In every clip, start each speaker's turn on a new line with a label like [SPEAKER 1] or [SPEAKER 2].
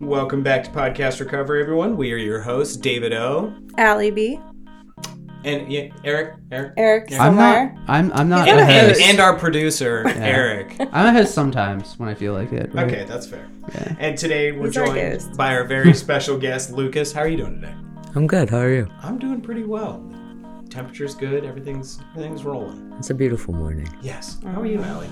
[SPEAKER 1] Welcome back to Podcast Recovery, everyone. We are your hosts, David O.
[SPEAKER 2] Allie B.
[SPEAKER 1] And yeah, Eric, Eric,
[SPEAKER 2] Eric
[SPEAKER 1] Yeah.
[SPEAKER 2] Samar.
[SPEAKER 1] I'm
[SPEAKER 2] I'm
[SPEAKER 3] I'm. I'm not.
[SPEAKER 2] You're
[SPEAKER 3] A
[SPEAKER 2] not
[SPEAKER 1] and,
[SPEAKER 3] host.
[SPEAKER 2] host.
[SPEAKER 1] and our producer, Eric.
[SPEAKER 3] I'm a host sometimes when I feel like it. right?
[SPEAKER 1] Okay, that's fair.
[SPEAKER 3] Yeah.
[SPEAKER 1] And today we're
[SPEAKER 2] He's our
[SPEAKER 1] joined
[SPEAKER 2] guest.
[SPEAKER 1] by our very special guest, Lucas. How are you doing today?
[SPEAKER 4] I'm good. How are you?
[SPEAKER 1] I'm doing pretty well. Temperature's good. Everything's everything's rolling.
[SPEAKER 4] It's a beautiful morning.
[SPEAKER 1] Yes. How are you, Allie?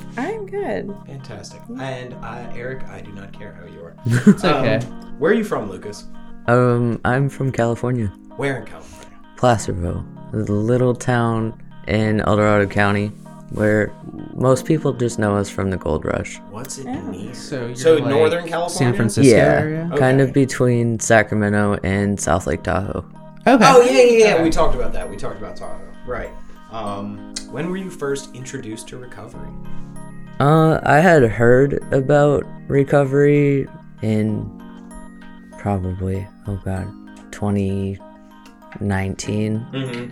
[SPEAKER 2] good.
[SPEAKER 1] Fantastic. And uh, Eric, I do not care how you are.
[SPEAKER 3] It's okay.
[SPEAKER 1] Um, where are you from, Lucas?
[SPEAKER 4] Um, I'm from California,
[SPEAKER 1] Where in California?
[SPEAKER 4] Placerville, a little town in El Dorado County, where most people just know us from the gold rush.
[SPEAKER 1] What's it
[SPEAKER 2] Oh.
[SPEAKER 1] mean?
[SPEAKER 3] So you're
[SPEAKER 1] So
[SPEAKER 3] like
[SPEAKER 1] Northern California?
[SPEAKER 3] San Francisco
[SPEAKER 4] yeah,
[SPEAKER 3] area.
[SPEAKER 1] Okay.
[SPEAKER 4] kind of between Sacramento and South Lake Tahoe.
[SPEAKER 3] Okay.
[SPEAKER 1] Oh yeah, yeah, yeah. We talked about that. We talked about Tahoe. Right. Um, when were you first introduced to recovery?
[SPEAKER 4] Uh, I had heard about recovery in probably oh god, 2019,
[SPEAKER 1] Mm-hmm.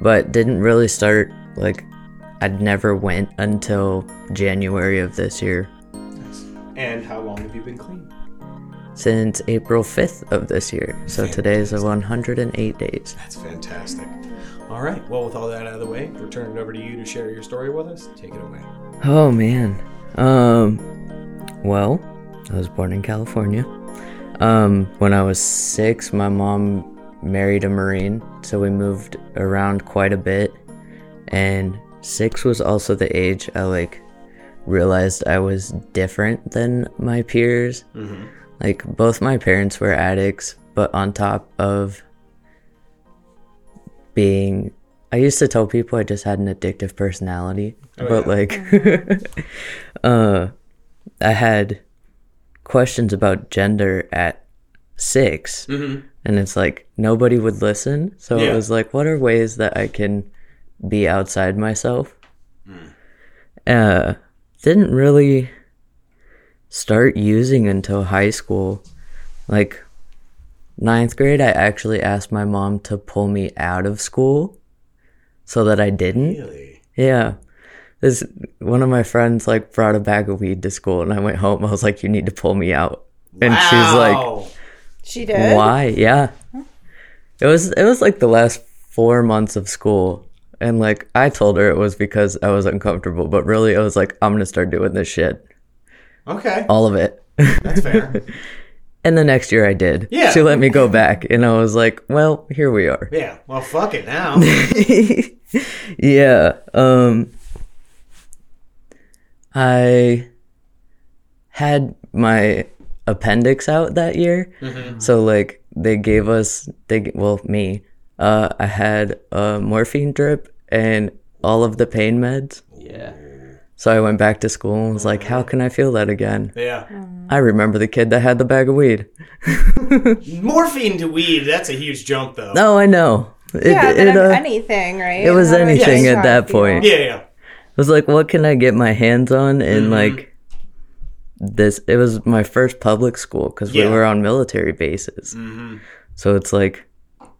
[SPEAKER 4] but didn't really start like I'd never went until January of this year.
[SPEAKER 1] And how long have you been clean?
[SPEAKER 4] since April 5th of this year. So today is a 108 days.
[SPEAKER 1] That's fantastic. All right. Well, with all that out of the way, we're turning it over to you to share your story with us. Take it away.
[SPEAKER 4] Oh man. Um well, I was born in California. Um when I was 6, my mom married a marine, so we moved around quite a bit. And 6 was also the age I like realized I was different than my peers. Like both my parents were addicts, but on top of being I used to tell people I just had an addictive personality, but like uh I had questions about gender at 6 and it's like nobody would listen. So
[SPEAKER 1] Yeah.
[SPEAKER 4] it was like what are ways that I can be outside myself? Uh didn't really start using until high school. Like ninth grade, I actually asked my mom to pull me out of school so that I didn't.
[SPEAKER 1] Really?
[SPEAKER 4] Yeah. This one of my friends like brought a bag of weed to school and I went home. I was like, You need to pull me out. And she's like,
[SPEAKER 1] Wow.
[SPEAKER 2] She did.
[SPEAKER 4] Why? Yeah. It was it was like the last four months of school. And like I told her it was because I was uncomfortable, but really I was like, I'm gonna start doing this shit.
[SPEAKER 1] "Okay,
[SPEAKER 4] All of it.
[SPEAKER 1] that's fair."
[SPEAKER 4] And the next year I did.
[SPEAKER 1] Yeah.
[SPEAKER 4] She let me go back. And I was like, well, here we are.
[SPEAKER 1] yeah. Well, fuck it now.
[SPEAKER 4] yeah. Um, I had my appendix out that year.
[SPEAKER 2] Mm-hmm.
[SPEAKER 4] So, like, they gave us, they, g- well, me, uh, I had a morphine drip and all of the pain meds.
[SPEAKER 3] Yeah.
[SPEAKER 4] So I went back to school and was like, how can I feel that again?
[SPEAKER 1] yeah.
[SPEAKER 4] I remember the kid that had the bag of weed.
[SPEAKER 1] Morphine to weed. That's a huge jump, though.
[SPEAKER 4] Oh, I know. It,
[SPEAKER 2] Yeah, but
[SPEAKER 4] it, uh,
[SPEAKER 2] anything, right?
[SPEAKER 4] it was
[SPEAKER 2] Not really
[SPEAKER 4] anything
[SPEAKER 2] just
[SPEAKER 4] at that
[SPEAKER 2] how I
[SPEAKER 4] point.
[SPEAKER 1] Yeah, yeah.
[SPEAKER 4] I was like, what can I get my hands on? And like this, it was my first public school because
[SPEAKER 1] Yeah.
[SPEAKER 4] we were on military bases. So it's like,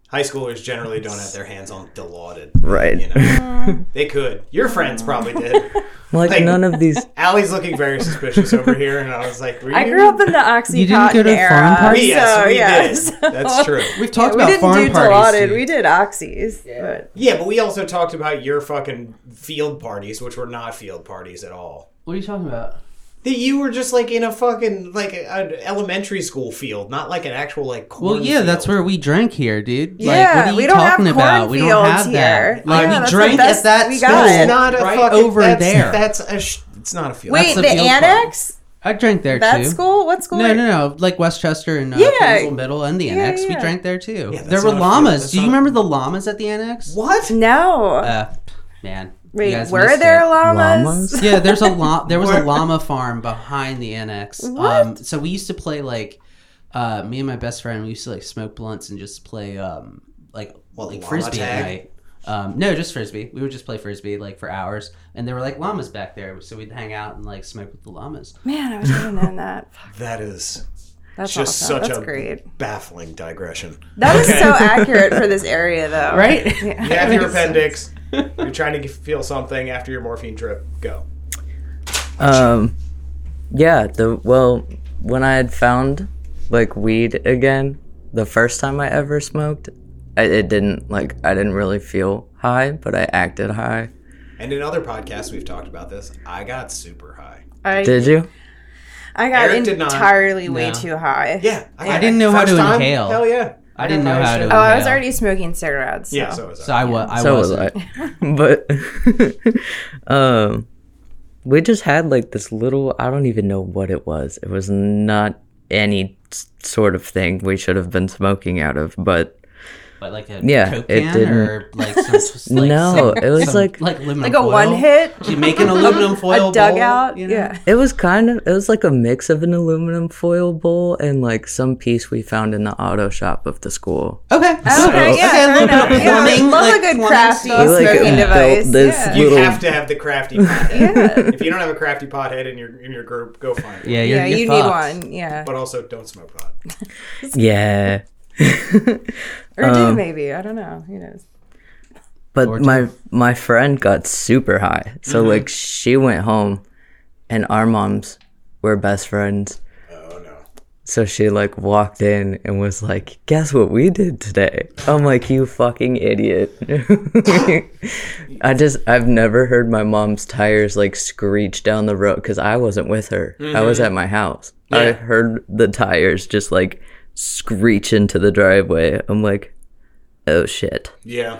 [SPEAKER 1] High schoolers generally don't have their hands on Dilaudid.
[SPEAKER 4] right.
[SPEAKER 1] You know, they could. Your friends probably did.
[SPEAKER 4] Like,
[SPEAKER 1] Like-
[SPEAKER 4] none of these.
[SPEAKER 1] Allie's looking very suspicious over here, and I was like, "Were
[SPEAKER 2] I
[SPEAKER 1] you-
[SPEAKER 2] grew up in the Oxycontin
[SPEAKER 3] You didn't go to
[SPEAKER 2] era,
[SPEAKER 3] farm
[SPEAKER 1] We,
[SPEAKER 3] parties?
[SPEAKER 1] yes,
[SPEAKER 2] so
[SPEAKER 1] we
[SPEAKER 2] yeah,
[SPEAKER 1] did.
[SPEAKER 2] so-
[SPEAKER 1] That's true.
[SPEAKER 3] We've talked
[SPEAKER 2] we
[SPEAKER 3] about
[SPEAKER 2] didn't
[SPEAKER 3] farm
[SPEAKER 2] do
[SPEAKER 3] parties.
[SPEAKER 2] Dilaudid,
[SPEAKER 3] dude.
[SPEAKER 2] we did Oxys. But
[SPEAKER 1] Yeah, but we also talked about your fucking field parties, which were not field parties at all.
[SPEAKER 3] What are you talking about?
[SPEAKER 1] That you were just like in a fucking like a- an elementary school field, not like an actual like.
[SPEAKER 3] Well,
[SPEAKER 1] cornfield.
[SPEAKER 3] yeah, that's where we drank here, dude.
[SPEAKER 2] Yeah,
[SPEAKER 3] like, what are you
[SPEAKER 2] we don't have
[SPEAKER 3] talking about? We don't
[SPEAKER 2] cornfields
[SPEAKER 3] have
[SPEAKER 2] here.
[SPEAKER 3] that.
[SPEAKER 2] Yeah,
[SPEAKER 3] Like, we
[SPEAKER 2] that's the
[SPEAKER 3] drank
[SPEAKER 2] best
[SPEAKER 3] at that
[SPEAKER 2] we
[SPEAKER 3] school.
[SPEAKER 2] got.
[SPEAKER 1] It's not a
[SPEAKER 3] right
[SPEAKER 1] fucking
[SPEAKER 3] over
[SPEAKER 1] that's,
[SPEAKER 3] there.
[SPEAKER 1] That's a. Sh- it's not a field.
[SPEAKER 2] wait,
[SPEAKER 3] the
[SPEAKER 2] the,
[SPEAKER 3] field part.
[SPEAKER 2] annex?
[SPEAKER 3] I drank there
[SPEAKER 2] That
[SPEAKER 3] too.
[SPEAKER 2] school? What school?
[SPEAKER 3] No,
[SPEAKER 2] are-
[SPEAKER 3] no, no. Like Westchester and uh,
[SPEAKER 2] Yeah.
[SPEAKER 3] Kingsville Middle and the Annex,
[SPEAKER 2] yeah.
[SPEAKER 3] we drank there too.
[SPEAKER 1] that's
[SPEAKER 3] there were
[SPEAKER 1] not a field.
[SPEAKER 3] llamas.
[SPEAKER 1] That's
[SPEAKER 3] Do you
[SPEAKER 1] not a-
[SPEAKER 3] remember the llamas at the Annex?
[SPEAKER 1] What?
[SPEAKER 2] No.
[SPEAKER 3] Uh, man. you
[SPEAKER 2] Wait,
[SPEAKER 3] guys
[SPEAKER 2] were
[SPEAKER 3] missed
[SPEAKER 2] there
[SPEAKER 3] it.
[SPEAKER 2] llamas?
[SPEAKER 4] Llamas?
[SPEAKER 3] yeah, there's a llama. There was a llama farm behind the annex.
[SPEAKER 2] What?
[SPEAKER 3] Um, so we used to play like uh, me and my best friend. We used to like smoke blunts and just play um, like
[SPEAKER 1] What,
[SPEAKER 3] like
[SPEAKER 1] llama
[SPEAKER 3] frisbee
[SPEAKER 1] tag?
[SPEAKER 3] at night. Um, no, just frisbee. We would just play frisbee like for hours, and there were like llamas back there, so we'd hang out and like smoke with the llamas.
[SPEAKER 2] Man, I was gonna know that. Fuck,
[SPEAKER 1] That is
[SPEAKER 2] That's
[SPEAKER 1] just
[SPEAKER 2] awesome.
[SPEAKER 1] such
[SPEAKER 2] That's
[SPEAKER 1] a
[SPEAKER 2] great.
[SPEAKER 1] baffling digression.
[SPEAKER 2] That was so accurate for this area, though.
[SPEAKER 3] Right?
[SPEAKER 1] You have your
[SPEAKER 3] Makes sense.
[SPEAKER 1] appendix. You're trying to feel something after your morphine drip. Go.
[SPEAKER 4] Um, yeah. The, well, when I had found like weed again, the first time I ever smoked, I, it didn't like I didn't really feel high, but I acted high.
[SPEAKER 1] And in other podcasts, we've talked about this. I got super high.
[SPEAKER 2] I,
[SPEAKER 4] Did you?
[SPEAKER 2] I got
[SPEAKER 1] Eric did not.
[SPEAKER 2] entirely way
[SPEAKER 3] No.
[SPEAKER 2] too high.
[SPEAKER 1] Yeah,
[SPEAKER 3] I didn't know how
[SPEAKER 1] First
[SPEAKER 3] to
[SPEAKER 1] time,
[SPEAKER 3] inhale.
[SPEAKER 1] Hell yeah.
[SPEAKER 3] I didn't know how to.
[SPEAKER 2] Oh, I was
[SPEAKER 3] inhale.
[SPEAKER 2] already smoking cigarettes. So.
[SPEAKER 1] Yeah, so was I.
[SPEAKER 3] So I was. I
[SPEAKER 4] so was
[SPEAKER 3] wasn't.
[SPEAKER 4] I. but um we just had like this little I don't even know what it was. It was not any s- sort of thing we should have been smoking out of, but
[SPEAKER 3] But like a
[SPEAKER 4] Yeah,
[SPEAKER 3] coke
[SPEAKER 4] it
[SPEAKER 3] can
[SPEAKER 4] didn't-
[SPEAKER 3] or like some. s- like
[SPEAKER 4] No,
[SPEAKER 3] some-
[SPEAKER 4] it was
[SPEAKER 3] some,
[SPEAKER 4] like-
[SPEAKER 3] like aluminum
[SPEAKER 2] Like a
[SPEAKER 3] foil.
[SPEAKER 2] one hit,
[SPEAKER 3] You make an aluminum foil
[SPEAKER 2] a
[SPEAKER 3] bowl,
[SPEAKER 2] dugout.
[SPEAKER 3] you know?
[SPEAKER 2] Yeah.
[SPEAKER 4] it was kind of it was like a mix of an aluminum foil bowl and like some piece we found in the auto shop of the school.
[SPEAKER 3] Okay.
[SPEAKER 4] Oh.
[SPEAKER 2] Okay, yeah, fair
[SPEAKER 3] a little
[SPEAKER 2] enough.
[SPEAKER 3] bit of
[SPEAKER 2] Yeah,
[SPEAKER 3] plumbing,
[SPEAKER 2] love a
[SPEAKER 3] like
[SPEAKER 2] good
[SPEAKER 3] plumbing
[SPEAKER 2] craft
[SPEAKER 3] scene.
[SPEAKER 2] A
[SPEAKER 4] We like
[SPEAKER 2] smoking device,
[SPEAKER 4] built this
[SPEAKER 2] yeah.
[SPEAKER 1] You
[SPEAKER 4] little
[SPEAKER 1] have to have the crafty pothead. If you don't have a crafty pothead in your in your group, go find it.
[SPEAKER 3] Yeah, you're,
[SPEAKER 2] Yeah,
[SPEAKER 3] you're
[SPEAKER 2] you need
[SPEAKER 3] fucked.
[SPEAKER 2] one. Yeah.
[SPEAKER 1] But also, don't smoke pot.
[SPEAKER 4] yeah.
[SPEAKER 2] Or
[SPEAKER 4] Um,
[SPEAKER 2] do maybe. I don't know. Who knows?
[SPEAKER 4] But my my friend got super high.
[SPEAKER 3] Mm-hmm.
[SPEAKER 4] So like she went home and our moms were best friends.
[SPEAKER 1] Oh no.
[SPEAKER 4] So she like walked in and was like, "Guess what we did today?" I'm like, "You fucking idiot!" I just I've never heard my mom's tires like screech down the road because I wasn't with her. I was at my house. I
[SPEAKER 1] Yeah.
[SPEAKER 4] heard the tires just like screech into the driveway. I'm like, "Oh shit!"
[SPEAKER 1] Yeah.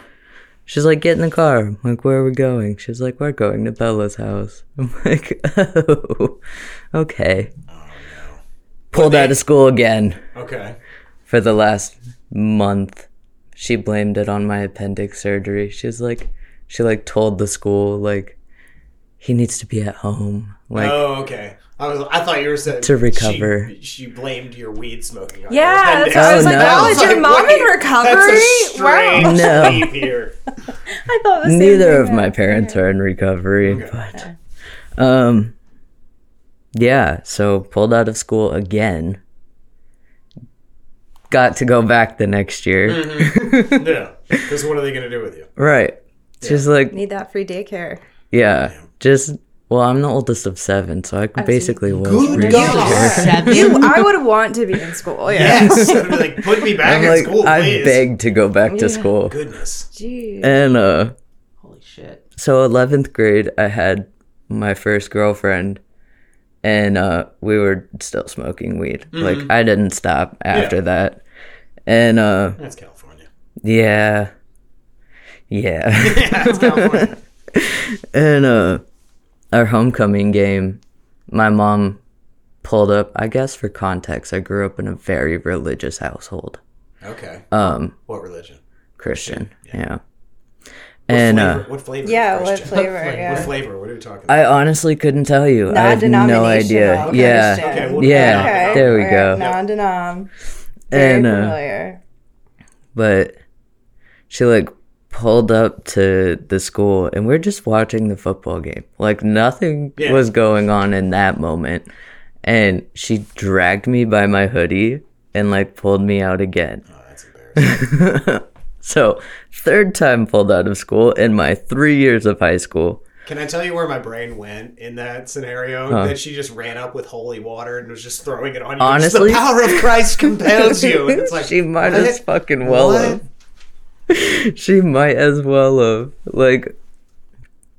[SPEAKER 4] She's like, "Get in the car." I'm like, "Where are we going?" She's like, "We're going to Bella's house." I'm like, "Oh, okay." Pulled out of school again
[SPEAKER 1] Okay.
[SPEAKER 4] for the last month she blamed it on my appendix surgery she was like she like told the school like he needs to be at home like
[SPEAKER 1] oh, okay. I was. I thought you were saying
[SPEAKER 4] To recover.
[SPEAKER 1] She, she blamed your weed smoking. on your
[SPEAKER 2] Yeah, that's
[SPEAKER 1] appendix.
[SPEAKER 2] why I was
[SPEAKER 4] Oh,
[SPEAKER 2] like,
[SPEAKER 4] no.
[SPEAKER 2] wow, is your
[SPEAKER 1] Like,
[SPEAKER 2] mom
[SPEAKER 1] wait,
[SPEAKER 2] in recovery?
[SPEAKER 1] That's a strange
[SPEAKER 2] Wow.
[SPEAKER 4] No.
[SPEAKER 1] leap here.
[SPEAKER 2] I thought the same
[SPEAKER 4] neither
[SPEAKER 2] thing
[SPEAKER 4] of my
[SPEAKER 2] happened.
[SPEAKER 4] parents are in recovery
[SPEAKER 1] Okay.
[SPEAKER 4] but um yeah so pulled out of school again got to go back the next year
[SPEAKER 1] Mm-hmm. No, because what are they going to do with you?
[SPEAKER 4] right she's like
[SPEAKER 2] Need that free daycare.
[SPEAKER 4] yeah just well i'm the oldest of seven so i basically was free
[SPEAKER 1] God.
[SPEAKER 3] Seven.
[SPEAKER 2] You, I would want to be in school. Yeah.
[SPEAKER 1] Yes, They'd be like put me back
[SPEAKER 4] I'm
[SPEAKER 1] in
[SPEAKER 4] like,
[SPEAKER 1] school,
[SPEAKER 4] I
[SPEAKER 1] please.
[SPEAKER 4] begged to go back to school.
[SPEAKER 1] Goodness.
[SPEAKER 2] Jeez.
[SPEAKER 4] And uh,
[SPEAKER 3] Holy shit.
[SPEAKER 4] so 11th grade, I had my first girlfriend, and uh, we were still smoking weed. Like, I didn't stop after
[SPEAKER 1] Mm-hmm. Yeah.
[SPEAKER 4] that. And uh,
[SPEAKER 1] That's California.
[SPEAKER 4] yeah. Yeah.
[SPEAKER 1] Yeah, that's California.
[SPEAKER 4] and uh, our homecoming game, my mom pulled up, I guess for context, I grew up in a very religious household.
[SPEAKER 1] Okay.
[SPEAKER 4] Um,
[SPEAKER 1] What religion?
[SPEAKER 4] Christian. Yeah.
[SPEAKER 1] What
[SPEAKER 4] and uh,
[SPEAKER 1] flavor? what flavor?
[SPEAKER 2] Yeah,
[SPEAKER 1] of
[SPEAKER 2] what
[SPEAKER 1] Christian?
[SPEAKER 2] flavor?
[SPEAKER 1] What
[SPEAKER 2] Yeah.
[SPEAKER 1] flavor? What are we talking about?
[SPEAKER 4] I honestly couldn't tell you. I have no idea.
[SPEAKER 2] Non-denominational
[SPEAKER 4] Yeah.
[SPEAKER 2] Christian.
[SPEAKER 1] Okay, we'll-
[SPEAKER 4] Yeah.
[SPEAKER 1] Okay.
[SPEAKER 4] There we
[SPEAKER 2] All
[SPEAKER 4] go.
[SPEAKER 2] right, Non-denom. Very
[SPEAKER 4] And uh,
[SPEAKER 2] familiar.
[SPEAKER 4] but she like pulled up to the school and we're just watching the football game. Like nothing
[SPEAKER 1] Yeah.
[SPEAKER 4] was going on in that moment. And she dragged me by my hoodie and like pulled me out again.
[SPEAKER 1] oh, that's embarrassing.
[SPEAKER 4] So, third time pulled out of school in my 3 years of high school.
[SPEAKER 1] Can I tell you where my brain went in that scenario? That she just ran up with holy water and was just throwing it on you. It's
[SPEAKER 4] Honestly?
[SPEAKER 1] the power of Christ compels you. And it's like
[SPEAKER 4] she might
[SPEAKER 1] what?
[SPEAKER 4] as fucking well
[SPEAKER 1] What?
[SPEAKER 4] have. She might as well have. Like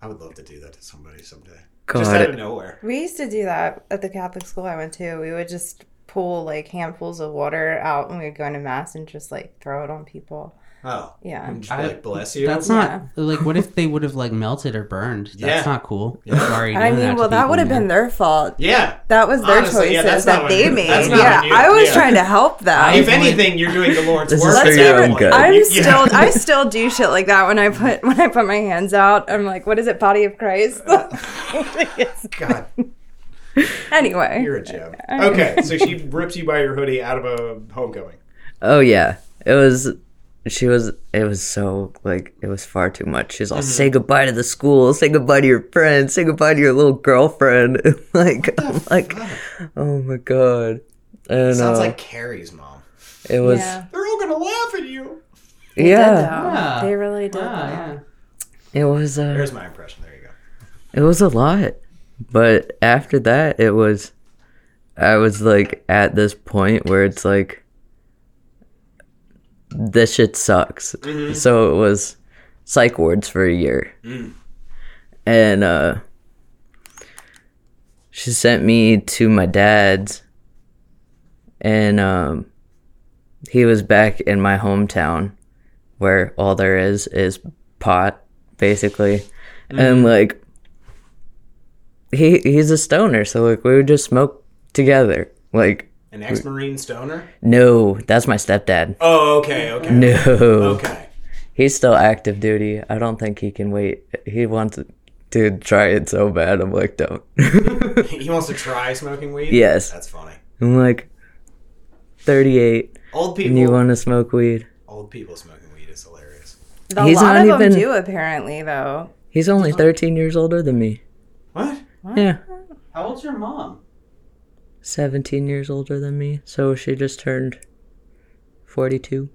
[SPEAKER 1] I would love to do that to somebody someday. Just out
[SPEAKER 4] God,
[SPEAKER 1] of nowhere.
[SPEAKER 2] We used to do that at the Catholic school I went to. We would just pull like handfuls of water out when we would go into mass and just like throw it on people.
[SPEAKER 1] Oh.
[SPEAKER 2] Yeah.
[SPEAKER 1] And just be
[SPEAKER 3] I-
[SPEAKER 1] like, bless you.
[SPEAKER 3] That's not like. What if they would have like melted or burned? That's
[SPEAKER 1] Yeah.
[SPEAKER 3] not cool. Sorry.
[SPEAKER 2] I mean, well, that would have been their fault.
[SPEAKER 1] yeah.
[SPEAKER 2] That was their
[SPEAKER 1] Honestly, yeah, that's
[SPEAKER 2] choices
[SPEAKER 1] not
[SPEAKER 2] that
[SPEAKER 1] on
[SPEAKER 2] they
[SPEAKER 1] you.
[SPEAKER 2] made.
[SPEAKER 1] That's not
[SPEAKER 2] Yeah,
[SPEAKER 1] on you.
[SPEAKER 2] I was
[SPEAKER 1] Yeah.
[SPEAKER 2] trying to help them.
[SPEAKER 1] if anything, you're doing the Lord's
[SPEAKER 4] This
[SPEAKER 1] work.
[SPEAKER 4] is
[SPEAKER 1] at
[SPEAKER 4] for
[SPEAKER 1] that
[SPEAKER 4] your own
[SPEAKER 1] point.
[SPEAKER 4] good.
[SPEAKER 2] I'm
[SPEAKER 1] You- yeah.
[SPEAKER 2] still I still do shit like that when I put when I put my hands out. I'm like, what is it, body of Christ?
[SPEAKER 1] God,
[SPEAKER 2] anyway.
[SPEAKER 1] you're a gem. Okay, so she rips you by your hoodie out of a homecoming.
[SPEAKER 4] Oh yeah, it was. She was. It was so like it was far too much. She's all
[SPEAKER 1] Mm-hmm.
[SPEAKER 4] say goodbye to the school, say goodbye to your friends, say goodbye to your little girlfriend. like I'm like, oh my god. And
[SPEAKER 1] Sounds
[SPEAKER 4] uh,
[SPEAKER 1] like Carrie's mom.
[SPEAKER 4] it was
[SPEAKER 2] Yeah.
[SPEAKER 4] yeah.
[SPEAKER 1] They're all gonna laugh at you.
[SPEAKER 2] Yeah.
[SPEAKER 3] Yeah.
[SPEAKER 2] They really did.
[SPEAKER 3] Yeah,
[SPEAKER 4] It was. Uh,
[SPEAKER 1] There's my impression. There you go.
[SPEAKER 4] it was a lot, but after that, it was. I was like at this point where it's like this shit sucks.
[SPEAKER 1] Mhm.
[SPEAKER 4] So it was psych wards for a year.
[SPEAKER 1] Mm.
[SPEAKER 4] And uh she sent me to my dad's and um he was back in my hometown where all there is is pot basically. And like he he's a stoner, so like we would just smoke together. Like
[SPEAKER 1] An ex-marine stoner.
[SPEAKER 4] no, that's my stepdad.
[SPEAKER 1] Oh, okay, okay,
[SPEAKER 4] No.
[SPEAKER 1] okay.
[SPEAKER 4] He's still active duty. I don't think he can wait. He wants to try it so bad. I'm like, don't.
[SPEAKER 1] He wants to try smoking weed.
[SPEAKER 4] Yes.
[SPEAKER 1] that's funny.
[SPEAKER 4] I'm like, 38,
[SPEAKER 1] Old
[SPEAKER 4] and you
[SPEAKER 1] people.
[SPEAKER 4] want to smoke weed?
[SPEAKER 1] old people smoking weed is hilarious.
[SPEAKER 2] A
[SPEAKER 4] He's
[SPEAKER 2] lot
[SPEAKER 4] not
[SPEAKER 2] of them
[SPEAKER 4] even-
[SPEAKER 2] do apparently though.
[SPEAKER 4] He's only 13 years older than me.
[SPEAKER 1] What?
[SPEAKER 4] Yeah,
[SPEAKER 3] How old's your mom?
[SPEAKER 4] 17 years older than me. So she just turned 42.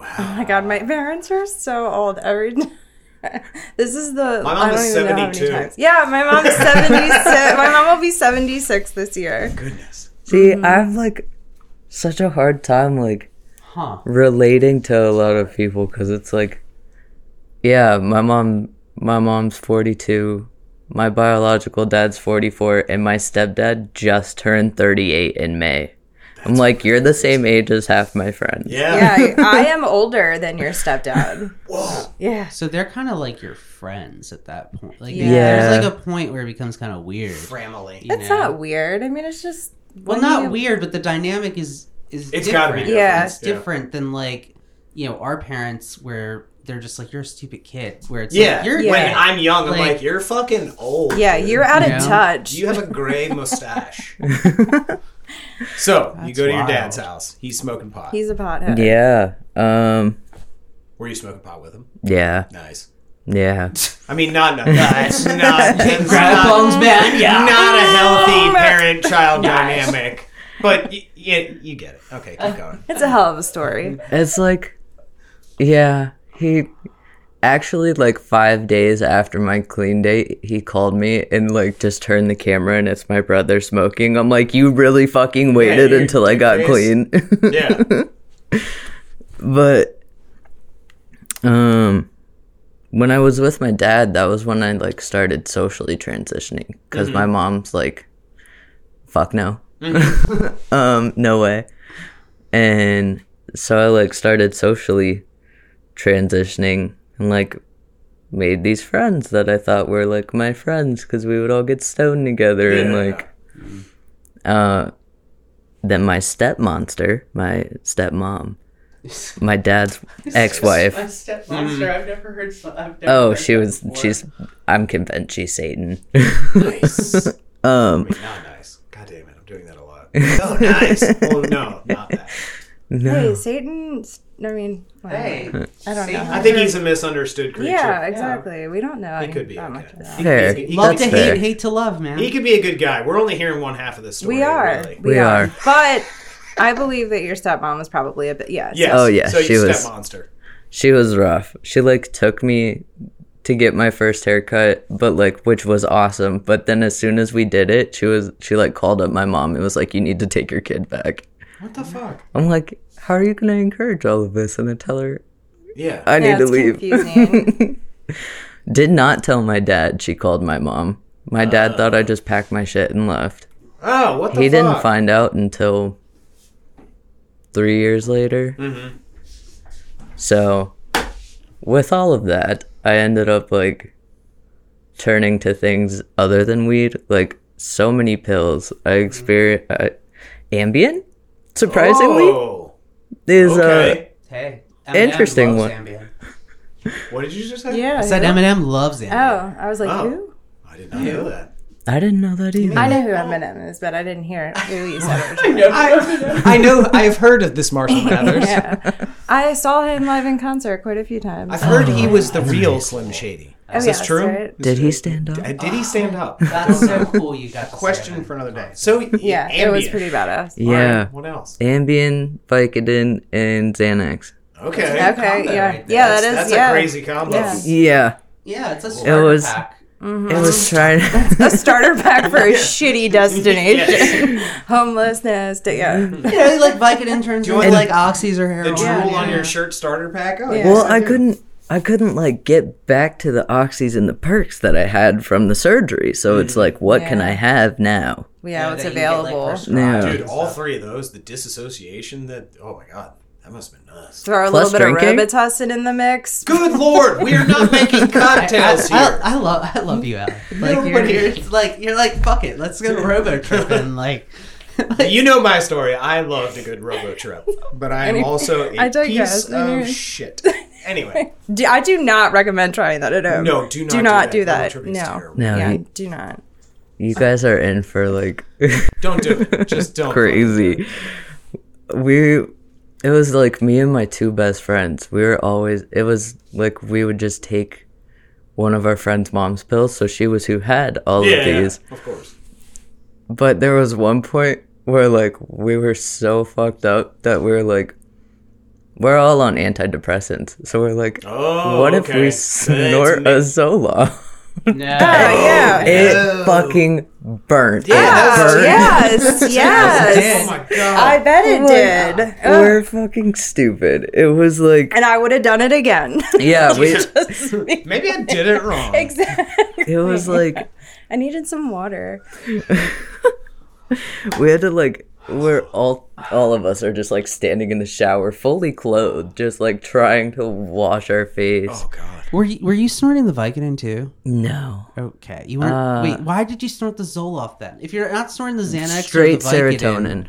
[SPEAKER 2] Oh my god, my parents are so old. Every this is the
[SPEAKER 1] My mom
[SPEAKER 2] I don't
[SPEAKER 1] is
[SPEAKER 2] even know how many
[SPEAKER 1] 72.
[SPEAKER 2] times. Yeah, my mom's seventy six. my mom will be seventy six this year.
[SPEAKER 1] Goodness.
[SPEAKER 4] See,
[SPEAKER 1] Mm-hmm.
[SPEAKER 4] I have like such a hard time like
[SPEAKER 3] Huh.
[SPEAKER 4] relating to a lot of people because it's like, yeah, my mom, my mom's forty two, my biological dad's forty four, and my stepdad just turned thirty eight in May. I'm like, you're the same age as half my friends.
[SPEAKER 1] Yeah.
[SPEAKER 2] Yeah, I am older than your stepdad.
[SPEAKER 1] Whoa.
[SPEAKER 2] Yeah.
[SPEAKER 3] So they're kind of like your friends at that point. Like,
[SPEAKER 2] Yeah.
[SPEAKER 3] there's like a point where it becomes kind of weird.
[SPEAKER 1] Family.
[SPEAKER 3] you
[SPEAKER 2] That's
[SPEAKER 3] know?
[SPEAKER 2] not weird. I mean, it's just when
[SPEAKER 3] well, not
[SPEAKER 2] you-
[SPEAKER 3] weird, but the dynamic is is
[SPEAKER 1] It's
[SPEAKER 3] different.
[SPEAKER 1] gotta be
[SPEAKER 2] different. Yeah.
[SPEAKER 3] it's
[SPEAKER 1] Yeah.
[SPEAKER 3] different than like you know our parents where they're just like you're a stupid kid. Where it's
[SPEAKER 1] Yeah.
[SPEAKER 3] like, you're
[SPEAKER 2] Yeah.
[SPEAKER 1] When I'm young, I'm
[SPEAKER 3] Like-
[SPEAKER 1] like, you're fucking old.
[SPEAKER 2] Yeah,
[SPEAKER 1] dude.
[SPEAKER 2] you're out of
[SPEAKER 3] Yeah.
[SPEAKER 2] touch.
[SPEAKER 1] You have a gray mustache. so you
[SPEAKER 3] That's
[SPEAKER 1] go to your
[SPEAKER 3] wild.
[SPEAKER 1] dad's house. He's smoking pot.
[SPEAKER 2] He's a pothead.
[SPEAKER 4] Yeah. Um.
[SPEAKER 1] Were you smoking pot with him?
[SPEAKER 4] Yeah.
[SPEAKER 1] Nice.
[SPEAKER 4] Yeah.
[SPEAKER 1] I mean, not no, that's not that's
[SPEAKER 3] Grab
[SPEAKER 1] not,
[SPEAKER 3] bones, man. Yeah.
[SPEAKER 1] not a healthy parent-child dynamic. But y- y- you get it. Okay,
[SPEAKER 3] Uh.
[SPEAKER 1] keep going.
[SPEAKER 2] It's a hell of a story.
[SPEAKER 1] Mm-hmm.
[SPEAKER 4] It's like, yeah, he actually like five days after my clean date, he called me and like just turned the camera and it's my brother smoking. I'm like, you really fucking waited
[SPEAKER 1] you-
[SPEAKER 4] until I
[SPEAKER 1] you
[SPEAKER 4] got
[SPEAKER 1] face-
[SPEAKER 4] clean.
[SPEAKER 1] Yeah.
[SPEAKER 4] but um when I was with my dad, that was when I like started socially transitioning because my mom's like, fuck no, um, no way, and so I like started socially transitioning and like made these friends that I thought were like my friends because we would all get stoned together and
[SPEAKER 1] Yeah.
[SPEAKER 4] like uh then my step monster, my stepmom, my dad's ex-wife.
[SPEAKER 3] step
[SPEAKER 1] Mm.
[SPEAKER 3] monster. I've never heard. So- I've never
[SPEAKER 4] Oh,
[SPEAKER 3] heard
[SPEAKER 4] she
[SPEAKER 3] that
[SPEAKER 4] was.
[SPEAKER 3] before.
[SPEAKER 4] She's. I'm convinced she's Satan.
[SPEAKER 1] Nice. I
[SPEAKER 4] um,
[SPEAKER 1] mean, not nice. God damn it, I'm doing that a lot. Oh, nice. Oh no, not that.
[SPEAKER 2] Hey,
[SPEAKER 4] no.
[SPEAKER 2] Satan. I mean, whatever.
[SPEAKER 3] Hey,
[SPEAKER 2] I don't know.
[SPEAKER 1] I think he's a misunderstood creature.
[SPEAKER 2] Yeah, exactly. We don't know.
[SPEAKER 1] He could be
[SPEAKER 2] that
[SPEAKER 1] okay.
[SPEAKER 2] much about
[SPEAKER 1] He could
[SPEAKER 4] Fair.
[SPEAKER 1] be- he could
[SPEAKER 3] love
[SPEAKER 1] be-
[SPEAKER 3] to
[SPEAKER 4] That's fair.
[SPEAKER 3] hate, hate to love, man.
[SPEAKER 1] He could be a good guy. We're only hearing one half of the story.
[SPEAKER 2] We are.
[SPEAKER 1] really.
[SPEAKER 4] We are.
[SPEAKER 2] But I believe that your stepmom was probably a bit. Yes.
[SPEAKER 1] Yes.
[SPEAKER 4] Oh, yeah,
[SPEAKER 1] So
[SPEAKER 4] she
[SPEAKER 1] you
[SPEAKER 4] was-
[SPEAKER 1] step monster.
[SPEAKER 4] She was rough. She like took me to get my first haircut, but like, which was awesome. But then as soon as we did it, she was. She like called up my mom. It was like, you need to take your kid back.
[SPEAKER 1] What the fuck?
[SPEAKER 4] I'm like, how are you gonna encourage all of this and then tell her
[SPEAKER 1] Yeah.
[SPEAKER 4] I
[SPEAKER 2] Yeah,
[SPEAKER 4] need to
[SPEAKER 2] it's
[SPEAKER 4] leave?
[SPEAKER 2] confusing.
[SPEAKER 4] Did not tell my dad. She called my mom. My dad thought I just packed my shit and left.
[SPEAKER 1] oh, what Uh. the
[SPEAKER 4] he
[SPEAKER 1] fuck?
[SPEAKER 4] didn't find out until three years later.
[SPEAKER 1] Mhm.
[SPEAKER 4] So, with all of that, I ended up like turning to things other than weed, like so many pills. I
[SPEAKER 1] Mm-hmm.
[SPEAKER 4] experienced uh, Ambien, surprisingly,
[SPEAKER 1] Oh,
[SPEAKER 4] is uh,
[SPEAKER 1] okay.
[SPEAKER 3] hey,
[SPEAKER 4] Interesting
[SPEAKER 3] loves
[SPEAKER 4] one.
[SPEAKER 3] Ambien.
[SPEAKER 1] what did you just say?
[SPEAKER 2] yeah.
[SPEAKER 3] I said
[SPEAKER 2] who-
[SPEAKER 3] Eminem loves Ambien.
[SPEAKER 2] Oh, I was like,
[SPEAKER 1] Oh.
[SPEAKER 2] who?
[SPEAKER 1] I did not know that.
[SPEAKER 4] I didn't know that either.
[SPEAKER 2] I know who Eminem is, but I didn't hear who you said. it was.
[SPEAKER 1] I, I know. I've heard of this Marshall Mathers.
[SPEAKER 2] yeah. I saw him live in concert quite a few times.
[SPEAKER 1] I've heard he was the real Slim Shady.
[SPEAKER 2] Oh,
[SPEAKER 1] Is
[SPEAKER 2] yeah,
[SPEAKER 1] this true?
[SPEAKER 2] that's right.
[SPEAKER 4] Did he stand up?
[SPEAKER 1] Uh, Did he stand up?
[SPEAKER 3] That's so cool. You got to say
[SPEAKER 1] Question
[SPEAKER 3] Eminem.
[SPEAKER 1] for another day. So
[SPEAKER 2] Yeah, it was
[SPEAKER 1] Ambien.
[SPEAKER 2] pretty badass.
[SPEAKER 1] All right,
[SPEAKER 4] yeah,
[SPEAKER 1] What else?
[SPEAKER 4] Ambien, Vicodin, and Xanax.
[SPEAKER 1] Okay.
[SPEAKER 2] Okay,
[SPEAKER 3] combo
[SPEAKER 2] yeah,
[SPEAKER 3] right there.
[SPEAKER 2] yeah, that
[SPEAKER 1] That's,
[SPEAKER 2] is
[SPEAKER 1] that's
[SPEAKER 2] yeah.
[SPEAKER 1] a crazy combo.
[SPEAKER 2] Yeah.
[SPEAKER 4] Yeah,
[SPEAKER 3] Yeah, it's a starter
[SPEAKER 4] was-
[SPEAKER 3] pack.
[SPEAKER 4] It was trying.
[SPEAKER 2] a starter pack for a shitty destination. Homelessness. d- Yeah.
[SPEAKER 3] You know, like Vicodin turns
[SPEAKER 1] you want
[SPEAKER 3] into like oxys or heroin.
[SPEAKER 1] The drool
[SPEAKER 2] Yeah,
[SPEAKER 1] on
[SPEAKER 2] yeah.
[SPEAKER 1] your shirt starter pack. Oh,
[SPEAKER 2] Yeah.
[SPEAKER 1] yes,
[SPEAKER 4] well, I
[SPEAKER 1] do.
[SPEAKER 4] couldn't. I couldn't like get back to the oxys and the perks that I had from the surgery. So it's like, what can
[SPEAKER 2] Yeah.
[SPEAKER 4] I have now?
[SPEAKER 2] Yeah, it's
[SPEAKER 3] that you get, like,
[SPEAKER 2] available.
[SPEAKER 3] prescribed
[SPEAKER 4] Yeah.
[SPEAKER 3] and
[SPEAKER 1] Dude, all
[SPEAKER 3] stuff.
[SPEAKER 1] three of those, the disassociation that, oh my god, that must have been nuts.
[SPEAKER 2] Throw a
[SPEAKER 4] Plus
[SPEAKER 2] little bit
[SPEAKER 4] drinking?
[SPEAKER 2] of Robitussin in the mix.
[SPEAKER 1] Good lord, we are not making cocktails
[SPEAKER 3] I,
[SPEAKER 1] here.
[SPEAKER 3] I, I love I love you, Alec. Like you're,
[SPEAKER 1] Nobody-
[SPEAKER 3] you're it's like you're like fuck it, let's go robo tripping. Like, like
[SPEAKER 1] You know my story. I loved a good robo trip, but I am
[SPEAKER 2] Anyway,
[SPEAKER 1] also a
[SPEAKER 2] I digress.
[SPEAKER 1] piece
[SPEAKER 2] Anyway.
[SPEAKER 1] of shit. Anyway,
[SPEAKER 2] Do, I do not recommend trying that at home.
[SPEAKER 1] no, do not
[SPEAKER 2] do not do
[SPEAKER 1] that.
[SPEAKER 2] that.
[SPEAKER 1] Robo tripping is
[SPEAKER 2] No.
[SPEAKER 1] terrible.
[SPEAKER 4] No,
[SPEAKER 2] yeah,
[SPEAKER 4] you-
[SPEAKER 2] do not.
[SPEAKER 4] You guys are in for like
[SPEAKER 1] Don't do it. Just don't.
[SPEAKER 4] crazy. We it was like me and my two best friends. We were always it was like we would just take one of our friend's mom's pills, so she was who had all
[SPEAKER 1] Yeah,
[SPEAKER 4] of
[SPEAKER 1] yeah,
[SPEAKER 4] these.
[SPEAKER 1] of course.
[SPEAKER 4] But there was one point where like we were so fucked up that we were like we're all on antidepressants. So we're like
[SPEAKER 1] Oh,
[SPEAKER 4] what if
[SPEAKER 1] okay.
[SPEAKER 4] we
[SPEAKER 1] That's
[SPEAKER 4] snort
[SPEAKER 1] neat.
[SPEAKER 4] a Zoloft?
[SPEAKER 3] no.
[SPEAKER 2] Oh,
[SPEAKER 1] Oh,
[SPEAKER 2] yeah.
[SPEAKER 4] It fucking burnt.
[SPEAKER 1] Yeah,
[SPEAKER 4] It
[SPEAKER 1] that's
[SPEAKER 2] Ah,
[SPEAKER 1] burn.
[SPEAKER 2] yes,
[SPEAKER 1] Oh
[SPEAKER 2] yes.
[SPEAKER 1] my god.
[SPEAKER 2] I bet it
[SPEAKER 4] like,
[SPEAKER 2] did. Ugh.
[SPEAKER 4] We're fucking stupid. It was like,
[SPEAKER 2] And I would have done it again.
[SPEAKER 4] yeah, we,
[SPEAKER 1] Maybe I did it wrong.
[SPEAKER 2] exactly.
[SPEAKER 4] it was like
[SPEAKER 2] I needed some water.
[SPEAKER 4] we had to like we're all all of us are just like standing in the shower, fully clothed, just like trying to wash our face.
[SPEAKER 1] Oh god.
[SPEAKER 3] Were you were you snorting the Vicodin too?
[SPEAKER 4] No,
[SPEAKER 3] Okay, you weren't.
[SPEAKER 4] Uh,
[SPEAKER 3] wait, why did you snort the Zoloft then? If you're not snorting the Xanax, or
[SPEAKER 4] straight
[SPEAKER 3] the Vicodin-
[SPEAKER 4] serotonin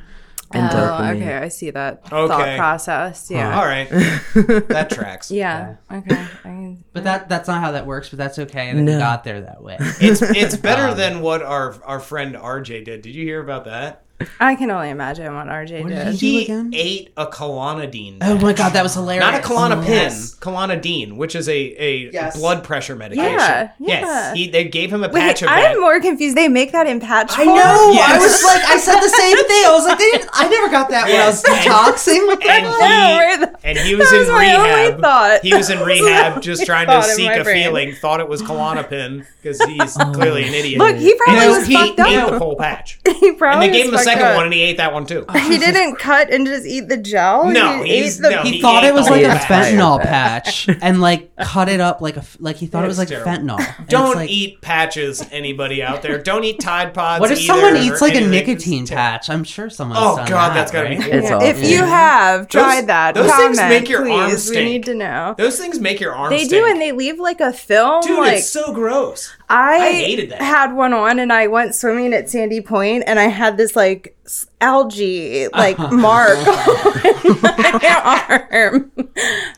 [SPEAKER 4] and
[SPEAKER 2] oh,
[SPEAKER 4] dopamine.
[SPEAKER 2] okay. I see that
[SPEAKER 1] Okay.
[SPEAKER 2] thought process. Yeah.
[SPEAKER 1] All right, that tracks.
[SPEAKER 2] Yeah. Okay. I can-
[SPEAKER 3] But that that's not how that works. But that's okay. That you
[SPEAKER 4] No.
[SPEAKER 3] got there that way.
[SPEAKER 1] It's it's better
[SPEAKER 4] Um,
[SPEAKER 1] than what our our friend RJ did. Did you hear about that?
[SPEAKER 2] I can only imagine what RJ
[SPEAKER 3] What did
[SPEAKER 2] did.
[SPEAKER 3] he do again?
[SPEAKER 1] ate a Klonidine.
[SPEAKER 3] oh my god, that was hilarious. Oh,
[SPEAKER 1] Not a
[SPEAKER 2] Oh,
[SPEAKER 1] Klonopin,
[SPEAKER 3] Yes.
[SPEAKER 1] Klonidine, which is a, a
[SPEAKER 3] Yes.
[SPEAKER 1] blood pressure medication.
[SPEAKER 2] Yeah, yeah.
[SPEAKER 1] Yes, he, they gave him a patch of
[SPEAKER 2] Wait,
[SPEAKER 1] that.
[SPEAKER 2] I'm more confused. They make that in patch
[SPEAKER 3] I know. I
[SPEAKER 1] Yes.
[SPEAKER 3] was like, I said the same thing. I was like, they didn't, I never got that when I was detoxing. What the
[SPEAKER 1] and
[SPEAKER 3] hell?
[SPEAKER 1] he,
[SPEAKER 2] know, right? That-
[SPEAKER 1] and he was
[SPEAKER 2] that
[SPEAKER 1] in
[SPEAKER 2] was my only
[SPEAKER 1] rehab.
[SPEAKER 2] thought.
[SPEAKER 1] He was in
[SPEAKER 2] That was
[SPEAKER 1] rehab
[SPEAKER 2] my
[SPEAKER 1] just
[SPEAKER 2] only
[SPEAKER 1] trying to
[SPEAKER 2] thought in
[SPEAKER 1] seek
[SPEAKER 2] my
[SPEAKER 1] a
[SPEAKER 2] brain.
[SPEAKER 1] feeling. Thought it was Klonopin because he's
[SPEAKER 3] Oh.
[SPEAKER 1] clearly an idiot.
[SPEAKER 2] Look, he probably
[SPEAKER 1] And
[SPEAKER 2] was
[SPEAKER 1] he
[SPEAKER 2] fucked
[SPEAKER 1] ate
[SPEAKER 2] up.
[SPEAKER 1] the whole patch.
[SPEAKER 2] He
[SPEAKER 1] And
[SPEAKER 2] probably
[SPEAKER 1] they gave him
[SPEAKER 2] was
[SPEAKER 1] the
[SPEAKER 2] fucked
[SPEAKER 1] second
[SPEAKER 2] up.
[SPEAKER 1] one and he ate that one
[SPEAKER 3] Oh.
[SPEAKER 1] too.
[SPEAKER 2] He didn't cut and just eat the gel.
[SPEAKER 1] No,
[SPEAKER 2] he
[SPEAKER 1] he's-
[SPEAKER 2] ate the.
[SPEAKER 1] no,
[SPEAKER 3] He
[SPEAKER 1] He
[SPEAKER 3] thought
[SPEAKER 1] ate
[SPEAKER 3] it was
[SPEAKER 1] the
[SPEAKER 3] like
[SPEAKER 1] whole
[SPEAKER 3] a
[SPEAKER 4] patch.
[SPEAKER 3] fentanyl patch and like cut it up like a f- like he thought it was
[SPEAKER 1] It's
[SPEAKER 3] like
[SPEAKER 1] terrible.
[SPEAKER 3] fentanyl. And it's
[SPEAKER 1] Don't
[SPEAKER 3] like-
[SPEAKER 1] eat patches, anybody out there. Don't eat Tide Pods.
[SPEAKER 3] What if
[SPEAKER 1] either
[SPEAKER 3] someone
[SPEAKER 1] or
[SPEAKER 3] eats like a
[SPEAKER 1] anything.
[SPEAKER 3] nicotine
[SPEAKER 1] It's terrible.
[SPEAKER 3] patch? I'm sure someone's
[SPEAKER 1] Oh
[SPEAKER 3] done
[SPEAKER 1] god,
[SPEAKER 3] that,
[SPEAKER 1] that's gotta be
[SPEAKER 3] right?
[SPEAKER 1] horrible.
[SPEAKER 4] It's all
[SPEAKER 2] if you have tried that,
[SPEAKER 1] those
[SPEAKER 2] comment,
[SPEAKER 1] things make your
[SPEAKER 2] please.
[SPEAKER 1] arms
[SPEAKER 2] We
[SPEAKER 1] stink.
[SPEAKER 2] need to know.
[SPEAKER 1] Those things make your arms.
[SPEAKER 2] They do,
[SPEAKER 1] stink.
[SPEAKER 2] and they leave like a film.
[SPEAKER 1] dude,
[SPEAKER 2] like
[SPEAKER 1] it's so gross.
[SPEAKER 2] I,
[SPEAKER 1] hated that.
[SPEAKER 2] had one on, and I went swimming at Sandy Point, and I had this like s- algae like mark on my arm.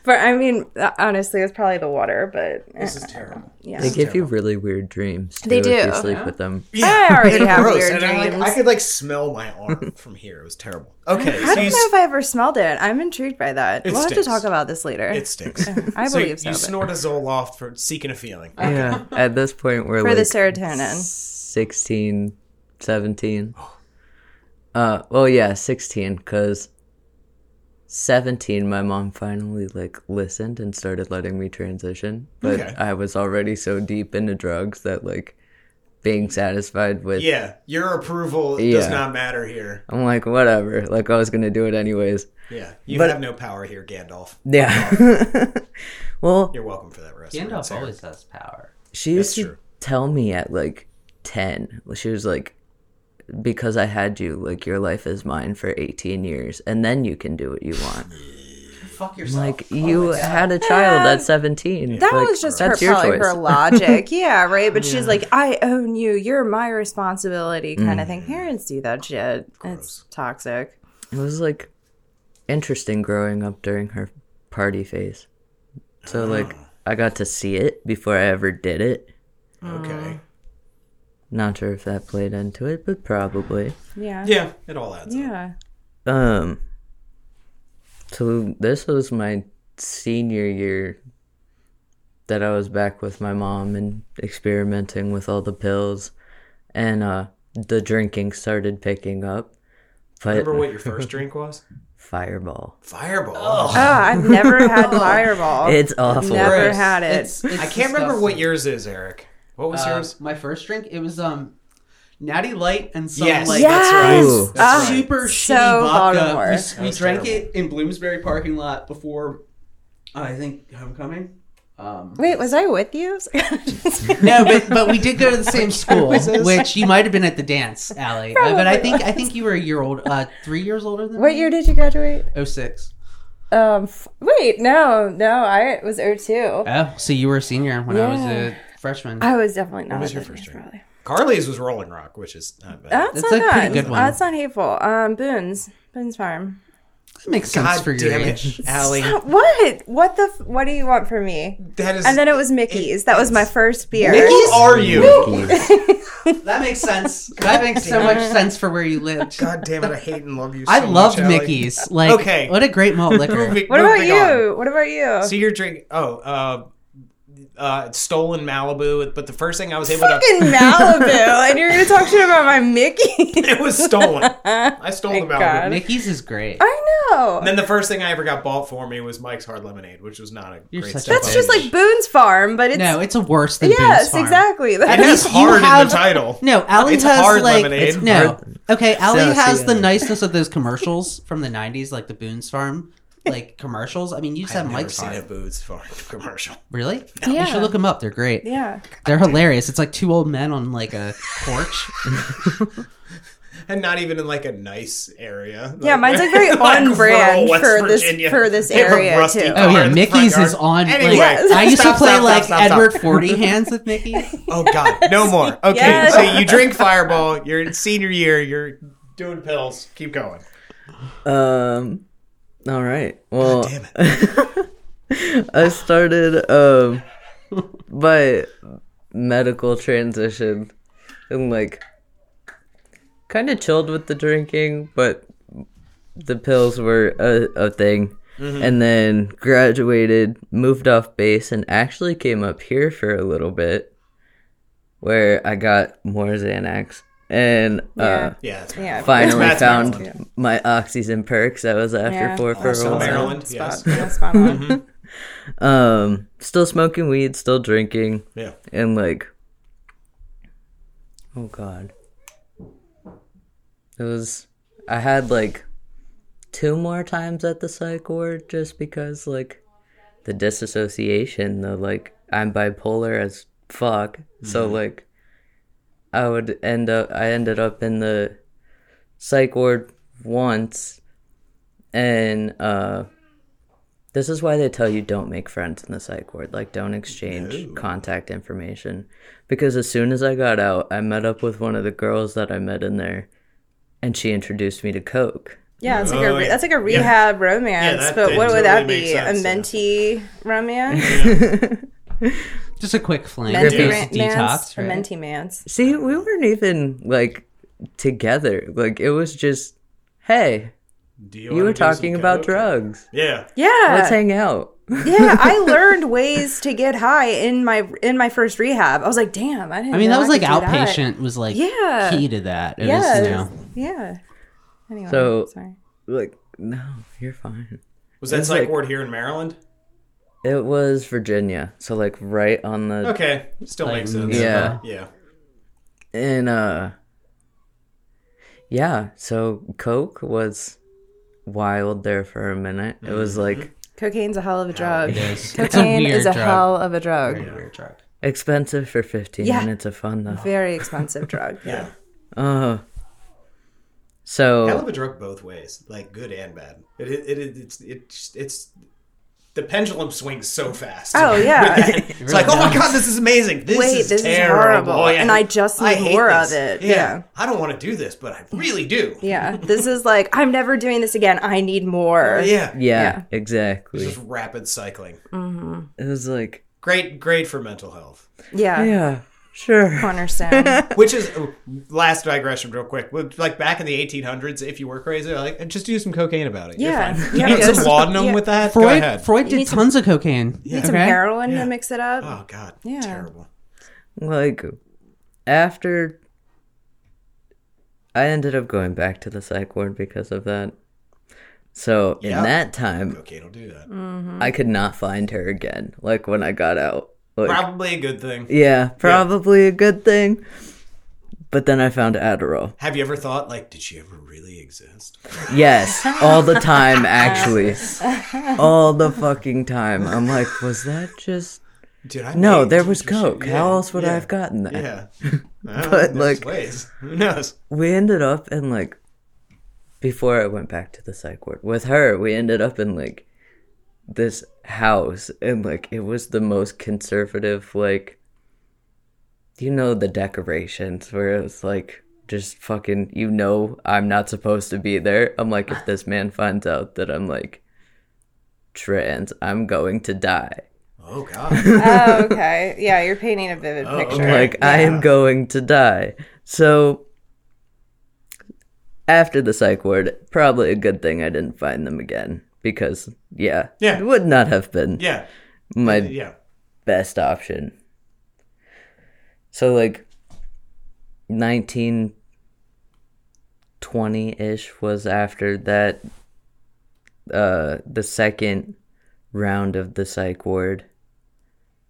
[SPEAKER 2] But I mean, uh, honestly, it was probably the water. But uh,
[SPEAKER 1] This is terrible.
[SPEAKER 2] yeah,
[SPEAKER 4] They give you really weird dreams. Too,
[SPEAKER 2] They
[SPEAKER 4] If you
[SPEAKER 2] do.
[SPEAKER 4] sleep with them.
[SPEAKER 2] I already have
[SPEAKER 1] gross.
[SPEAKER 2] weird
[SPEAKER 1] and I, like,
[SPEAKER 2] dreams.
[SPEAKER 1] I could like smell my arm from here. It was terrible. Okay,
[SPEAKER 2] I
[SPEAKER 1] so
[SPEAKER 2] don't know
[SPEAKER 1] you, s-
[SPEAKER 2] if I ever smelled it. I'm intrigued by that.
[SPEAKER 1] It
[SPEAKER 2] we'll have
[SPEAKER 1] stinks.
[SPEAKER 2] to talk about this later.
[SPEAKER 1] it stinks.
[SPEAKER 2] I
[SPEAKER 1] so you,
[SPEAKER 2] believe so.
[SPEAKER 1] you
[SPEAKER 2] but-
[SPEAKER 1] snort a Zoloft for seeking a feeling.
[SPEAKER 4] Yeah. At this point, we're
[SPEAKER 2] for
[SPEAKER 4] like
[SPEAKER 2] the serotonin.
[SPEAKER 4] 16, 17. Uh, well, yeah, 16, because 17, my mom finally, like, listened and started letting me transition. But
[SPEAKER 1] Okay.
[SPEAKER 4] I was already so deep into drugs that, like, being satisfied with,
[SPEAKER 1] Yeah, your approval does
[SPEAKER 4] Yeah.
[SPEAKER 1] not matter here.
[SPEAKER 4] I'm like, whatever. Like, I was going to do it anyways.
[SPEAKER 1] Yeah, you
[SPEAKER 4] But-
[SPEAKER 1] have no power here, Gandalf.
[SPEAKER 4] Yeah. well,
[SPEAKER 1] You're welcome for that rest. of
[SPEAKER 3] Gandalf
[SPEAKER 1] it, Sarah.
[SPEAKER 3] always has power.
[SPEAKER 4] She used
[SPEAKER 1] That's
[SPEAKER 4] to
[SPEAKER 1] true.
[SPEAKER 4] tell me at like 10, she was like, because I had you, like your life is mine for 18 years, and then you can do what you want.
[SPEAKER 3] Fuck yourself.
[SPEAKER 4] Like, you had a child
[SPEAKER 2] Yeah.
[SPEAKER 4] at 17.
[SPEAKER 2] That
[SPEAKER 4] Like,
[SPEAKER 2] was just her, probably her logic. yeah, right. But she's like, I own you. You're my responsibility kind of thing. Parents do that shit. It's toxic.
[SPEAKER 4] It was like interesting growing up during her party phase. So, like, I got to see it before I ever did it.
[SPEAKER 2] Mm.
[SPEAKER 1] Okay.
[SPEAKER 4] Not sure if that played into it, but probably.
[SPEAKER 2] Yeah.
[SPEAKER 1] Yeah, it all adds up.
[SPEAKER 2] Yeah.
[SPEAKER 4] Um. So this was my senior year that I was back with my mom and experimenting with all the pills, and uh, the drinking started picking up. But
[SPEAKER 1] Remember what your first drink was?
[SPEAKER 4] Fireball,
[SPEAKER 1] Fireball.
[SPEAKER 2] Oh, I've never had Fireball.
[SPEAKER 4] it's awful.
[SPEAKER 2] Never
[SPEAKER 1] gross.
[SPEAKER 2] had it.
[SPEAKER 3] It's- it's
[SPEAKER 1] I can't remember
[SPEAKER 3] disgusting.
[SPEAKER 1] what yours is, Eric. What was
[SPEAKER 3] Uh,
[SPEAKER 1] yours?
[SPEAKER 3] My first drink, it was um, Natty Light and some
[SPEAKER 1] Yes.
[SPEAKER 3] like
[SPEAKER 1] Yeah.
[SPEAKER 2] yes.
[SPEAKER 1] that's right.
[SPEAKER 4] Ooh.
[SPEAKER 1] That's
[SPEAKER 2] Ah,
[SPEAKER 1] right.
[SPEAKER 3] super
[SPEAKER 2] so
[SPEAKER 3] shitty vodka.
[SPEAKER 2] Baltimore.
[SPEAKER 3] We-
[SPEAKER 1] That
[SPEAKER 3] We,
[SPEAKER 1] was
[SPEAKER 3] drank
[SPEAKER 1] terrible.
[SPEAKER 3] it in Bloomsbury parking lot before I think homecoming. Um,
[SPEAKER 2] Wait, was I with you?
[SPEAKER 3] no, but but we did go to the same school,
[SPEAKER 1] this?
[SPEAKER 3] which you might have been at the dance, Allie. Uh, but I think I think you were a year old, uh, three years older than
[SPEAKER 2] what
[SPEAKER 3] me.
[SPEAKER 2] year did you graduate?
[SPEAKER 3] Oh six.
[SPEAKER 2] Um, f- wait, no, no, I was 02.
[SPEAKER 3] Oh, so you were a senior when I was a freshman.
[SPEAKER 2] I was definitely not. What
[SPEAKER 1] was your first drink? Carly's was Rolling Rock, which is not bad.
[SPEAKER 2] That's,
[SPEAKER 3] That's
[SPEAKER 2] not
[SPEAKER 3] a pretty
[SPEAKER 2] bad.
[SPEAKER 3] good one.
[SPEAKER 2] That's not hateful. Um, Boone's Boone's Farm.
[SPEAKER 3] that makes sense
[SPEAKER 1] God
[SPEAKER 3] for your
[SPEAKER 1] damn
[SPEAKER 3] age.
[SPEAKER 1] it, Allie.
[SPEAKER 2] What? What the? F- what do you want from me?
[SPEAKER 1] That is.
[SPEAKER 2] And then it was Mickey's. That was my first beer.
[SPEAKER 1] Who are you?
[SPEAKER 3] That makes sense. That makes so much sense for where you lived.
[SPEAKER 1] God damn it! I hate and love you. So
[SPEAKER 3] I loved
[SPEAKER 1] much, Allie.
[SPEAKER 3] Mickey's. Like,
[SPEAKER 1] Okay.
[SPEAKER 3] what a great malt liquor.
[SPEAKER 1] Moving-
[SPEAKER 2] What about
[SPEAKER 1] moving on.
[SPEAKER 2] you? What about you?
[SPEAKER 1] So you're drinking? Oh, uh, uh, stolen Malibu. But the first thing I was able to
[SPEAKER 2] Fucking Malibu, and you're gonna talk shit about my Mickey.
[SPEAKER 1] it was stolen. I stole the
[SPEAKER 2] Thank
[SPEAKER 1] Malibu.
[SPEAKER 2] God.
[SPEAKER 3] Mickey's is great.
[SPEAKER 2] I know.
[SPEAKER 1] And then the first thing I ever got bought for me was Mike's Hard Lemonade, which was not a
[SPEAKER 3] You're
[SPEAKER 1] great
[SPEAKER 3] such a
[SPEAKER 1] step.
[SPEAKER 2] That's just like Boone's Farm, but it's
[SPEAKER 3] no, it's a worse than Boone's
[SPEAKER 2] yes,
[SPEAKER 3] Farm.
[SPEAKER 2] exactly.
[SPEAKER 1] it has
[SPEAKER 3] least you
[SPEAKER 1] hard in
[SPEAKER 3] have-
[SPEAKER 1] the title.
[SPEAKER 3] No, Allie
[SPEAKER 1] It's
[SPEAKER 3] has
[SPEAKER 1] hard
[SPEAKER 3] like
[SPEAKER 1] lemonade.
[SPEAKER 3] it's, no. Okay, Allie
[SPEAKER 4] Sassy
[SPEAKER 3] has the
[SPEAKER 4] lemonade.
[SPEAKER 3] niceness of those commercials from the '90s, like the Boone's Farm, like commercials. I mean, you just have
[SPEAKER 1] I've never
[SPEAKER 3] Mike's
[SPEAKER 1] seen a
[SPEAKER 3] Farm.
[SPEAKER 1] Boone's Farm commercial.
[SPEAKER 3] Really?
[SPEAKER 2] Yeah.
[SPEAKER 3] You should look them up. They're great.
[SPEAKER 2] yeah.
[SPEAKER 3] They're hilarious. It's like two old men on like a porch.
[SPEAKER 1] and not even in like a nice area.
[SPEAKER 2] Yeah, mine's like very on
[SPEAKER 1] rural
[SPEAKER 2] brand
[SPEAKER 1] West
[SPEAKER 2] for this-
[SPEAKER 1] Virginia.
[SPEAKER 2] for this
[SPEAKER 1] They have a
[SPEAKER 2] area,
[SPEAKER 1] rusty
[SPEAKER 2] too.
[SPEAKER 1] car
[SPEAKER 3] Oh
[SPEAKER 1] in the
[SPEAKER 3] yeah,
[SPEAKER 1] front
[SPEAKER 3] Mickey's
[SPEAKER 1] yard.
[SPEAKER 3] is on. like,
[SPEAKER 1] Anyway,
[SPEAKER 2] Yes.
[SPEAKER 3] I used
[SPEAKER 1] stop,
[SPEAKER 3] to play
[SPEAKER 1] stop,
[SPEAKER 3] like
[SPEAKER 1] stop, stop,
[SPEAKER 3] Edward
[SPEAKER 1] stop.
[SPEAKER 3] Forty Hands with Mickey.
[SPEAKER 1] Oh god, no more. Okay,
[SPEAKER 2] Yes.
[SPEAKER 1] so you drink Fireball. You're in senior year. You're doing pills. Keep going.
[SPEAKER 4] Um, all right. Well,
[SPEAKER 1] Damn it.
[SPEAKER 4] I started um my medical transition and like kind of chilled with the drinking, but the pills were a, a thing. And then graduated, moved off base, and actually came up here for a little bit, where I got more Xanax and uh,
[SPEAKER 2] Yeah.
[SPEAKER 1] Yeah, that's
[SPEAKER 2] Yeah.
[SPEAKER 4] finally
[SPEAKER 1] Matt's
[SPEAKER 4] found
[SPEAKER 1] Maryland.
[SPEAKER 4] my oxys and perks I was after
[SPEAKER 2] Yeah.
[SPEAKER 4] for for a
[SPEAKER 1] Also
[SPEAKER 4] while.
[SPEAKER 1] Maryland.
[SPEAKER 2] Spot-
[SPEAKER 1] yes.
[SPEAKER 2] yeah, spot on.
[SPEAKER 4] Um, still smoking weed, still drinking,
[SPEAKER 1] yeah.
[SPEAKER 4] and like, oh god, it was. I had like two more times at the psych ward just because like the disassociation, the like I'm bipolar as fuck, so like I would end up. I ended up in the psych ward once, and uh. This is why they tell you don't make friends in the psych ward. Like, don't exchange contact information. Because as soon as I got out, I met up with one of the girls that I met in there, and she introduced me to Coke.
[SPEAKER 2] Yeah, it's like
[SPEAKER 1] Oh,
[SPEAKER 2] a re-
[SPEAKER 1] yeah.
[SPEAKER 2] that's like a rehab romance,
[SPEAKER 1] that-
[SPEAKER 2] but
[SPEAKER 1] that
[SPEAKER 2] what
[SPEAKER 1] totally
[SPEAKER 2] would that
[SPEAKER 1] makes
[SPEAKER 2] be?
[SPEAKER 1] sense,
[SPEAKER 2] a
[SPEAKER 1] yeah.
[SPEAKER 2] mentee romance,
[SPEAKER 3] Just a quick fling.
[SPEAKER 2] mentee
[SPEAKER 3] Griffey's
[SPEAKER 2] ran- mance,
[SPEAKER 3] detox.
[SPEAKER 2] a
[SPEAKER 3] right?
[SPEAKER 2] mentee mance.
[SPEAKER 4] See, we weren't even like together. Like, it was just, hey,
[SPEAKER 1] Do
[SPEAKER 4] you
[SPEAKER 1] wanna
[SPEAKER 4] were
[SPEAKER 1] do some
[SPEAKER 4] talking about
[SPEAKER 1] coke?
[SPEAKER 4] drugs.
[SPEAKER 1] Yeah.
[SPEAKER 4] Let's
[SPEAKER 2] Yeah,
[SPEAKER 4] hang out.
[SPEAKER 2] yeah. I learned ways to get high in my in my first rehab. I was like, damn, I didn't.
[SPEAKER 3] I mean,
[SPEAKER 2] know
[SPEAKER 3] that was
[SPEAKER 2] I
[SPEAKER 3] like
[SPEAKER 2] could do that.
[SPEAKER 3] outpatient was like
[SPEAKER 2] Yeah.
[SPEAKER 3] key to that. It
[SPEAKER 2] Yeah,
[SPEAKER 3] was,
[SPEAKER 2] it
[SPEAKER 3] you know,
[SPEAKER 2] was- yeah. Anyway,
[SPEAKER 4] So-
[SPEAKER 2] sorry.
[SPEAKER 4] Like, no, you're fine.
[SPEAKER 1] Was that
[SPEAKER 4] It's
[SPEAKER 1] psych
[SPEAKER 4] like-
[SPEAKER 1] ward here in Maryland?
[SPEAKER 4] It was Virginia. So, like, right on the
[SPEAKER 1] Okay, still
[SPEAKER 3] Like,
[SPEAKER 1] makes sense.
[SPEAKER 4] yeah.
[SPEAKER 1] Yeah.
[SPEAKER 4] and uh yeah so coke was wild there for a minute it was
[SPEAKER 1] Mm-hmm.
[SPEAKER 4] like
[SPEAKER 2] Cocaine's a hell of a drug.
[SPEAKER 3] it is. It's a
[SPEAKER 2] Cocaine
[SPEAKER 3] weird
[SPEAKER 2] is a
[SPEAKER 3] drug.
[SPEAKER 2] hell of a drug.
[SPEAKER 3] Very weird drug.
[SPEAKER 4] expensive for 15
[SPEAKER 2] Yeah.
[SPEAKER 4] minutes of fun though
[SPEAKER 2] Very expensive drug. Yeah.
[SPEAKER 4] uh
[SPEAKER 1] Hell
[SPEAKER 2] Oh.
[SPEAKER 4] so
[SPEAKER 1] of a drug both ways, like good and bad. It it, it it's it's it's the pendulum swings so fast.
[SPEAKER 2] Oh, yeah.
[SPEAKER 1] With that. it's like, oh my god, this is amazing. This
[SPEAKER 2] Wait,
[SPEAKER 1] is
[SPEAKER 2] this is
[SPEAKER 1] terrible.
[SPEAKER 2] horrible,
[SPEAKER 1] Oh, yeah.
[SPEAKER 2] and I just need
[SPEAKER 1] hate
[SPEAKER 2] more
[SPEAKER 1] this.
[SPEAKER 2] of it. Yeah.
[SPEAKER 1] I don't want to do this, but I really do.
[SPEAKER 2] Yeah. This is like, I'm never doing this again. I need more.
[SPEAKER 1] Oh, yeah.
[SPEAKER 4] yeah,
[SPEAKER 2] Yeah.
[SPEAKER 1] It's
[SPEAKER 4] exactly
[SPEAKER 1] just rapid cycling.
[SPEAKER 4] it was like
[SPEAKER 1] Great, great for mental health.
[SPEAKER 2] Yeah.
[SPEAKER 4] yeah sure
[SPEAKER 2] Cornerstone.
[SPEAKER 1] Which is oh, last digression, real quick. With- Like back in the 1800s, if you were crazy, like "Uh, just do some cocaine about it. You're
[SPEAKER 2] Yeah.
[SPEAKER 1] fine.
[SPEAKER 2] Yeah,
[SPEAKER 1] you need
[SPEAKER 2] because-
[SPEAKER 1] some laudanum
[SPEAKER 2] yeah.
[SPEAKER 1] with that. Go
[SPEAKER 3] Freud,
[SPEAKER 1] ahead.
[SPEAKER 3] Freud did tons of cocaine.
[SPEAKER 2] Need some heroin
[SPEAKER 1] Yeah.
[SPEAKER 2] to mix it up.
[SPEAKER 1] Oh god,
[SPEAKER 2] Yeah.
[SPEAKER 1] terrible.
[SPEAKER 4] like after i ended up going back to the psych ward because of that so
[SPEAKER 1] Yeah.
[SPEAKER 4] in that time
[SPEAKER 2] Mm-hmm.
[SPEAKER 1] Cocaine will do that.
[SPEAKER 4] I could not find her again. Like when I got out, Like,
[SPEAKER 1] Probably a good thing.
[SPEAKER 4] yeah, probably a good thing. But then I found Adderall.
[SPEAKER 1] Have you ever thought, like, did she ever really exist?
[SPEAKER 4] Yes, all the time, actually. all the fucking time. I'm like, was that just.
[SPEAKER 1] Did I?
[SPEAKER 4] No,
[SPEAKER 1] make-
[SPEAKER 4] there was
[SPEAKER 1] did she-
[SPEAKER 4] Coke.
[SPEAKER 1] yeah,
[SPEAKER 4] How else would I
[SPEAKER 1] yeah,
[SPEAKER 4] have gotten that?
[SPEAKER 1] Yeah. Uh,
[SPEAKER 4] But,
[SPEAKER 1] there's
[SPEAKER 4] like-
[SPEAKER 1] ways. Who knows?
[SPEAKER 4] we ended up in like before I went back to the psych ward with her, we ended up in like this house and like it was the most conservative like you know the decorations where it was like just fucking you know I'm not supposed to be there. I'm like if this man finds out that I'm like trans, I'm going to die.
[SPEAKER 1] Oh God.
[SPEAKER 2] oh, okay. Yeah, you're painting a vivid
[SPEAKER 1] Oh,
[SPEAKER 2] picture.
[SPEAKER 1] okay.
[SPEAKER 4] Like, I am going to die. So, after the psych ward, probably a good thing I didn't find them again because, yeah,
[SPEAKER 1] Yeah.
[SPEAKER 4] it would not have been
[SPEAKER 1] Yeah.
[SPEAKER 4] my
[SPEAKER 1] Yeah.
[SPEAKER 4] best option. So, like, 19, 20 ish was after that, uh, the second round of the psych ward.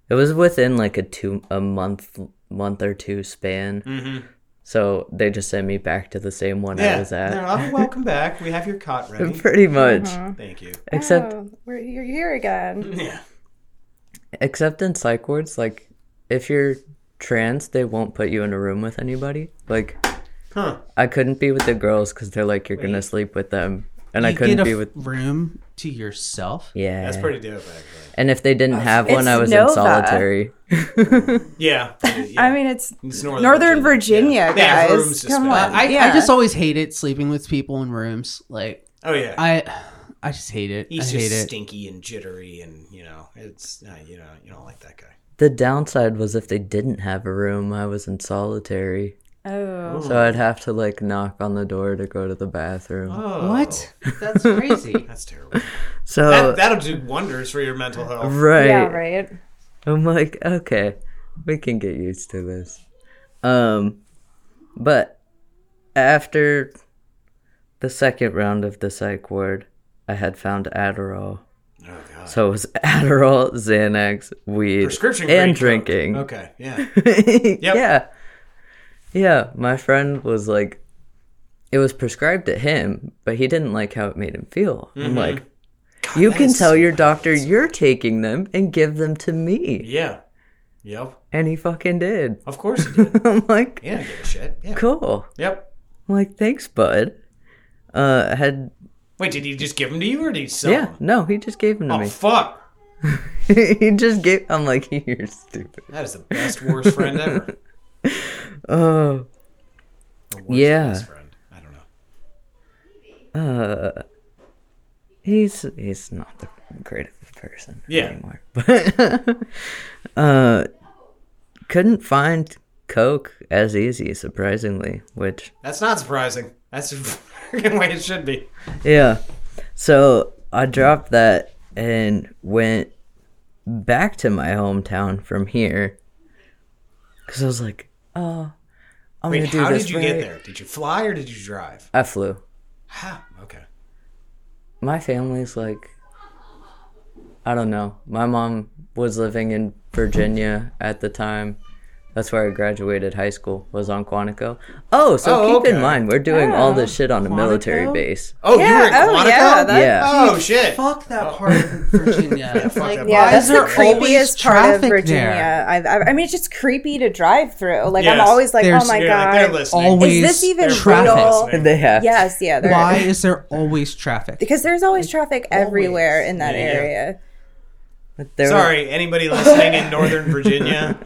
[SPEAKER 4] It was within like a two a month month or two span.
[SPEAKER 1] Mm-hmm.
[SPEAKER 4] So they just sent me back to the same one
[SPEAKER 1] Yeah.
[SPEAKER 4] I was
[SPEAKER 1] No,
[SPEAKER 4] at.
[SPEAKER 1] I'm welcome back. We have your cot ready.
[SPEAKER 4] Pretty much.
[SPEAKER 1] Thank you.
[SPEAKER 4] Except
[SPEAKER 2] Oh, we're, you're here again.
[SPEAKER 1] Yeah.
[SPEAKER 4] except in psych wards, like if you're trans, they won't put you in a room with anybody. Like
[SPEAKER 1] Huh.
[SPEAKER 4] I couldn't be with the girls because they're like, you're gonna sleep with them, and I
[SPEAKER 3] You
[SPEAKER 4] couldn't
[SPEAKER 3] get a
[SPEAKER 4] be
[SPEAKER 3] f-
[SPEAKER 4] with.
[SPEAKER 3] room to yourself.
[SPEAKER 4] Yeah,
[SPEAKER 1] That's pretty dope, actually.
[SPEAKER 4] And if they didn't have one, I
[SPEAKER 2] It's
[SPEAKER 4] was in
[SPEAKER 2] Nova.
[SPEAKER 4] solitary.
[SPEAKER 1] Yeah. yeah.
[SPEAKER 2] I mean, it's
[SPEAKER 1] It's
[SPEAKER 2] Northern Virginia,
[SPEAKER 1] They have rooms
[SPEAKER 2] guys.
[SPEAKER 1] to
[SPEAKER 2] Come
[SPEAKER 1] spare.
[SPEAKER 2] on.
[SPEAKER 3] I,
[SPEAKER 2] yeah.
[SPEAKER 3] I just always hated sleeping with people in rooms. Like
[SPEAKER 1] Oh yeah.
[SPEAKER 3] I, I just hate it.
[SPEAKER 1] He's
[SPEAKER 3] I hate
[SPEAKER 1] just
[SPEAKER 3] it.
[SPEAKER 1] stinky and jittery, and you know, it's uh, you know, you don't like that guy.
[SPEAKER 4] The downside was if they didn't have a room, I was in solitary.
[SPEAKER 2] Oh.
[SPEAKER 4] So I'd have to like knock on the door to go to the bathroom.
[SPEAKER 1] Oh,
[SPEAKER 3] What? That's crazy.
[SPEAKER 1] That's terrible.
[SPEAKER 4] so
[SPEAKER 1] That, that'll do wonders for your mental health.
[SPEAKER 4] right.
[SPEAKER 2] Yeah, right.
[SPEAKER 4] I'm like, okay, we can get used to this. Um, but after the second round of the psych ward, I had found Adderall.
[SPEAKER 1] Oh god.
[SPEAKER 4] So it was Adderall, Xanax, weed,
[SPEAKER 1] Prescription
[SPEAKER 4] and
[SPEAKER 1] grade
[SPEAKER 4] drinking.
[SPEAKER 1] Okay. Yeah.
[SPEAKER 4] Yeah. Yeah, my friend was like, it was prescribed to him, but he didn't like how it made him feel. I'm like, you
[SPEAKER 1] Mm-hmm. that
[SPEAKER 4] can
[SPEAKER 1] is
[SPEAKER 4] tell
[SPEAKER 1] so
[SPEAKER 4] your doctor you're taking them and give them to me.
[SPEAKER 1] Yeah. Yep.
[SPEAKER 4] And he fucking did.
[SPEAKER 1] Of course. You did.
[SPEAKER 4] I'm like,
[SPEAKER 1] yeah. I Give a shit. Yeah.
[SPEAKER 4] cool.
[SPEAKER 1] Yep.
[SPEAKER 4] I'm like, thanks, bud. Uh, I had,
[SPEAKER 1] Wait, did he just give them to you, or did he sell
[SPEAKER 4] yeah,
[SPEAKER 1] 'em?
[SPEAKER 4] no, he just gave them to
[SPEAKER 1] Oh fuck!
[SPEAKER 4] me.
[SPEAKER 1] Oh.
[SPEAKER 4] he just gave, I'm like, you're stupid.
[SPEAKER 1] That is the best worst friend ever.
[SPEAKER 4] Oh,
[SPEAKER 1] The worst
[SPEAKER 4] Yeah.
[SPEAKER 1] best friend. I don't know.
[SPEAKER 4] he's, he's not the greatest person
[SPEAKER 1] Yeah.
[SPEAKER 4] anymore. But, uh, couldn't find Coke as easy, surprisingly, which
[SPEAKER 1] That's not surprising. That's the fucking way it should be.
[SPEAKER 4] Yeah. So I dropped that and went back to my hometown from here because I was like, oh, I'm
[SPEAKER 1] Wait,
[SPEAKER 4] gonna do
[SPEAKER 1] how
[SPEAKER 4] this
[SPEAKER 1] did you
[SPEAKER 4] right.
[SPEAKER 1] get there? Did you fly or did you drive?
[SPEAKER 4] I flew.
[SPEAKER 1] How? Okay.
[SPEAKER 4] My family's like, I don't know. My mom was living in Virginia at the time. That's where I graduated high school. Was on Quantico. Oh, so
[SPEAKER 1] Oh,
[SPEAKER 4] keep in
[SPEAKER 1] okay.
[SPEAKER 4] mind we're doing all this shit on a military
[SPEAKER 3] Quantico?
[SPEAKER 4] base.
[SPEAKER 1] Oh, you
[SPEAKER 2] Yeah,
[SPEAKER 1] were in
[SPEAKER 2] oh,
[SPEAKER 1] Quantico?
[SPEAKER 2] yeah, that-
[SPEAKER 4] yeah.
[SPEAKER 1] Oh shit.
[SPEAKER 3] Fuck that part of Virginia.
[SPEAKER 1] Fuck that
[SPEAKER 2] Yeah,
[SPEAKER 1] bar.
[SPEAKER 2] that's
[SPEAKER 3] is
[SPEAKER 2] the
[SPEAKER 3] there always
[SPEAKER 2] creepiest part of
[SPEAKER 3] traffic
[SPEAKER 2] Virginia.
[SPEAKER 3] there?
[SPEAKER 2] I, I, I mean, it's just creepy to drive through. Like, I'm
[SPEAKER 1] Yes,
[SPEAKER 2] always like, oh
[SPEAKER 3] there's-
[SPEAKER 2] my
[SPEAKER 1] They're like,
[SPEAKER 2] god,
[SPEAKER 1] they're listening.
[SPEAKER 3] always
[SPEAKER 2] is this even
[SPEAKER 3] traffic.
[SPEAKER 2] legal?
[SPEAKER 4] And they have to
[SPEAKER 2] Yes, yeah. there-
[SPEAKER 3] Why is there always traffic?
[SPEAKER 2] Because there's always traffic everywhere in that
[SPEAKER 1] Yeah.
[SPEAKER 2] area.
[SPEAKER 4] But there were-
[SPEAKER 1] Sorry, anybody listening in Northern Virginia.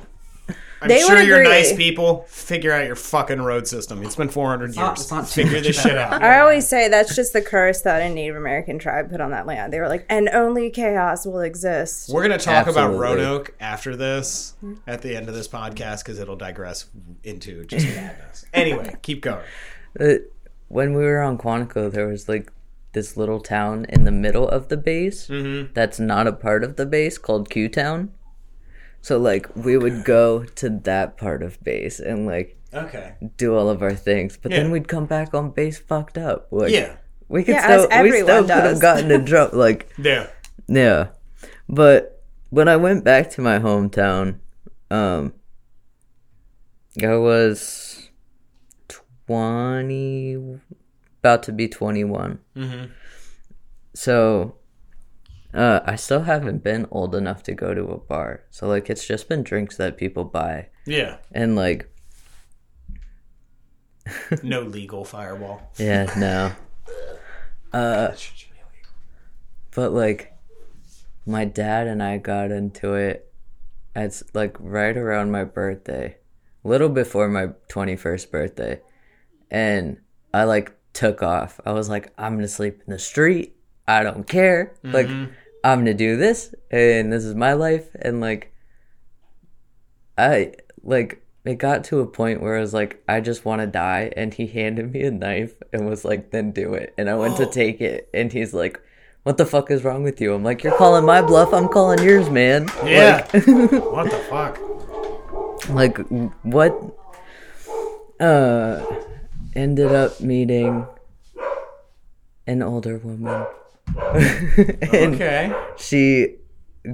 [SPEAKER 1] I'm
[SPEAKER 2] They
[SPEAKER 1] sure
[SPEAKER 2] would
[SPEAKER 1] you're
[SPEAKER 2] agree.
[SPEAKER 1] nice people. Figure out your fucking road system. It's been 400
[SPEAKER 3] not-
[SPEAKER 1] years.
[SPEAKER 3] it's not too
[SPEAKER 1] Figure
[SPEAKER 3] much
[SPEAKER 1] this shit out.
[SPEAKER 2] I always say that's just the curse that a Native American tribe put on that land. They were like, and only chaos will exist.
[SPEAKER 1] We're gonna talk
[SPEAKER 4] Absolutely.
[SPEAKER 1] about Roanoke after this, at the end of this podcast, because it'll digress into just madness. anyway, keep going.
[SPEAKER 4] Uh, when we were on Quantico, there was like this little town in the middle of the base
[SPEAKER 1] Mm-hmm.
[SPEAKER 4] that's not a part of the base called Q Town. So like we would go to that part of base and like
[SPEAKER 1] Okay.
[SPEAKER 4] do all of our things, but then
[SPEAKER 1] Yeah.
[SPEAKER 4] we'd come back on base fucked up. Like,
[SPEAKER 1] Yeah.
[SPEAKER 4] we could
[SPEAKER 2] Yeah, as
[SPEAKER 4] still we still
[SPEAKER 2] everyone
[SPEAKER 4] could have
[SPEAKER 2] does.
[SPEAKER 4] gotten in trouble. Like
[SPEAKER 1] Yeah.
[SPEAKER 4] yeah, but when I went back to my hometown, um, I was twenty, about to be twenty-one.
[SPEAKER 1] Mm-hmm.
[SPEAKER 4] So, uh, I still haven't been old enough to go to a bar. So like, it's just been drinks that people buy,
[SPEAKER 1] Yeah.
[SPEAKER 4] and like,
[SPEAKER 1] No legal fireball.
[SPEAKER 4] yeah, no.
[SPEAKER 1] That shit should be illegal.
[SPEAKER 4] but like my dad and I got into it at like right around my birthday, little before my 21st birthday. And I like took off. I was like I'm going to sleep in the street. I don't care. Like I'm going to do this and this is my life and like I like it got to a point where I was like, I just want to die. And he handed me a knife and was like, then do it. And I went to take it. And he's like, what the fuck is wrong with you? I'm like, you're calling my bluff. I'm calling yours, man.
[SPEAKER 1] Yeah. what the fuck?
[SPEAKER 4] Like, what? Uh, ended up meeting an older woman. and
[SPEAKER 1] Okay.
[SPEAKER 4] she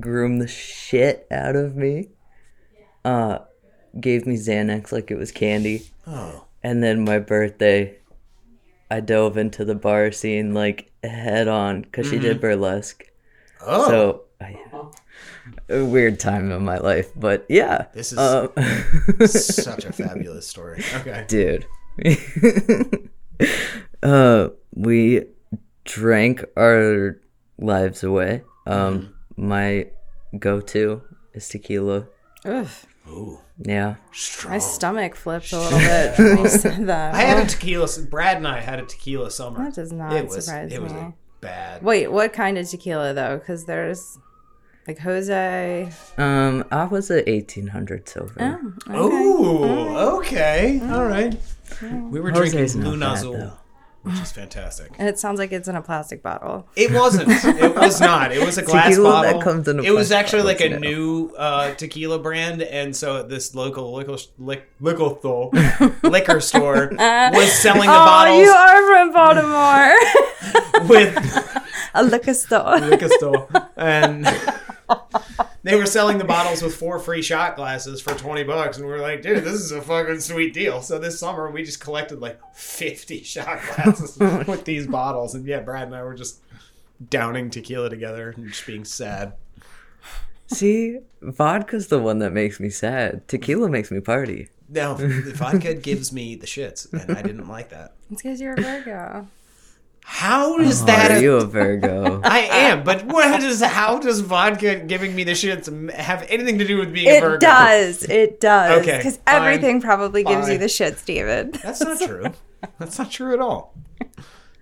[SPEAKER 4] groomed the shit out of me. Uh, gave me Xanax like it was candy.
[SPEAKER 1] Oh.
[SPEAKER 4] And then my birthday, I dove into the bar scene like head on because she did burlesque.
[SPEAKER 1] Mm-hmm. Oh.
[SPEAKER 4] So I, a weird time in my life, but yeah,
[SPEAKER 1] This is-
[SPEAKER 4] um,
[SPEAKER 1] Such a fabulous story. Okay.
[SPEAKER 4] dude. uh, we drank our lives away. Um,
[SPEAKER 1] Mm-hmm.
[SPEAKER 4] my go-to is tequila.
[SPEAKER 2] Ugh,
[SPEAKER 1] Ooh.
[SPEAKER 4] Yeah,
[SPEAKER 2] my
[SPEAKER 3] Oh.
[SPEAKER 1] Strong.
[SPEAKER 2] stomach flipped a little bit when you said that.
[SPEAKER 1] I had a tequila. Brad and I had a tequila summer.
[SPEAKER 2] That does not surprise
[SPEAKER 1] It was
[SPEAKER 2] me.
[SPEAKER 1] a bad.
[SPEAKER 2] Wait, what kind of tequila though? Because there's like Jose.
[SPEAKER 4] um, I was at eighteen hundred silver.
[SPEAKER 1] Oh, okay.
[SPEAKER 2] Mm-hmm.
[SPEAKER 1] All right. We were
[SPEAKER 4] Jose's
[SPEAKER 1] drinking
[SPEAKER 4] not
[SPEAKER 1] Luna
[SPEAKER 4] bad,
[SPEAKER 1] Azul,
[SPEAKER 4] though.
[SPEAKER 1] which is fantastic.
[SPEAKER 2] And it sounds like it's in a plastic bottle.
[SPEAKER 1] It wasn't. It was not. It was a glass
[SPEAKER 4] Tequila that
[SPEAKER 1] bottle.
[SPEAKER 4] comes in a
[SPEAKER 1] it was
[SPEAKER 4] plastic
[SPEAKER 1] actually like a
[SPEAKER 4] bottle, no.
[SPEAKER 1] new uh, tequila brand, and so this local liquor lick, liquor, store- liquor store was selling the
[SPEAKER 2] oh,
[SPEAKER 1] bottles
[SPEAKER 2] you are from Baltimore.
[SPEAKER 1] with
[SPEAKER 2] a liquor store.
[SPEAKER 1] liquor store, and they were selling the bottles with four free shot glasses for twenty bucks, and we were like, dude, this is a fucking sweet deal. So this summer we just collected like fifty shot glasses with these bottles, and yeah, Brad and I were just downing tequila together and just being sad.
[SPEAKER 4] See, vodka's the one that makes me sad. Tequila makes me party.
[SPEAKER 1] No, the vodka gives me the shits, and I didn't like that.
[SPEAKER 2] It's because you're a Virgo.
[SPEAKER 1] How is that?
[SPEAKER 4] Are
[SPEAKER 1] a-
[SPEAKER 4] you a Virgo?
[SPEAKER 1] I am, but what is how does vodka giving me the shits have anything to do with being a Virgo?
[SPEAKER 2] It does. It does.
[SPEAKER 1] Okay,
[SPEAKER 2] Because
[SPEAKER 1] fine,
[SPEAKER 2] everything probably gives you
[SPEAKER 1] fine.
[SPEAKER 2] the shits, David.
[SPEAKER 1] That's not true. That's not true at all.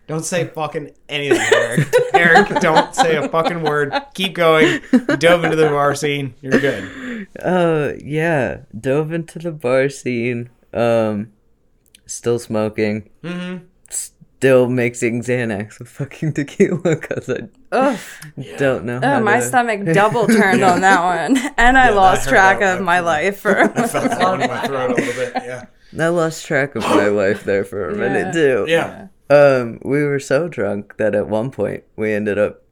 [SPEAKER 1] Don't say fucking anything, Eric. Eric, don't say a fucking word. Keep going. You dove into the bar scene. You're good.
[SPEAKER 4] Uh, yeah, dove into the bar scene. Um, still smoking. Mm-hmm. Still mixing Xanax with fucking tequila because I
[SPEAKER 2] Ugh.
[SPEAKER 4] don't know.
[SPEAKER 2] Oh,
[SPEAKER 4] how
[SPEAKER 2] my
[SPEAKER 4] to-
[SPEAKER 2] stomach double turned on that one, and I lost
[SPEAKER 1] hurt
[SPEAKER 2] track
[SPEAKER 1] that
[SPEAKER 2] of
[SPEAKER 1] one.
[SPEAKER 2] my life for.
[SPEAKER 1] Felt that one in my throat a little bit. Yeah.
[SPEAKER 4] I lost track of my life there for a minute too.
[SPEAKER 1] Yeah.
[SPEAKER 4] Um, we were so drunk that at one point we ended up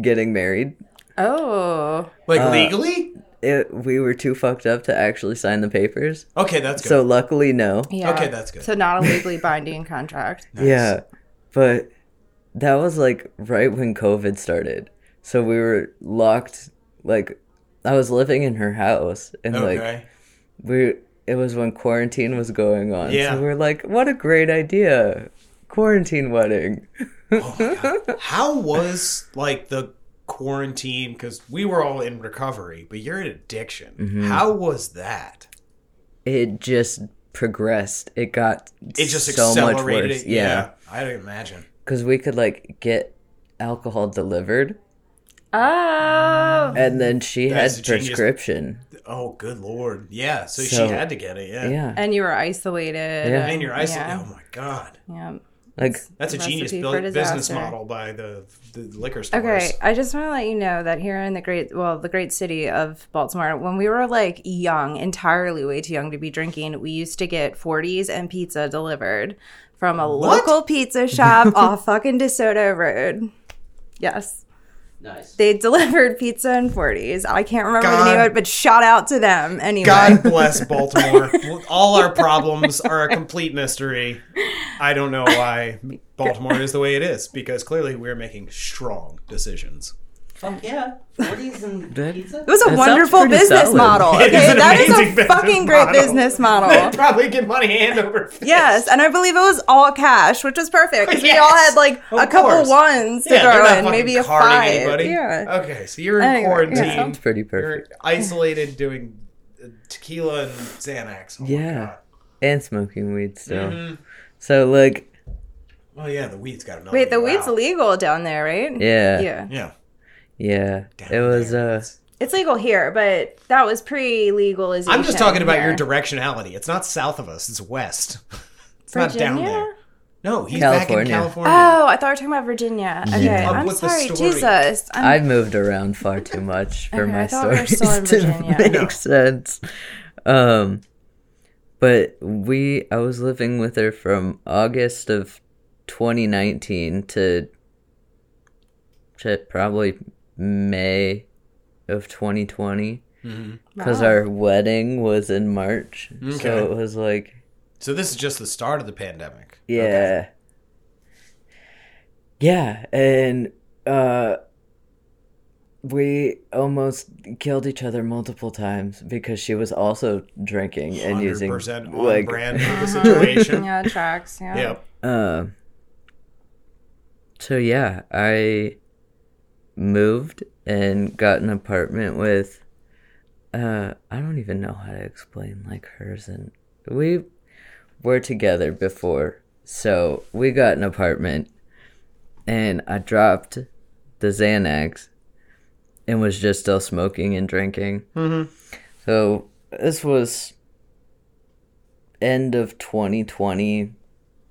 [SPEAKER 4] getting married.
[SPEAKER 2] oh,
[SPEAKER 1] Like
[SPEAKER 4] Uh,
[SPEAKER 1] legally?
[SPEAKER 4] It, we were too fucked up to actually sign the papers.
[SPEAKER 1] Okay, that's good.
[SPEAKER 4] So luckily, no.
[SPEAKER 2] yeah.
[SPEAKER 1] Okay, that's good.
[SPEAKER 2] So not a legally binding contract.
[SPEAKER 4] Yeah, but that was like right when COVID started. So we were locked. Like I was living in her house, and like
[SPEAKER 1] okay.
[SPEAKER 4] we, it was when quarantine was going on.
[SPEAKER 1] Yeah.
[SPEAKER 4] So we are like, what a great idea, quarantine wedding.
[SPEAKER 1] How was like the quarantine? Because we were all in recovery, but you're in addiction.
[SPEAKER 4] Mm-hmm.
[SPEAKER 1] How was that?
[SPEAKER 4] It just progressed. It got
[SPEAKER 1] It just
[SPEAKER 4] so much
[SPEAKER 1] accelerated.
[SPEAKER 4] worse.
[SPEAKER 1] it.
[SPEAKER 4] Yeah,
[SPEAKER 1] I don't imagine.
[SPEAKER 4] because we could like get alcohol delivered,
[SPEAKER 2] Oh,
[SPEAKER 4] and then she
[SPEAKER 1] That's
[SPEAKER 4] had
[SPEAKER 1] a genius-
[SPEAKER 4] prescription.
[SPEAKER 1] Oh, good lord. Yeah. So,
[SPEAKER 4] So-
[SPEAKER 1] she had to get it. Yeah.
[SPEAKER 4] Yeah,
[SPEAKER 2] and you were isolated.
[SPEAKER 4] Yeah.
[SPEAKER 1] And you're isolated.
[SPEAKER 2] Yeah.
[SPEAKER 1] Oh my god.
[SPEAKER 2] Yeah.
[SPEAKER 4] like
[SPEAKER 1] That's a
[SPEAKER 2] Recipe
[SPEAKER 1] genius
[SPEAKER 2] for
[SPEAKER 1] buil- business
[SPEAKER 2] disaster.
[SPEAKER 1] model by the, the liquor stores.
[SPEAKER 2] Okay, I just want to let you know that here in the great, well, the great city of Baltimore, when we were like young, entirely way too young to be drinking, we used to get 40s and pizza delivered from a
[SPEAKER 1] What?
[SPEAKER 2] local pizza shop off fucking DeSoto Road. Yes.
[SPEAKER 3] Nice.
[SPEAKER 2] They delivered pizza in 40s. I can't remember the name
[SPEAKER 1] God.
[SPEAKER 2] of it, but shout out to them anyway.
[SPEAKER 1] God bless Baltimore. All our problems are a complete mystery. I don't know why Baltimore is the way it is because clearly we're making strong decisions.
[SPEAKER 3] Fuck yeah. 40s and
[SPEAKER 4] That-
[SPEAKER 3] pizza?
[SPEAKER 2] It was a
[SPEAKER 4] sounds
[SPEAKER 2] wonderful
[SPEAKER 4] pretty
[SPEAKER 2] business
[SPEAKER 4] solid.
[SPEAKER 2] model.
[SPEAKER 1] It is
[SPEAKER 2] Okay,
[SPEAKER 1] an
[SPEAKER 2] that is
[SPEAKER 1] amazing
[SPEAKER 2] a fucking
[SPEAKER 1] business
[SPEAKER 2] great
[SPEAKER 1] model.
[SPEAKER 2] business
[SPEAKER 1] They
[SPEAKER 2] model.
[SPEAKER 1] probably get money hand over fist.
[SPEAKER 2] Yes, and I believe it was all cash, which was perfect. 'cause We
[SPEAKER 1] Yes.
[SPEAKER 2] all had like
[SPEAKER 1] Of
[SPEAKER 2] a couple
[SPEAKER 1] course.
[SPEAKER 2] ones to
[SPEAKER 1] Yeah, they're
[SPEAKER 2] throw
[SPEAKER 1] not
[SPEAKER 2] in,
[SPEAKER 1] fucking
[SPEAKER 2] maybe a
[SPEAKER 1] carding
[SPEAKER 2] five.
[SPEAKER 1] anybody.
[SPEAKER 2] Yeah.
[SPEAKER 1] Okay, so you're in
[SPEAKER 2] Anyway, yeah.
[SPEAKER 1] quarantine.
[SPEAKER 4] Sounds pretty
[SPEAKER 1] You're
[SPEAKER 4] perfect.
[SPEAKER 1] isolated doing uh, tequila and Xanax. Oh my
[SPEAKER 4] Yeah.
[SPEAKER 1] God.
[SPEAKER 4] And smoking weed still.
[SPEAKER 1] Mm-hmm.
[SPEAKER 4] So like,
[SPEAKER 1] Oh yeah, the weed's got another.
[SPEAKER 2] Wait, the
[SPEAKER 1] wow.
[SPEAKER 2] weed's legal down there, right?
[SPEAKER 4] yeah, yeah.
[SPEAKER 2] Yeah.
[SPEAKER 1] Yeah. down
[SPEAKER 4] it was
[SPEAKER 1] there.
[SPEAKER 4] uh,
[SPEAKER 2] It's legal here, but that was pre legalization.
[SPEAKER 1] I'm just talking about your
[SPEAKER 2] direction.
[SPEAKER 1] directionality. It's not south of us. It's west. It's not down
[SPEAKER 2] Virginia?
[SPEAKER 1] there. No, he's back in
[SPEAKER 4] California.
[SPEAKER 1] California.
[SPEAKER 2] Oh, I thought we were talking about Virginia. Okay,
[SPEAKER 1] Up
[SPEAKER 2] I'm
[SPEAKER 1] with the
[SPEAKER 2] sorry,
[SPEAKER 1] story.
[SPEAKER 2] Jesus. I'm,
[SPEAKER 4] I've moved around far too much for
[SPEAKER 2] Okay, I
[SPEAKER 4] my
[SPEAKER 2] thought we were still
[SPEAKER 4] stories
[SPEAKER 2] in
[SPEAKER 4] to
[SPEAKER 2] Virginia.
[SPEAKER 4] make
[SPEAKER 1] No.
[SPEAKER 4] sense. Um, but we, I was living with her from August of 2019 to, to probably May of 2020
[SPEAKER 2] Oh.
[SPEAKER 1] Mm-hmm.
[SPEAKER 4] because
[SPEAKER 2] Wow.
[SPEAKER 4] our wedding was in March, so
[SPEAKER 1] Okay.
[SPEAKER 4] it was like,
[SPEAKER 1] So this is just the start of the pandemic.
[SPEAKER 4] yeah. Yeah, and uh we almost killed each other multiple times because she was also drinking and using
[SPEAKER 1] 100% on
[SPEAKER 4] like
[SPEAKER 1] brand for the situation.
[SPEAKER 2] Uh-huh. yeah, it tracks. Yeah.
[SPEAKER 1] Yep.
[SPEAKER 4] uh, so yeah, I moved and got an apartment with uh I don't even know how to explain like hers and we were together before. So we got an apartment and I dropped the Xanax and was just still smoking and drinking. So this was end of 2020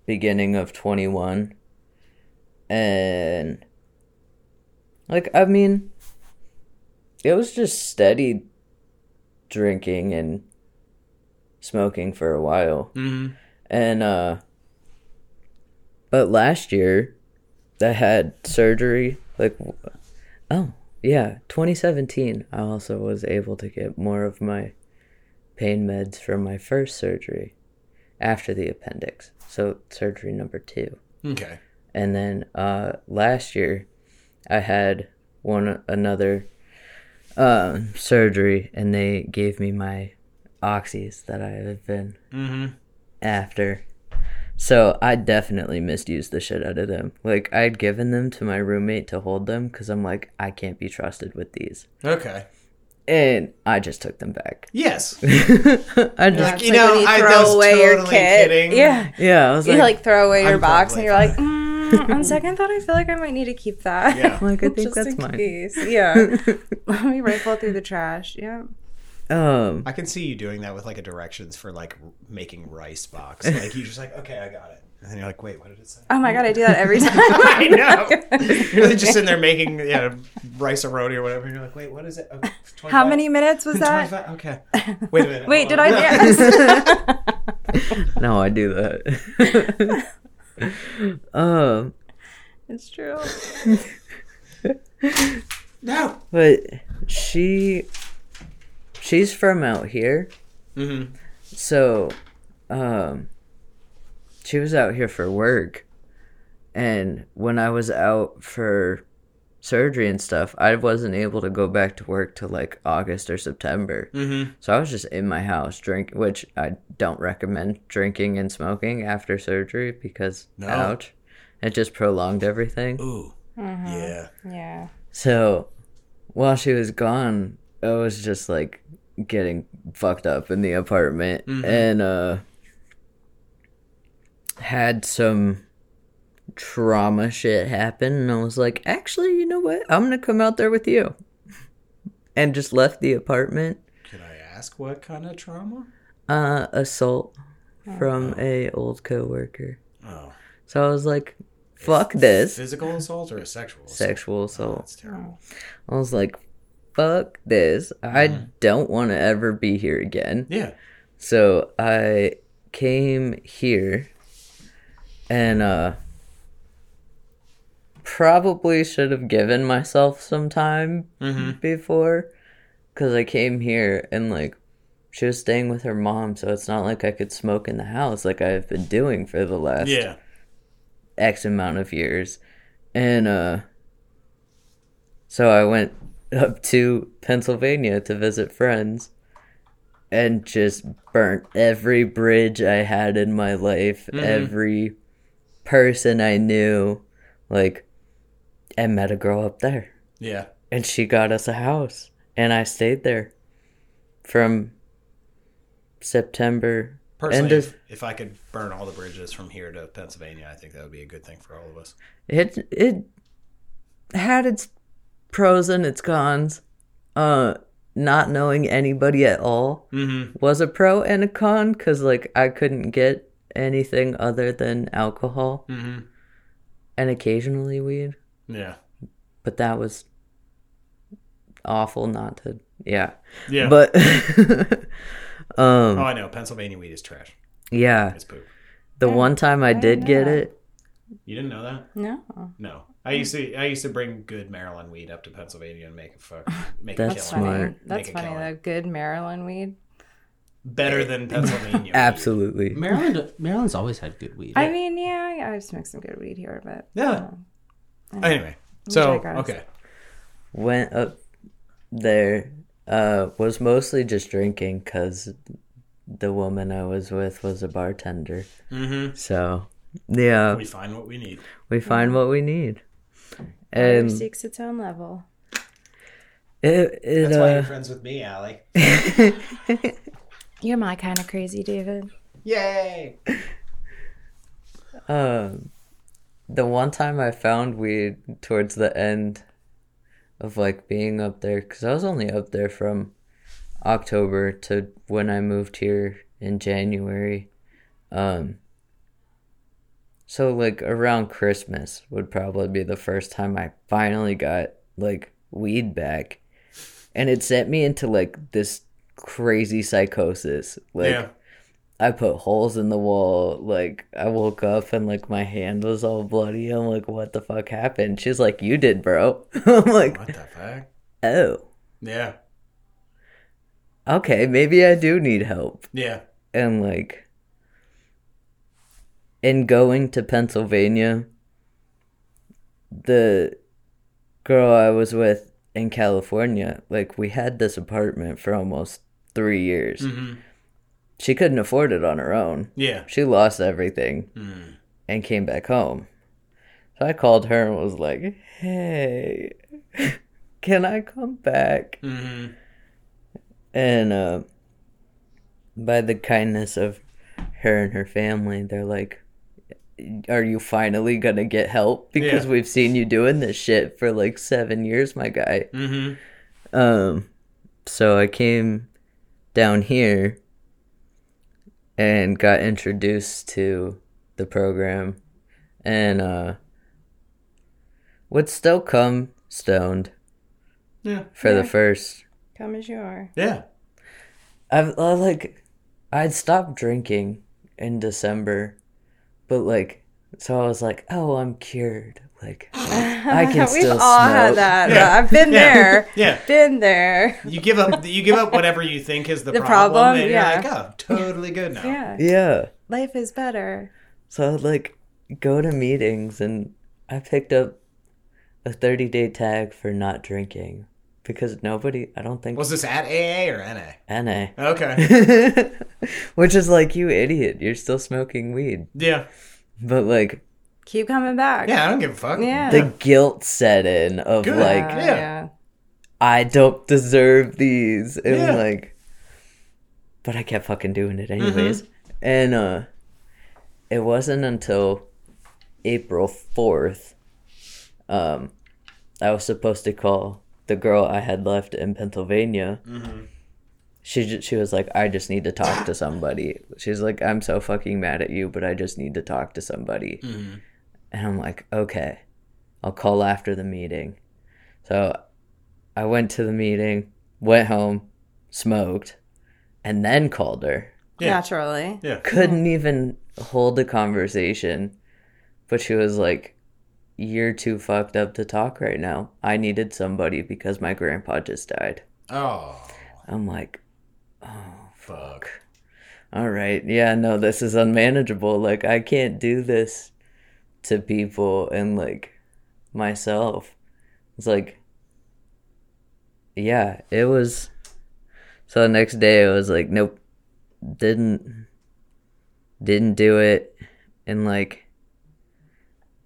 [SPEAKER 4] beginning of 21 and like i mean it was just steady drinking and smoking for a while
[SPEAKER 1] Mhm.
[SPEAKER 4] and uh but last year i had surgery like w- oh yeah 2017 i also was able to get more of my pain meds from my first surgery after the appendix so surgery number two
[SPEAKER 1] Okay.
[SPEAKER 4] and then uh, last year, I had one another uh, surgery, and they gave me my oxys that I have been
[SPEAKER 1] Mhm.
[SPEAKER 4] after. So I definitely misused the shit out of them. Like I'd given them to my roommate to hold them because I'm like I can't be trusted with these,
[SPEAKER 1] Okay.
[SPEAKER 4] and I just took them back.
[SPEAKER 1] Yes.
[SPEAKER 4] I just
[SPEAKER 1] Like, you know,
[SPEAKER 2] when
[SPEAKER 1] I was totally kidding.
[SPEAKER 2] Yeah.
[SPEAKER 4] yeah, I was
[SPEAKER 2] You
[SPEAKER 4] like,
[SPEAKER 2] like throw away your
[SPEAKER 1] I'm
[SPEAKER 2] box and
[SPEAKER 1] probably
[SPEAKER 2] you're like, mm, on second thought, I feel like I might need to keep that.
[SPEAKER 1] Yeah.
[SPEAKER 4] like I think
[SPEAKER 2] Just
[SPEAKER 4] that's
[SPEAKER 2] in
[SPEAKER 4] mine.
[SPEAKER 2] case. Yeah. Let me rifle through the trash. Yeah.
[SPEAKER 4] Um,
[SPEAKER 1] I can see you doing that with like a directions for like r- making rice box. Like you're just like, okay, I got it. And then you're like, wait, what did it say?
[SPEAKER 2] Oh my God, I do that every time.
[SPEAKER 1] I know. You're really just sitting there making yeah, rice aroti or whatever, and you're like, wait, what is it? Oh, 25?
[SPEAKER 2] How many minutes was that?
[SPEAKER 1] 25? Okay. Wait a minute.
[SPEAKER 2] Wait,
[SPEAKER 1] hold
[SPEAKER 2] did
[SPEAKER 1] on.
[SPEAKER 2] I? Yes.
[SPEAKER 4] no, I do that. um,
[SPEAKER 2] it's true.
[SPEAKER 1] No.
[SPEAKER 4] But she she's from out here.
[SPEAKER 1] Mhm.
[SPEAKER 4] So um she was out here for work. And when I was out for surgery and stuff, I wasn't able to go back to work till like August or September.
[SPEAKER 1] Mhm.
[SPEAKER 4] So I was just in my house drink, which I don't recommend drinking and smoking after surgery because
[SPEAKER 1] No.
[SPEAKER 4] ouch. It just prolonged everything.
[SPEAKER 1] Ooh. Yeah.
[SPEAKER 2] Mm-hmm. Yeah.
[SPEAKER 4] So while she was gone, I was just like getting fucked up in the apartment and uh had some trauma shit happen and I was like, actually, you know what? I'm gonna come out there with you. And just left the apartment.
[SPEAKER 1] Can I ask what kind of trauma?
[SPEAKER 4] Uh assault from a old coworker.
[SPEAKER 1] Oh.
[SPEAKER 4] So I was like, fuck this.
[SPEAKER 1] Physical assault or a sexual Oh. assault?
[SPEAKER 4] Sexual assault.
[SPEAKER 1] That's terrible.
[SPEAKER 4] I was like, fuck this. I don't want to ever be here again.
[SPEAKER 1] Yeah.
[SPEAKER 4] So I came here and uh probably should have given myself some time before because I came here and like she was staying with her mom, so it's not like I could smoke in the house like I've been doing for the last
[SPEAKER 1] Yeah.
[SPEAKER 4] X amount of years. And uh so I went up to Pennsylvania to visit friends and just burnt every bridge I had in my life, every person I knew, like and met a girl up there.
[SPEAKER 1] Yeah.
[SPEAKER 4] And she got us a house and I stayed there from September
[SPEAKER 1] Personally,
[SPEAKER 4] end of
[SPEAKER 1] if, if I could burn all the bridges from here to Pennsylvania, I think that would be a good thing for all of us.
[SPEAKER 4] it it had its pros and its cons. Uh, not knowing anybody at all
[SPEAKER 1] Mm-hmm.
[SPEAKER 4] was a pro and a con because like I couldn't get anything other than alcohol
[SPEAKER 1] Mm-hmm.
[SPEAKER 4] and occasionally weed,
[SPEAKER 1] Yeah.
[SPEAKER 4] but that was awful. Not to yeah,
[SPEAKER 1] Yeah.
[SPEAKER 4] but
[SPEAKER 1] oh,
[SPEAKER 4] um
[SPEAKER 1] I know. Pennsylvania weed is trash.
[SPEAKER 4] yeah,
[SPEAKER 1] It's poop.
[SPEAKER 4] the one time I did get it,
[SPEAKER 1] You didn't know that?
[SPEAKER 2] No.
[SPEAKER 1] No. I used to I used to bring good Maryland weed up to Pennsylvania and make a fuck make a
[SPEAKER 4] That's
[SPEAKER 2] That's
[SPEAKER 1] killing.
[SPEAKER 4] smart.
[SPEAKER 2] funny.
[SPEAKER 1] Make
[SPEAKER 2] That's
[SPEAKER 1] a
[SPEAKER 2] funny
[SPEAKER 1] killing.
[SPEAKER 2] though. Good Maryland weed.
[SPEAKER 1] Better than Pennsylvania. weed.
[SPEAKER 4] absolutely
[SPEAKER 3] Maryland, Maryland's always had good weed.
[SPEAKER 2] I mean, yeah, I smoked some good weed here, but
[SPEAKER 1] Yeah. Anyway. So
[SPEAKER 2] digress.
[SPEAKER 1] okay.
[SPEAKER 4] went up there uh was mostly just drinking cuz the woman I was with was a bartender.
[SPEAKER 1] Mm-hmm.
[SPEAKER 4] So, yeah,
[SPEAKER 1] We find what we need.
[SPEAKER 4] we find what we need.
[SPEAKER 2] it
[SPEAKER 4] And
[SPEAKER 2] seeks its own level.
[SPEAKER 4] it, it
[SPEAKER 1] That's why you're
[SPEAKER 4] uh,
[SPEAKER 1] friends with me, Allie.
[SPEAKER 2] You're my kind of crazy, David.
[SPEAKER 1] Yay!
[SPEAKER 4] um the one time I found weed towards the end of like being up there cuz I was only up there from October to when I moved here in January. Um so like around Christmas would probably be the first time I finally got like weed back. And it sent me into like this crazy psychosis. Like
[SPEAKER 1] yeah.
[SPEAKER 4] I put holes in the wall. Like I woke up and like my hand was all bloody. I'm like, what the fuck happened? She's like, you did, bro. I'm like,
[SPEAKER 1] What the fuck?
[SPEAKER 4] oh,
[SPEAKER 1] Yeah.
[SPEAKER 4] okay, maybe I do need help.
[SPEAKER 1] Yeah.
[SPEAKER 4] And like, in going to Pennsylvania, the girl I was with in California, like we had this apartment for almost three years.
[SPEAKER 1] Mm-hmm.
[SPEAKER 4] She couldn't afford it on her own.
[SPEAKER 1] Yeah.
[SPEAKER 4] She lost everything.
[SPEAKER 1] Mm.
[SPEAKER 4] and came back home. So I called her and was like, "Hey, can I come back?"
[SPEAKER 1] Mm-hmm.
[SPEAKER 4] And uh, by the kindness of her and her family, they're like, "Are you finally gonna get help? Because
[SPEAKER 1] Yeah.
[SPEAKER 4] we've seen you doing this shit for like seven years, my guy."
[SPEAKER 1] Mm-hmm.
[SPEAKER 4] Um, so I came down here and got introduced to the program and uh would still come stoned
[SPEAKER 1] Yeah.
[SPEAKER 4] for the
[SPEAKER 2] Yeah.
[SPEAKER 4] first
[SPEAKER 2] Come as you are.
[SPEAKER 1] Yeah.
[SPEAKER 4] I've I, like I'd stopped drinking in December, but like so I was like, oh, I'm cured. Like I can
[SPEAKER 2] We've
[SPEAKER 4] still
[SPEAKER 2] all
[SPEAKER 4] smoke.
[SPEAKER 2] had that.
[SPEAKER 1] Yeah.
[SPEAKER 2] I've been
[SPEAKER 1] Yeah.
[SPEAKER 2] there.
[SPEAKER 1] Yeah.
[SPEAKER 2] Been there.
[SPEAKER 1] You give up. You give up whatever you think is the,
[SPEAKER 2] The
[SPEAKER 1] problem,
[SPEAKER 2] problem,
[SPEAKER 1] and
[SPEAKER 2] yeah.
[SPEAKER 1] you're like, oh, totally good now.
[SPEAKER 2] Yeah.
[SPEAKER 4] Yeah.
[SPEAKER 2] Life is better.
[SPEAKER 4] So I'd like go to meetings and I picked up a 30 day tag for not drinking because nobody, I don't think,
[SPEAKER 1] Was this at AA or NA?
[SPEAKER 4] NA.
[SPEAKER 1] Okay.
[SPEAKER 4] Which is like, you idiot, you're still smoking weed.
[SPEAKER 1] Yeah.
[SPEAKER 4] But like,
[SPEAKER 2] Keep coming back.
[SPEAKER 1] Yeah. I don't give a fuck.
[SPEAKER 2] Yeah.
[SPEAKER 4] the guilt set in of
[SPEAKER 1] Good.
[SPEAKER 4] like,
[SPEAKER 2] Uh,
[SPEAKER 1] yeah.
[SPEAKER 4] I don't deserve these. And
[SPEAKER 1] Yeah.
[SPEAKER 4] like but I kept fucking doing it anyways. And uh it wasn't until April 4th um I was supposed to call the girl I had left in Pennsylvania. She ju- she was like, I just need to talk to somebody. She's like, I'm so fucking mad at you, but I just need to talk to somebody.
[SPEAKER 1] Mm-hmm.
[SPEAKER 4] And I'm like, okay, I'll call after the meeting. So I went to the meeting, went home, smoked, and then called her.
[SPEAKER 1] Yeah.
[SPEAKER 2] Naturally.
[SPEAKER 1] Yeah.
[SPEAKER 4] Couldn't even hold a conversation, but she was like, you're too fucked up to talk right now. I needed somebody because my grandpa just died.
[SPEAKER 5] Oh,
[SPEAKER 4] I'm like,
[SPEAKER 5] fuck.
[SPEAKER 4] all right, yeah, no, this is unmanageable. Like, I can't do this to people and like myself. It's like, yeah, it was. So the next day, I was like, nope, didn't, didn't do it. And like,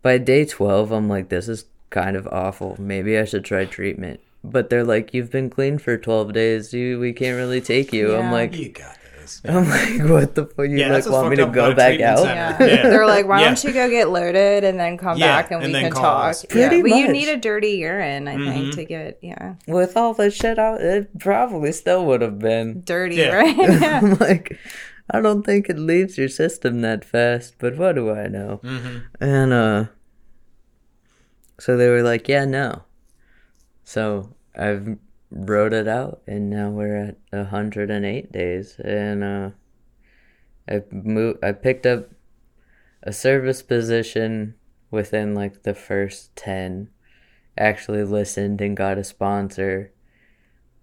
[SPEAKER 4] by day 12, I'm like, this is kind of awful. Maybe I should try treatment. But they're like, you've been clean for 12 days. You, we can't really take you. I'm
[SPEAKER 2] Yeah.
[SPEAKER 4] like,
[SPEAKER 5] You got this.
[SPEAKER 4] I'm like, what the fuck? You
[SPEAKER 1] Yeah,
[SPEAKER 4] like
[SPEAKER 1] that's what's
[SPEAKER 4] want me to
[SPEAKER 1] fucked up
[SPEAKER 4] go
[SPEAKER 1] about a
[SPEAKER 4] back
[SPEAKER 1] treatment
[SPEAKER 4] out?
[SPEAKER 1] center.
[SPEAKER 2] Yeah.
[SPEAKER 1] Yeah.
[SPEAKER 2] They're like, why
[SPEAKER 1] Yeah.
[SPEAKER 2] don't you go get loaded and then come
[SPEAKER 1] Yeah,
[SPEAKER 2] back and,
[SPEAKER 1] and
[SPEAKER 2] we
[SPEAKER 1] then
[SPEAKER 2] can
[SPEAKER 1] call
[SPEAKER 2] talk.
[SPEAKER 1] us. Mm-hmm.
[SPEAKER 2] Yeah.
[SPEAKER 4] Pretty
[SPEAKER 2] Well, you
[SPEAKER 4] much.
[SPEAKER 2] need a dirty urine, I think, to get yeah,
[SPEAKER 4] With all the shit out, it probably still would have been.
[SPEAKER 2] dirty,
[SPEAKER 1] Yeah.
[SPEAKER 2] right? Yeah.
[SPEAKER 4] I'm like, I don't think it leaves your system that fast, but what do I know?
[SPEAKER 1] Mm-hmm.
[SPEAKER 4] And uh, so they were like, yeah, no. So I've wrote it out, and now we're at 108 days, and uh, I moved. I picked up a service position within like the first 10 actually listened and got a sponsor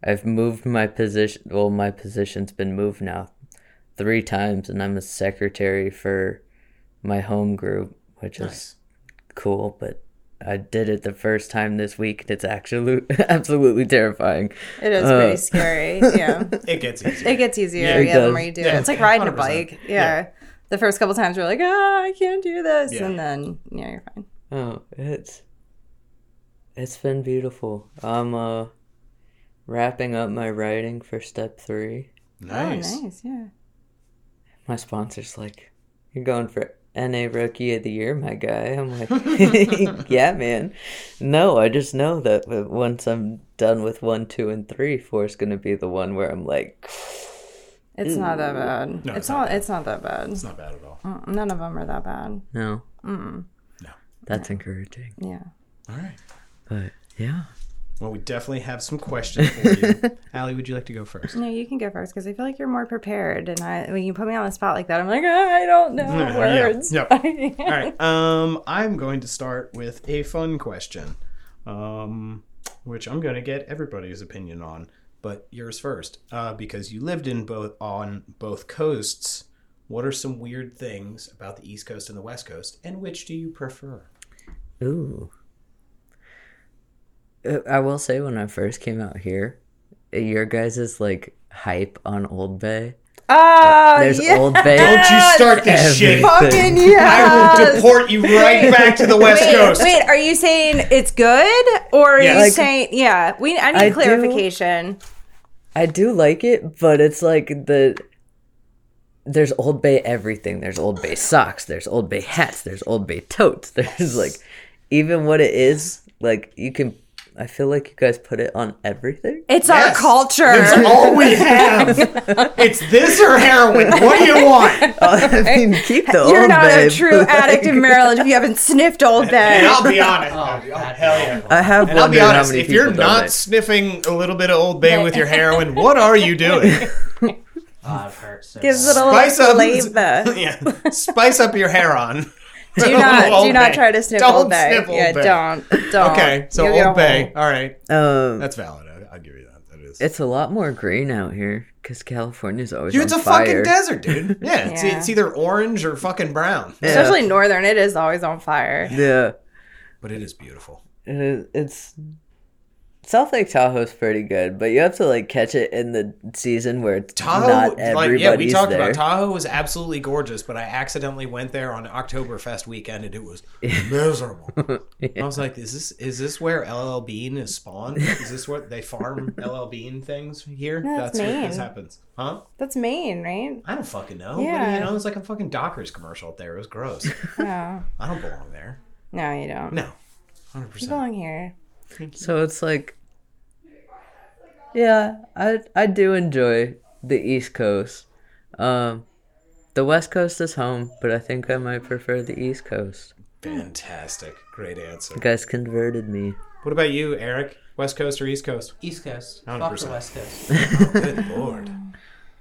[SPEAKER 4] i've moved my position well my position's been moved now three times and i'm a secretary for my home group which is cool but i did it the first time this week and it's actually absolutely terrifying
[SPEAKER 2] It is pretty scary. Yeah.
[SPEAKER 1] It gets easier.
[SPEAKER 2] It gets easier, yeah,
[SPEAKER 4] it
[SPEAKER 2] the
[SPEAKER 4] does.
[SPEAKER 2] more you do
[SPEAKER 1] Yeah,
[SPEAKER 2] it. It's like riding a
[SPEAKER 1] 100%.
[SPEAKER 2] bike. Yeah. The first couple times you're like, ah, I can't do this.
[SPEAKER 1] Yeah.
[SPEAKER 2] And then, yeah, you're fine.
[SPEAKER 4] Oh, it's it's been beautiful. I'm uh wrapping up my writing for step three.
[SPEAKER 5] Nice.
[SPEAKER 2] Oh, nice. Yeah.
[SPEAKER 4] My sponsor's like, "You're going for NA Rookie of the Year, my guy." I'm like, "Yeah, man." No, I just know that w- once I'm done with one, two, and three, four is gonna be the one where I'm like,
[SPEAKER 2] It's not that bad.
[SPEAKER 1] No,
[SPEAKER 2] it's,
[SPEAKER 1] it's not
[SPEAKER 2] not, it's not that bad.
[SPEAKER 1] It's not bad at all.
[SPEAKER 2] Mm, None of them are that bad.
[SPEAKER 4] "No,
[SPEAKER 2] Mm.
[SPEAKER 4] that's encouraging."
[SPEAKER 2] Yeah.
[SPEAKER 1] All right.
[SPEAKER 4] But yeah,
[SPEAKER 1] Well, we definitely have some questions for you. Allie, would you like to go first?
[SPEAKER 2] No, you can go first because I feel like you're more prepared. And I, when you put me on the spot like that, I'm like, "Ah, I don't know
[SPEAKER 1] Yeah, yeah,
[SPEAKER 2] words.
[SPEAKER 1] yep. All right. Um, I'm going to start with a fun question, um, which I'm going to get everybody's opinion on, but yours first, uh, because you lived in both on both coasts. What are some weird things about the East Coast and the West Coast, and which do you prefer?
[SPEAKER 4] Ooh. Uh, I will say when I first came out here, your guys' like hype on Old Bay.
[SPEAKER 2] Oh,
[SPEAKER 4] There's
[SPEAKER 2] yeah.
[SPEAKER 4] Old Bay.
[SPEAKER 1] start
[SPEAKER 2] Fucking
[SPEAKER 4] everything.
[SPEAKER 2] yes.
[SPEAKER 1] I will deport you right back to the West
[SPEAKER 2] wait,
[SPEAKER 1] Coast.
[SPEAKER 2] Wait, are you saying it's good or are
[SPEAKER 1] Yes.
[SPEAKER 2] you
[SPEAKER 1] Like-
[SPEAKER 2] saying yeah? We I need
[SPEAKER 4] I do-
[SPEAKER 2] clarification.
[SPEAKER 4] I do like it, but it's like the there's Old Bay everything. There's Old Bay socks. There's Old Bay hats. There's Old Bay totes. There's like even what it is like you can. I feel like you guys put it on everything.
[SPEAKER 2] It's our
[SPEAKER 1] Yes. It's
[SPEAKER 2] culture.
[SPEAKER 1] all we have. It's this or heroin. What do you want?
[SPEAKER 4] I mean, keep the Old
[SPEAKER 2] You're not a
[SPEAKER 4] Bay,
[SPEAKER 2] true
[SPEAKER 4] but,
[SPEAKER 2] addict in Maryland if you haven't sniffed Old Bay.
[SPEAKER 1] And I'll be honest. Oh, hell yeah.
[SPEAKER 4] I have
[SPEAKER 1] And I'll be
[SPEAKER 4] wondered how
[SPEAKER 1] honest,
[SPEAKER 4] many
[SPEAKER 1] if you're
[SPEAKER 4] people don't
[SPEAKER 1] not
[SPEAKER 4] like-
[SPEAKER 1] sniffing a little bit of Old Bay with your heroin, what are you doing?
[SPEAKER 3] Oh, it hurts. So
[SPEAKER 2] Gives
[SPEAKER 3] bad.
[SPEAKER 2] it a little
[SPEAKER 1] Spice up,
[SPEAKER 2] flavor.
[SPEAKER 1] yeah, spice up your hair on.
[SPEAKER 2] Do not, do not try to sniff
[SPEAKER 1] Don't
[SPEAKER 2] Old Bay.
[SPEAKER 1] sniff Old
[SPEAKER 2] yeah,
[SPEAKER 1] Bay.
[SPEAKER 2] don't, don't.
[SPEAKER 1] Okay, so
[SPEAKER 2] You'll get a
[SPEAKER 1] Old Bay.
[SPEAKER 2] hole.
[SPEAKER 1] All right,
[SPEAKER 4] Um,
[SPEAKER 1] that's valid. I, I'll give you that. That is.
[SPEAKER 4] it's a lot more green out here because California's always
[SPEAKER 1] Dude,
[SPEAKER 4] on
[SPEAKER 1] it's a
[SPEAKER 4] fire.
[SPEAKER 1] fucking desert, dude. Yeah, It's,
[SPEAKER 2] Yeah.
[SPEAKER 1] it's either orange or fucking brown,
[SPEAKER 4] Yeah.
[SPEAKER 2] Especially northern, it is always on fire.
[SPEAKER 4] Yeah,
[SPEAKER 1] but it is beautiful.
[SPEAKER 4] it is, it's South Lake Tahoe's pretty good, but you have to like catch it in the season where it's
[SPEAKER 1] Tahoe, like
[SPEAKER 4] not everybody's
[SPEAKER 1] yeah, we talked
[SPEAKER 4] there.
[SPEAKER 1] about Tahoe was absolutely gorgeous, but I accidentally went there on Oktoberfest weekend and it was miserable. I was like, "Is this is this where LL Bean is spawned? Is this where they farm LL Bean things here?
[SPEAKER 2] That's
[SPEAKER 1] where this
[SPEAKER 2] Maine.
[SPEAKER 1] happens, huh?
[SPEAKER 2] That's Maine, right?
[SPEAKER 1] I don't fucking know. What do you
[SPEAKER 2] Yeah.
[SPEAKER 1] know, it's like a fucking Dockers commercial up there. It was gross.
[SPEAKER 2] No,
[SPEAKER 1] I don't belong there.
[SPEAKER 2] no, you don't.
[SPEAKER 1] No, hundred
[SPEAKER 2] You
[SPEAKER 1] percent.
[SPEAKER 2] belong here.
[SPEAKER 4] So it's like, yeah, I I do enjoy the East Coast. Um, the West Coast is home, but I think I might prefer the East Coast.
[SPEAKER 1] Fantastic, great answer.
[SPEAKER 4] You guys converted me.
[SPEAKER 1] What about you, Eric? West Coast or East Coast?
[SPEAKER 3] East Coast. Fuck the
[SPEAKER 1] 100%.
[SPEAKER 3] West Coast.
[SPEAKER 1] Good lord,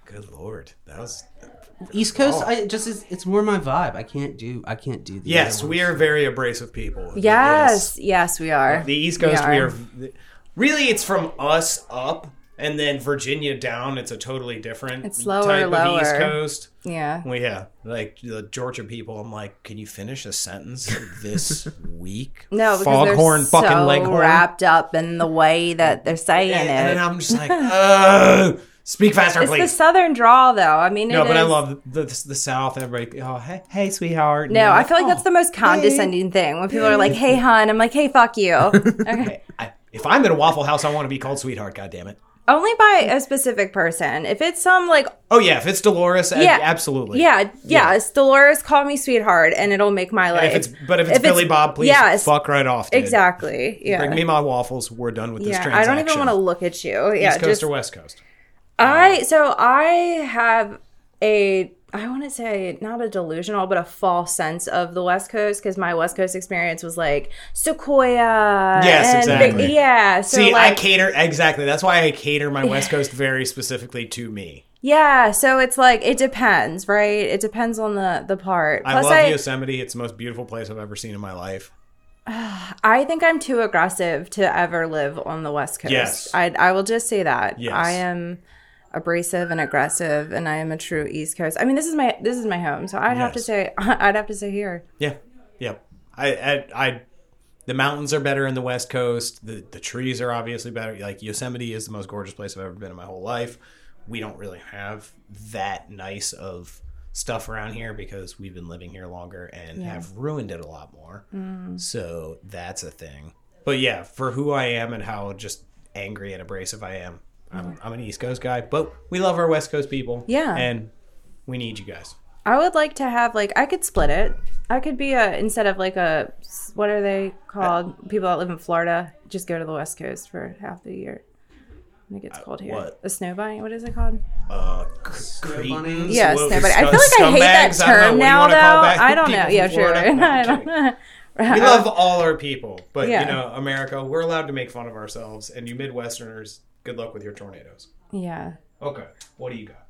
[SPEAKER 1] good lord, that was
[SPEAKER 3] East Coast,
[SPEAKER 5] Oh.
[SPEAKER 3] I just is, it's more my vibe. I can't do I can't do the
[SPEAKER 1] Yes,
[SPEAKER 3] other
[SPEAKER 1] we
[SPEAKER 3] ones.
[SPEAKER 1] are very abrasive people.
[SPEAKER 2] Yes, yes, we are.
[SPEAKER 1] The East Coast, we
[SPEAKER 2] are.
[SPEAKER 1] are. Really, it's from us up, and then Virginia down. It's a totally different
[SPEAKER 2] It's lower,
[SPEAKER 1] type of East
[SPEAKER 2] lower.
[SPEAKER 1] Coast.
[SPEAKER 2] Yeah.
[SPEAKER 1] Well, yeah, like the Georgia people. I'm like, can you finish a sentence this week?
[SPEAKER 2] No, because
[SPEAKER 1] foghorn,
[SPEAKER 2] they're
[SPEAKER 1] fucking
[SPEAKER 2] so
[SPEAKER 1] leghorn.
[SPEAKER 2] wrapped up in the way that they're saying
[SPEAKER 1] and, and then
[SPEAKER 2] it.
[SPEAKER 1] I'm just like, oh, speak faster,
[SPEAKER 2] It's the
[SPEAKER 1] please.
[SPEAKER 2] southern drawl, though. I mean,
[SPEAKER 1] No,
[SPEAKER 2] it
[SPEAKER 1] but I
[SPEAKER 2] is-
[SPEAKER 1] love the, the, the South. Everybody, oh, hey, hey, sweetheart.
[SPEAKER 2] No, I feel like that's the most condescending thing when people are like, "Hey, hun," I'm like, "Hey, fuck you." Okay.
[SPEAKER 1] I, if I'm in a Waffle House, I want to be called sweetheart. God damn it.
[SPEAKER 2] Only by a specific person. If it's some like,
[SPEAKER 1] Oh yeah, if it's Dolores, I-
[SPEAKER 2] Yeah.
[SPEAKER 1] absolutely.
[SPEAKER 2] yeah, yeah, it's Dolores, call me sweetheart, and it'll make my
[SPEAKER 1] If
[SPEAKER 2] life.
[SPEAKER 1] it's, but if it's Billy Bob, please
[SPEAKER 2] yes,
[SPEAKER 1] fuck right off. Dude.
[SPEAKER 2] exactly. Yeah,
[SPEAKER 1] Bring me my waffles. We're done with this
[SPEAKER 2] yeah. I
[SPEAKER 1] transaction.
[SPEAKER 2] don't even want to look at you. Yeah,
[SPEAKER 1] East Coast
[SPEAKER 2] just
[SPEAKER 1] or West Coast?
[SPEAKER 2] I so I have a I want to say not a delusional but a false sense of the West Coast because my West Coast experience was like Sequoia.
[SPEAKER 1] Yes,
[SPEAKER 2] and-
[SPEAKER 1] exactly.
[SPEAKER 2] Yeah, so
[SPEAKER 1] See,
[SPEAKER 2] like
[SPEAKER 1] I cater exactly. That's why I cater my West Coast very specifically to me.
[SPEAKER 2] yeah, so it's like it depends, right? It depends on the the part.
[SPEAKER 1] I
[SPEAKER 2] Plus,
[SPEAKER 1] love
[SPEAKER 2] I
[SPEAKER 1] Yosemite. It's the most beautiful place I've ever seen in my life.
[SPEAKER 2] I think I'm too aggressive to ever live on the West Coast.
[SPEAKER 1] Yes.
[SPEAKER 2] I I will just say that.
[SPEAKER 1] Yes.
[SPEAKER 2] I am abrasive and aggressive and I am a true East Coast. I mean, this is my this is my home, so I'd have to
[SPEAKER 1] Yes.
[SPEAKER 2] say I'd have to say here.
[SPEAKER 1] Yeah, yeah. I, I, I, the mountains are better in the West Coast. The the trees are obviously better. Like Yosemite is the most gorgeous place I've ever been in my whole life. We don't really have that nice of stuff around here because we've been living here longer and have ruined it a lot more. So that's a thing. But yeah, for who I am and how just angry and abrasive I am, I'm, I'm an East Coast guy. But we love our West Coast people.
[SPEAKER 2] Yeah.
[SPEAKER 1] and we need you guys.
[SPEAKER 2] I would like to have like I could split it. I could be a instead of like a what are they called? People that live in Florida just go to the West Coast for half the year. When it gets cold here,
[SPEAKER 1] Uh, what?
[SPEAKER 2] a snow bunny. What is it called?
[SPEAKER 1] uh, c- cretins.
[SPEAKER 2] Yeah,
[SPEAKER 1] Well,
[SPEAKER 2] snow bunny. I
[SPEAKER 1] scum-
[SPEAKER 2] feel like I hate that
[SPEAKER 1] scumbags. I don't know. What do
[SPEAKER 2] term
[SPEAKER 1] you
[SPEAKER 2] now,
[SPEAKER 1] wanna
[SPEAKER 2] though.
[SPEAKER 1] call back
[SPEAKER 2] I don't
[SPEAKER 1] people
[SPEAKER 2] know.
[SPEAKER 1] from
[SPEAKER 2] Yeah, sure.
[SPEAKER 1] Florida?
[SPEAKER 2] I
[SPEAKER 1] No, I'm
[SPEAKER 2] don't
[SPEAKER 1] kidding.
[SPEAKER 2] know.
[SPEAKER 1] We love all our people, but
[SPEAKER 2] Yeah.
[SPEAKER 1] you know, America, we're allowed to make fun of ourselves. And you Midwesterners, good luck with your tornadoes.
[SPEAKER 2] Yeah.
[SPEAKER 1] Okay, what do you got?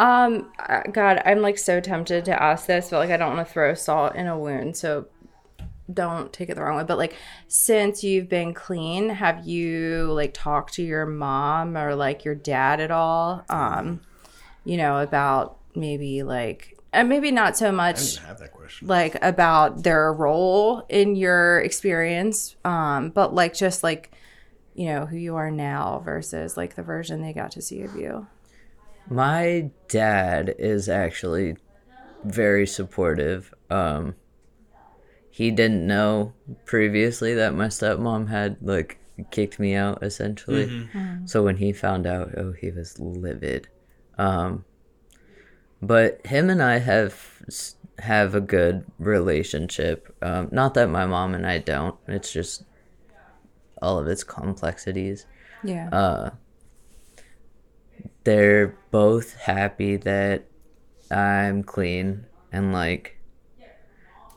[SPEAKER 2] Um. uh, God, I'm like so tempted to ask this, but like I don't want to throw salt in a wound. So don't take it the wrong way. But like, since you've been clean, have you like talked to your mom or like your dad at all? Um, you know about maybe like, and maybe not so much
[SPEAKER 1] I have that question.
[SPEAKER 2] like about their role in your experience um but like just like you know who you are now versus like the version they got to see of you
[SPEAKER 4] My dad is actually very supportive. Um, he didn't know previously that my stepmom had like kicked me out essentially. So when he found out, oh, he was livid. Um, but him and I have s- have a good relationship. Um, not that my mom and I don't. It's just all of its complexities
[SPEAKER 2] yeah
[SPEAKER 1] Uh,
[SPEAKER 4] they're both happy that I'm clean and like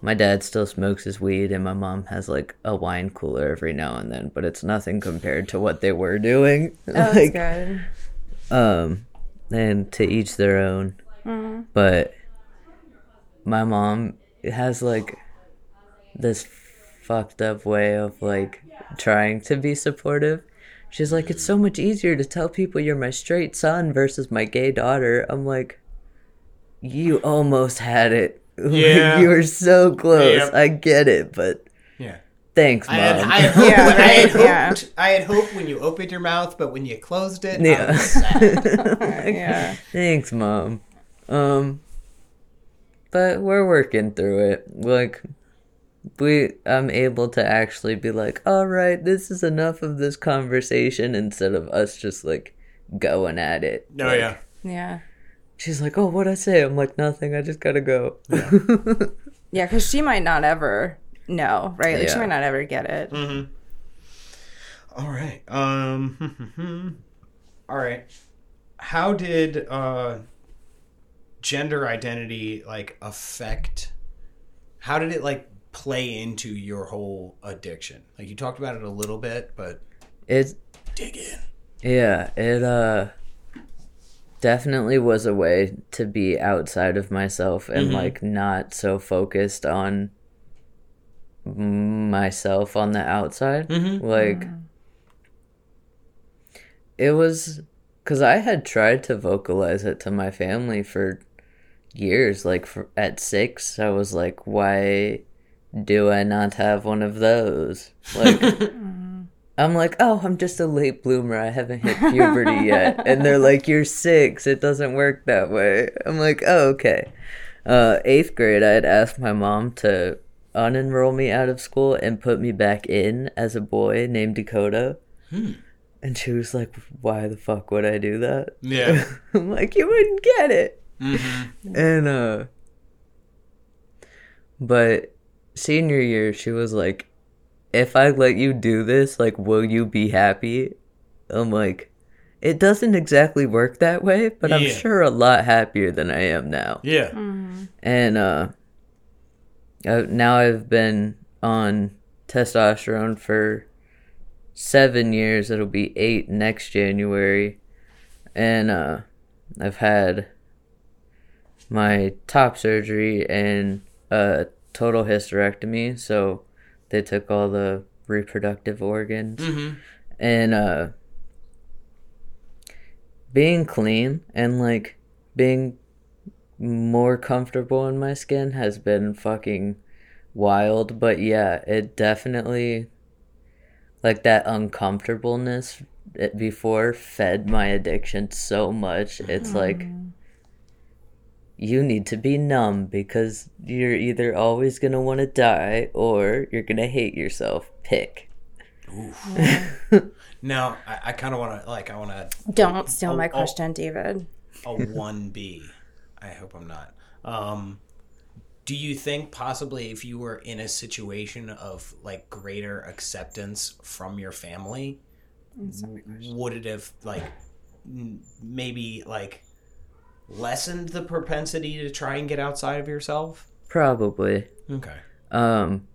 [SPEAKER 4] my dad still smokes his weed and my mom has like a wine cooler every now and then, but it's nothing compared to what they were doing.
[SPEAKER 2] oh, that's
[SPEAKER 4] like
[SPEAKER 2] good
[SPEAKER 4] um and to each their own. But my mom has like this fucked up way of like trying to be supportive. She's like, it's so much easier to tell people you're my straight son versus my gay daughter. I'm like, you almost had it. Like,
[SPEAKER 1] Yeah.
[SPEAKER 4] you were so close.
[SPEAKER 1] Yep.
[SPEAKER 4] I get it, but
[SPEAKER 1] Yeah.
[SPEAKER 4] thanks, mom.
[SPEAKER 1] I had, I had hoped,
[SPEAKER 2] Um, Yeah,
[SPEAKER 1] when I, had
[SPEAKER 2] right, yeah.
[SPEAKER 1] hoped, I had hoped when you opened your mouth, but when you closed it, um, yeah. I was sad.
[SPEAKER 4] yeah.
[SPEAKER 2] yeah
[SPEAKER 4] Thanks, mom. Um, but we're working through it. Like, we, I'm able to actually be like, all right, this is enough of this conversation instead of us just like going at it.
[SPEAKER 1] No,
[SPEAKER 4] Like,
[SPEAKER 1] yeah.
[SPEAKER 2] yeah
[SPEAKER 4] She's like, oh, what I say? I'm like, nothing. I just gotta go.
[SPEAKER 2] yeah because she might not ever know right like she
[SPEAKER 4] Yeah.
[SPEAKER 2] might not ever get it
[SPEAKER 1] Mm-hmm. All right. Um. all right. How did uh, gender identity like affect? How did it like play into your whole addiction? Like you talked about it a little bit, but
[SPEAKER 4] It
[SPEAKER 1] dig in.
[SPEAKER 4] Yeah, it uh definitely was a way to be outside of myself and
[SPEAKER 3] Mhm.
[SPEAKER 4] like not so focused on myself on the outside.
[SPEAKER 3] Mm-hmm.
[SPEAKER 4] Like it was cuz I had tried to vocalize it to my family for years like for, at 6 I was like why do I not have one of those? Like I'm like, oh, I'm just a late bloomer. I haven't hit puberty yet. And they're like, you're six. It doesn't work that way. I'm like, oh, okay. Uh, eighth grade, I had asked my mom to unenroll me out of school and put me back in as a boy named Dakota. And she was like, why the fuck would I do that?
[SPEAKER 1] Yeah.
[SPEAKER 4] I'm like, you wouldn't get it. And, uh, but senior year, she was like, if I let you do this, like, will you be happy? I'm like, it doesn't exactly work that way, but I'm
[SPEAKER 1] Yeah.
[SPEAKER 4] sure a lot happier than I am now.
[SPEAKER 1] Yeah.
[SPEAKER 4] And, uh, I, now I've been on testosterone for seven years. It'll be eight next January. And, uh, I've had my top surgery and a total hysterectomy. So they took all the reproductive organs. And uh, being clean and like being more comfortable in my skin has been fucking wild. But yeah, it definitely, like that uncomfortableness it before fed my addiction so much. It's like you need to be numb because you're either always going to want to die or you're going to hate yourself. Pick.
[SPEAKER 1] Now I, I kind of want to like I want to
[SPEAKER 2] Don't steal
[SPEAKER 1] Oh,
[SPEAKER 2] my
[SPEAKER 1] oh.
[SPEAKER 2] question, David.
[SPEAKER 1] a one B. I hope I'm not. Um, do you think possibly if you were in a situation of like greater acceptance from your family, would it have like m- maybe like lessened the propensity to try and get outside of yourself?
[SPEAKER 4] Probably.
[SPEAKER 1] Okay.
[SPEAKER 4] Um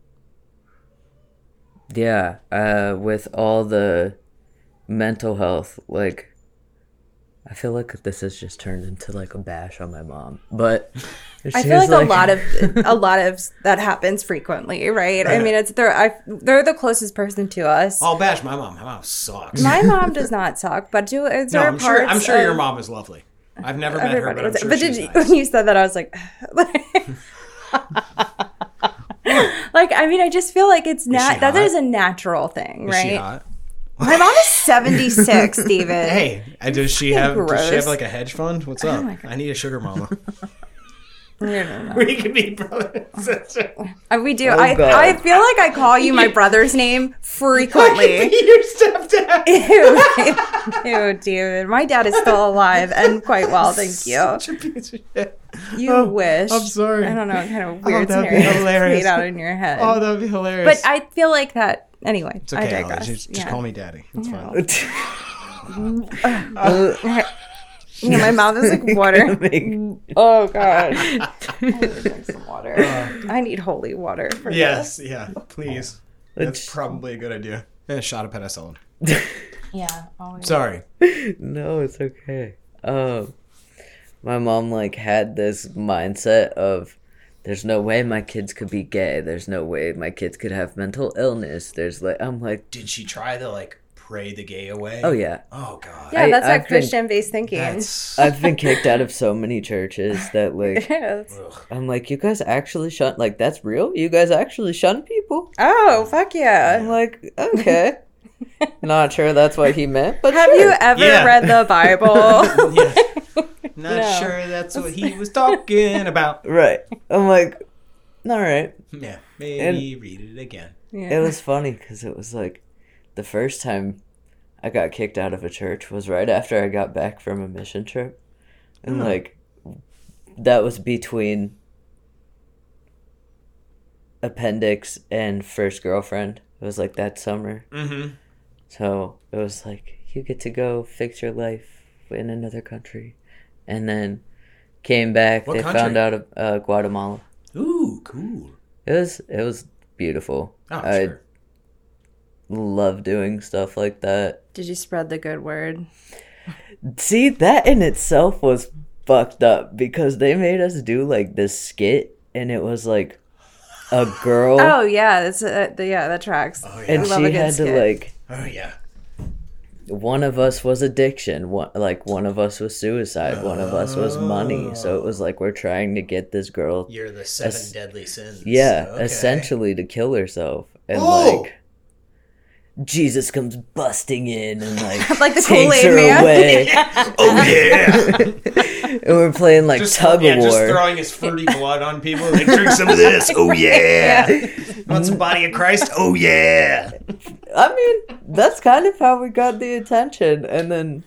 [SPEAKER 4] Yeah, uh with all the mental health like I feel like this has just turned into like a bash on my mom. But
[SPEAKER 2] I feel like, a lot of a lot of that happens frequently, right? I mean, it's they're I, they're the closest person to us.
[SPEAKER 1] I'll bash my mom. My mom sucks.
[SPEAKER 2] My mom does not suck, but do is
[SPEAKER 1] no,
[SPEAKER 2] there
[SPEAKER 1] I'm
[SPEAKER 2] parts?
[SPEAKER 1] sure. I'm sure
[SPEAKER 2] of
[SPEAKER 1] your mom is lovely. I've never met her,
[SPEAKER 2] everybody-
[SPEAKER 1] but I'm sure
[SPEAKER 2] but
[SPEAKER 1] she's
[SPEAKER 2] did you,
[SPEAKER 1] nice.
[SPEAKER 2] when you said that, I was like, like I mean, I just feel like it's not that
[SPEAKER 1] hot?
[SPEAKER 2] is a natural thing,
[SPEAKER 1] Is she
[SPEAKER 2] right?
[SPEAKER 1] hot?
[SPEAKER 2] My mom is seventy six, David.
[SPEAKER 1] Hey, uh, does she have? Does she
[SPEAKER 2] gross. Oh
[SPEAKER 1] have like a hedge fund? What's up? I need a sugar mama.
[SPEAKER 2] No, no, no.
[SPEAKER 1] we can be brother
[SPEAKER 2] Oh.
[SPEAKER 1] and sister.
[SPEAKER 2] Uh, We
[SPEAKER 1] Oh,
[SPEAKER 2] do. I,
[SPEAKER 4] God.
[SPEAKER 2] I feel like I call you my brother's name frequently.
[SPEAKER 1] Your stepdad.
[SPEAKER 2] Ew, ew, David. My dad is still alive and quite well, thank you.
[SPEAKER 1] Such a piece of shit.
[SPEAKER 2] You
[SPEAKER 1] Oh,
[SPEAKER 2] wish.
[SPEAKER 1] I'm sorry. Oh,
[SPEAKER 2] I don't know what kind of weird
[SPEAKER 1] that'd be
[SPEAKER 2] scenario
[SPEAKER 1] hilarious.
[SPEAKER 2] played out in your head.
[SPEAKER 1] Oh, that'd be hilarious.
[SPEAKER 2] but I feel like that. Anyway,
[SPEAKER 1] It's okay,
[SPEAKER 2] I
[SPEAKER 1] Alex.
[SPEAKER 2] digress.
[SPEAKER 1] Just, just
[SPEAKER 2] yeah.
[SPEAKER 1] call me daddy. It's fine.
[SPEAKER 2] You know, my mouth is like water. oh god. I need to drink some water. I need holy water. For
[SPEAKER 1] Yes, yeah,
[SPEAKER 2] Oh.
[SPEAKER 1] please. That's
[SPEAKER 4] It's-
[SPEAKER 1] probably a good idea. And a shot of penicillin.
[SPEAKER 2] This. Yeah. Always.
[SPEAKER 1] Sorry.
[SPEAKER 4] No, it's okay. Um, my mom like had this mindset of there's no way my kids could be gay. There's no way my kids could have mental illness. There's like I'm like,
[SPEAKER 1] Did she try to like pray the gay away?
[SPEAKER 4] oh yeah.
[SPEAKER 1] Oh god.
[SPEAKER 2] Yeah,
[SPEAKER 4] I-
[SPEAKER 2] that's
[SPEAKER 4] I've
[SPEAKER 2] like
[SPEAKER 4] been-
[SPEAKER 2] Christian-based thinking.
[SPEAKER 1] That's
[SPEAKER 4] I've been kicked out of so many churches that like
[SPEAKER 2] Yes.
[SPEAKER 4] I'm like, you guys actually shun like that's real? You guys actually shun people?
[SPEAKER 2] Oh fuck yeah.
[SPEAKER 4] I'm like, okay. Not sure that's what he meant, but
[SPEAKER 2] Have you
[SPEAKER 4] sure.
[SPEAKER 2] ever
[SPEAKER 1] Yeah.
[SPEAKER 2] read the Bible?
[SPEAKER 1] Yeah. Not
[SPEAKER 2] No.
[SPEAKER 1] sure that's what he was talking about.
[SPEAKER 4] Right. I'm like, all right.
[SPEAKER 1] Yeah, maybe read it again.
[SPEAKER 4] It
[SPEAKER 2] yeah.
[SPEAKER 4] was funny because it was like the first time I got kicked out of a church was right after I got back from a mission trip. And like that was between appendix and first girlfriend. It was like that summer.
[SPEAKER 1] Mm-hmm.
[SPEAKER 4] So it was like you get to go fix your life in another country. And then came back,
[SPEAKER 1] What
[SPEAKER 4] they
[SPEAKER 1] country?
[SPEAKER 4] found out uh, Guatemala.
[SPEAKER 1] Ooh, cool.
[SPEAKER 4] It was it was beautiful.
[SPEAKER 1] Oh,
[SPEAKER 4] I
[SPEAKER 1] sure.
[SPEAKER 4] love doing stuff like that.
[SPEAKER 2] Did you spread the good word?
[SPEAKER 4] See, that in itself was fucked up because they made us do like this skit and it was like a girl
[SPEAKER 2] Oh yeah, that's uh, the, yeah that tracks. Oh, yeah.
[SPEAKER 4] and she had to like
[SPEAKER 1] Oh yeah.
[SPEAKER 4] one of us was addiction, one like one of us was suicide, one of us was money. So it was like we're trying to get this girl
[SPEAKER 1] You're the seven deadly sins.
[SPEAKER 4] yeah,
[SPEAKER 1] Okay.
[SPEAKER 4] essentially to kill herself and
[SPEAKER 1] Oh!
[SPEAKER 4] like Jesus comes busting in and like,
[SPEAKER 2] Like the
[SPEAKER 4] takes
[SPEAKER 2] Kool-Aid
[SPEAKER 4] her
[SPEAKER 2] man.
[SPEAKER 4] away,
[SPEAKER 1] Oh yeah.
[SPEAKER 4] and we're playing like
[SPEAKER 1] Just-
[SPEAKER 4] tug
[SPEAKER 1] yeah,
[SPEAKER 4] of
[SPEAKER 1] just
[SPEAKER 4] war.
[SPEAKER 1] throwing his fruity blood on people. Like, drink some of this. Oh yeah. Want some body of Christ? Oh yeah.
[SPEAKER 4] I mean, that's kind of how we got the attention, and then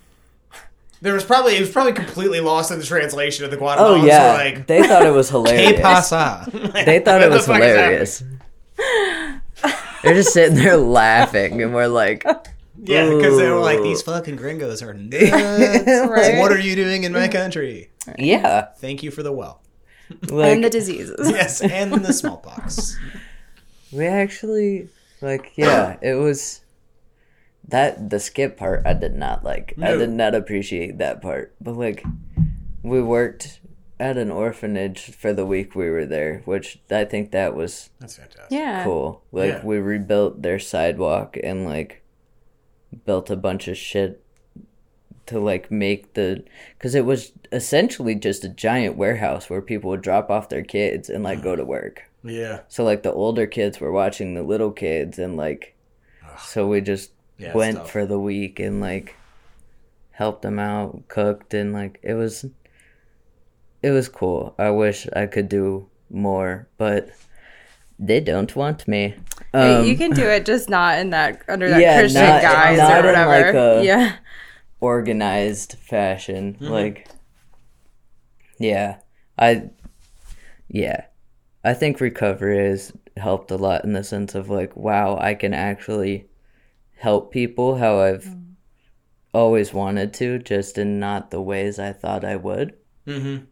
[SPEAKER 1] There was probably it was probably completely lost in the translation of the
[SPEAKER 4] oh
[SPEAKER 1] Guatemalans.
[SPEAKER 4] yeah,
[SPEAKER 1] were like,
[SPEAKER 4] they thought it was hilarious.
[SPEAKER 5] pasa?
[SPEAKER 4] They thought
[SPEAKER 1] What the
[SPEAKER 4] it was
[SPEAKER 1] fuck is happening?
[SPEAKER 4] hilarious. They're just sitting there laughing, and we're like,
[SPEAKER 1] yeah, because they were like these.
[SPEAKER 5] fucking gringos are nuts.
[SPEAKER 2] Right.
[SPEAKER 5] What are you doing in my country?
[SPEAKER 4] yeah,
[SPEAKER 5] Thank you for the well.
[SPEAKER 4] like
[SPEAKER 2] and the diseases.
[SPEAKER 1] Yes, and the smallpox.
[SPEAKER 4] we actually like yeah it was that the skip part i did not like i
[SPEAKER 1] No.
[SPEAKER 4] did not appreciate that part but like we worked at an orphanage for the week we were there which i think that was
[SPEAKER 1] That's fantastic.
[SPEAKER 2] Yeah.
[SPEAKER 4] cool like
[SPEAKER 1] Ah. Yeah.
[SPEAKER 4] we rebuilt their sidewalk and like built a bunch of shit to like make the because it was essentially just a giant warehouse where people would drop off their kids and
[SPEAKER 1] Mm.
[SPEAKER 4] like go to work
[SPEAKER 1] Yeah.
[SPEAKER 4] so like the older kids were watching the little kids and like so we just
[SPEAKER 1] Yeah, it's
[SPEAKER 4] went
[SPEAKER 1] tough.
[SPEAKER 4] for the week and like helped them out, cooked and like it was it was cool. I wish I could do more, but they don't want me. Um,
[SPEAKER 2] you can do it, just not in that under that
[SPEAKER 4] Yeah,
[SPEAKER 2] Christian
[SPEAKER 4] not-
[SPEAKER 2] guise
[SPEAKER 4] not in,
[SPEAKER 2] or whatever.
[SPEAKER 4] like, a-
[SPEAKER 2] yeah,
[SPEAKER 4] organized fashion. Like, yeah, I, yeah, I think recovery has helped a lot in the sense of like, wow, I can actually help people how I've always wanted to, just in not the ways I thought I would.
[SPEAKER 1] Mm-hmm.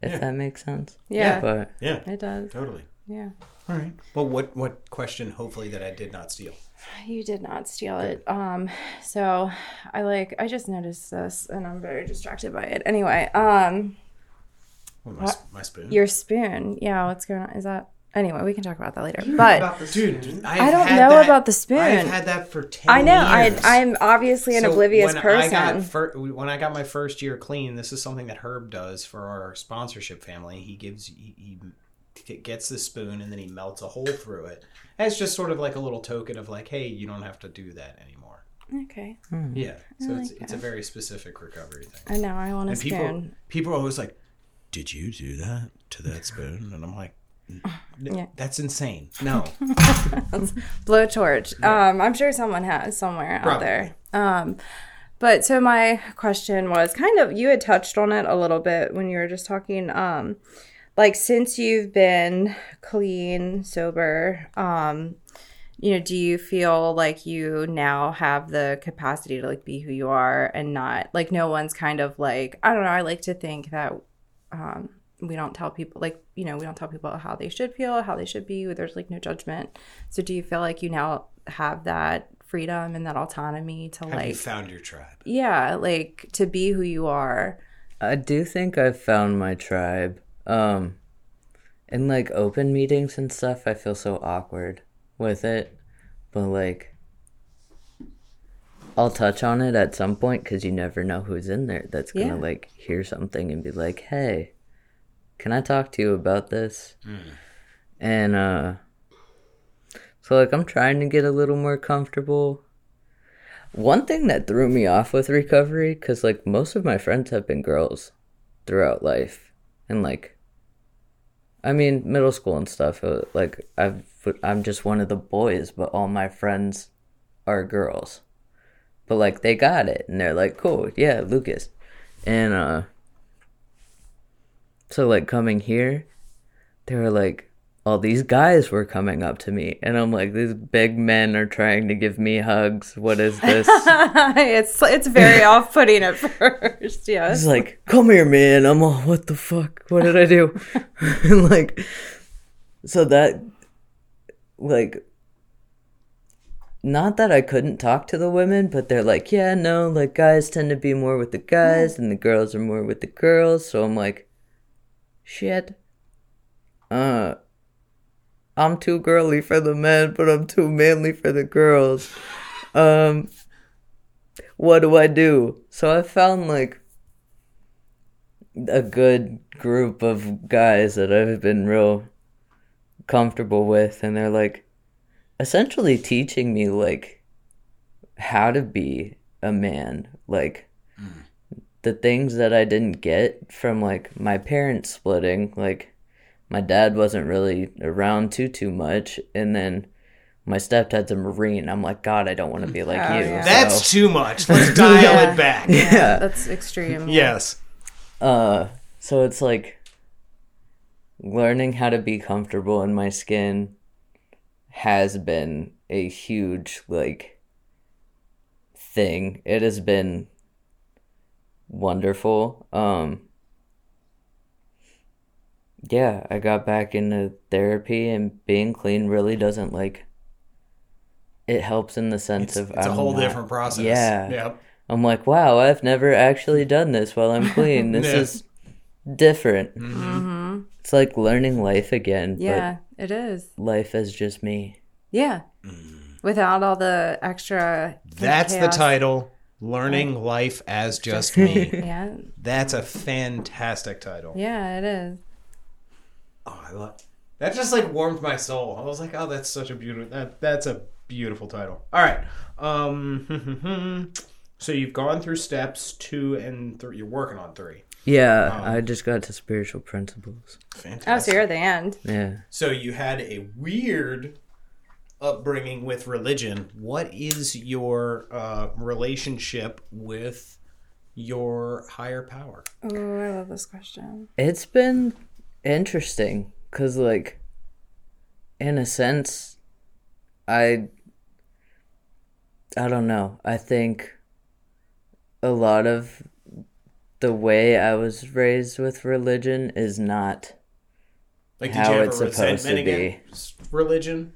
[SPEAKER 4] If that makes sense.
[SPEAKER 2] yeah,
[SPEAKER 4] But
[SPEAKER 1] Yeah.
[SPEAKER 2] it does.
[SPEAKER 1] Totally.
[SPEAKER 2] Yeah,
[SPEAKER 1] All right. Well, what what question? Hopefully that I did not steal.
[SPEAKER 2] you did not steal it. Um, so I like I just noticed this, and I'm very distracted by it. Anyway, um,
[SPEAKER 1] Oh, my, sp- my spoon.
[SPEAKER 2] your spoon. Yeah, what's going on? Is that anyway? We can talk about that later. But
[SPEAKER 1] dude, I've
[SPEAKER 2] I don't
[SPEAKER 1] had
[SPEAKER 2] know
[SPEAKER 1] that-
[SPEAKER 2] about the spoon.
[SPEAKER 1] I've had that for ten.
[SPEAKER 2] I know. I,
[SPEAKER 1] years.
[SPEAKER 2] I'm obviously an
[SPEAKER 1] So
[SPEAKER 2] oblivious
[SPEAKER 1] when
[SPEAKER 2] person.
[SPEAKER 1] I got fir- when I got my first year clean, this is something that Herb does for our sponsorship family. He gives he, he t- gets the spoon and then he melts a hole through it. And it's just sort of like a little token of like, hey, you don't have to do that anymore.
[SPEAKER 2] okay,
[SPEAKER 1] Yeah. So it's it's a very specific recovery thing.
[SPEAKER 2] I know. I want a
[SPEAKER 1] And people
[SPEAKER 2] spoon.
[SPEAKER 1] people are always like, did you do that to that spoon? And I'm like. "N-
[SPEAKER 2] Yeah.
[SPEAKER 1] That's insane. No,
[SPEAKER 2] blowtorch. Um, I'm sure someone has somewhere out
[SPEAKER 1] Probably.
[SPEAKER 2] there. Um, but so my question was kind of you had touched on it a little bit when you were just talking. Um, like since you've been clean, sober, um, you know, do you feel like you now have the capacity to like be who you are and not like no one's kind of like I don't know. I like to think that um, we don't tell people like you know we don't tell people how they should feel how they should be there's like no judgment so do you feel like you now have that freedom and that autonomy to
[SPEAKER 1] have you
[SPEAKER 2] like
[SPEAKER 1] found your tribe?
[SPEAKER 2] yeah like to be who you are
[SPEAKER 4] I do think I've found my tribe. Um, in like open meetings and stuff, I feel so awkward with it, but like, I'll touch on it at some point because you never know who's in there that's gonna
[SPEAKER 2] Yeah.
[SPEAKER 4] like hear something and be like, "Hey, can I talk to you about this?" And uh, so like I'm trying to get a little more comfortable. One thing that threw me off with recovery, because like most of my friends have been girls throughout life, and like, I mean, middle school and stuff. uh, Like, I've I'm just one of the boys, but all my friends are girls. But like, they got it, and they're like, cool, yeah, Lucas, and uh, so like coming here, they were like, all these guys were coming up to me, and I'm like, these big men are trying to give me hugs. What is this?
[SPEAKER 2] it's it's very off-putting at first yes
[SPEAKER 4] He's like, "Come here, man." I'm all, "What the fuck? What did I do?" and like, so that, like, not that I couldn't talk to the women, but they're like, yeah, no, like guys tend to be more with the guys and the girls are more with the girls. So I'm like, shit. Uh, I'm too girly for the men, but I'm too manly for the girls. Um, what do I do? So I found like a good group of guys that I've been real comfortable with, and they're like, essentially teaching me like how to be a man like the things that i didn't get from like my parents splitting like my dad wasn't really around too too much and then my stepdad's a marine i'm like god i don't want to be like
[SPEAKER 2] Oh,
[SPEAKER 4] you
[SPEAKER 2] yeah.
[SPEAKER 4] so-
[SPEAKER 1] That's too much. Let's dial it back.
[SPEAKER 4] yeah
[SPEAKER 2] That's extreme.
[SPEAKER 1] Yes.
[SPEAKER 4] Uh, so it's like learning how to be comfortable in my skin has been a huge like thing. It has been wonderful. Um, yeah, I got back into therapy and being clean really doesn't like it helps in the
[SPEAKER 1] It's,
[SPEAKER 4] sense of
[SPEAKER 1] it's a
[SPEAKER 4] I'm
[SPEAKER 1] whole
[SPEAKER 4] not-
[SPEAKER 1] different process.
[SPEAKER 4] Yeah.
[SPEAKER 1] Yep.
[SPEAKER 4] I'm like, wow, I've never actually done this while I'm clean. This
[SPEAKER 1] Yeah.
[SPEAKER 4] is different.
[SPEAKER 2] hmm
[SPEAKER 4] It's like learning life again,
[SPEAKER 2] Yeah, it is.
[SPEAKER 4] but life is just me.
[SPEAKER 2] Yeah. Without all the extra.
[SPEAKER 1] Mm. That's the
[SPEAKER 2] chaos.
[SPEAKER 1] title. Learning life as just me.
[SPEAKER 2] Yeah.
[SPEAKER 1] That's a fantastic title.
[SPEAKER 2] Yeah, it is.
[SPEAKER 1] Oh, I love that. Just like warmed my soul. I was like, oh, that's such a beautiful. That that's a beautiful title. All right. Um. so you've gone through steps two and three. You're working on three.
[SPEAKER 4] Yeah, I just got to spiritual principles.
[SPEAKER 1] Fantastic.
[SPEAKER 2] Oh, so you're at the end.
[SPEAKER 4] Yeah.
[SPEAKER 1] Uh, So you had a weird upbringing with religion. What is your uh, relationship with your higher power?
[SPEAKER 2] Oh, I love this question.
[SPEAKER 4] It's been interesting cuz like in a sense I I don't know. I think a lot of the way I was raised with religion is not
[SPEAKER 1] Like,
[SPEAKER 4] How it's supposed to be.
[SPEAKER 1] against religion?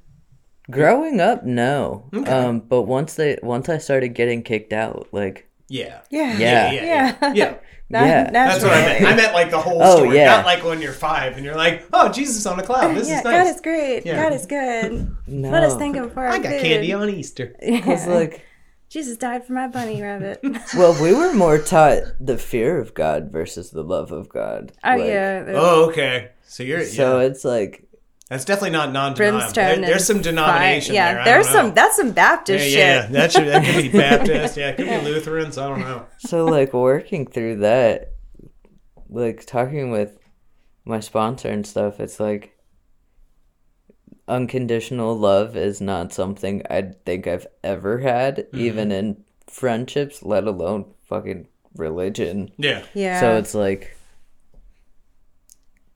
[SPEAKER 4] Growing up, no. Um, but once they once I started getting kicked out, like
[SPEAKER 1] Yeah.
[SPEAKER 2] Yeah.
[SPEAKER 1] Yeah.
[SPEAKER 4] yeah,
[SPEAKER 2] Yeah.
[SPEAKER 1] Yeah. yeah.
[SPEAKER 2] Not
[SPEAKER 4] Yeah.
[SPEAKER 1] That's what I meant. I
[SPEAKER 2] naturally.
[SPEAKER 1] meant like the whole
[SPEAKER 4] Oh,
[SPEAKER 1] story,
[SPEAKER 4] yeah.
[SPEAKER 1] not like when you're five and you're like, "Oh, Jesus on a cloud. This
[SPEAKER 2] Yeah,
[SPEAKER 1] is nice."
[SPEAKER 2] God is great.
[SPEAKER 1] Yeah.
[SPEAKER 2] God is good.
[SPEAKER 4] no.
[SPEAKER 2] Let us thank Him for our
[SPEAKER 1] I got
[SPEAKER 2] food.
[SPEAKER 1] candy on Easter.
[SPEAKER 4] It's like,
[SPEAKER 2] Jesus died for my bunny rabbit. oh
[SPEAKER 4] well, we were more taught the fear of God versus the love of God. Like,
[SPEAKER 2] yeah.
[SPEAKER 1] Oh, okay. So you're
[SPEAKER 4] So
[SPEAKER 1] yeah.
[SPEAKER 4] it's like,
[SPEAKER 1] That's definitely not non-denominational.
[SPEAKER 2] Brimstone.
[SPEAKER 1] There, there's some
[SPEAKER 2] and
[SPEAKER 1] denomination
[SPEAKER 2] fire. Yeah,
[SPEAKER 1] there. I
[SPEAKER 2] there's
[SPEAKER 1] don't know.
[SPEAKER 2] some. That's some Baptist
[SPEAKER 1] Yeah, yeah, yeah.
[SPEAKER 2] shit.
[SPEAKER 1] That should that could be Baptist. Yeah, it could be Lutherans. I don't know.
[SPEAKER 4] so like working through that, like talking with my sponsor and stuff. It's like unconditional love is not something I think I've ever had, even in friendships, let alone fucking religion.
[SPEAKER 1] Yeah.
[SPEAKER 2] Yeah.
[SPEAKER 4] So it's like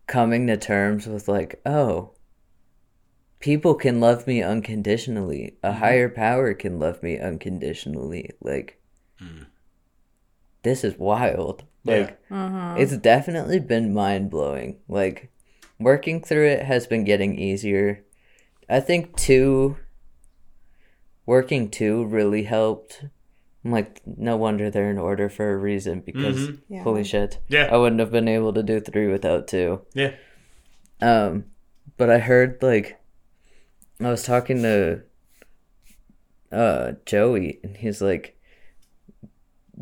[SPEAKER 4] coming to terms with like, oh, people can love me unconditionally. A higher power can love me unconditionally. Like this is wild.
[SPEAKER 1] Yeah.
[SPEAKER 4] Like
[SPEAKER 2] Mm-hmm.
[SPEAKER 4] it's definitely been mind blowing. Like working through it has been getting easier. I think two working two really helped. I'm like, no wonder they're in order for a reason because
[SPEAKER 2] Yeah.
[SPEAKER 4] holy shit.
[SPEAKER 1] Yeah.
[SPEAKER 4] I wouldn't have been able to do three without two.
[SPEAKER 1] Yeah.
[SPEAKER 4] Um, but I heard like I was talking to uh Joey, and he's like,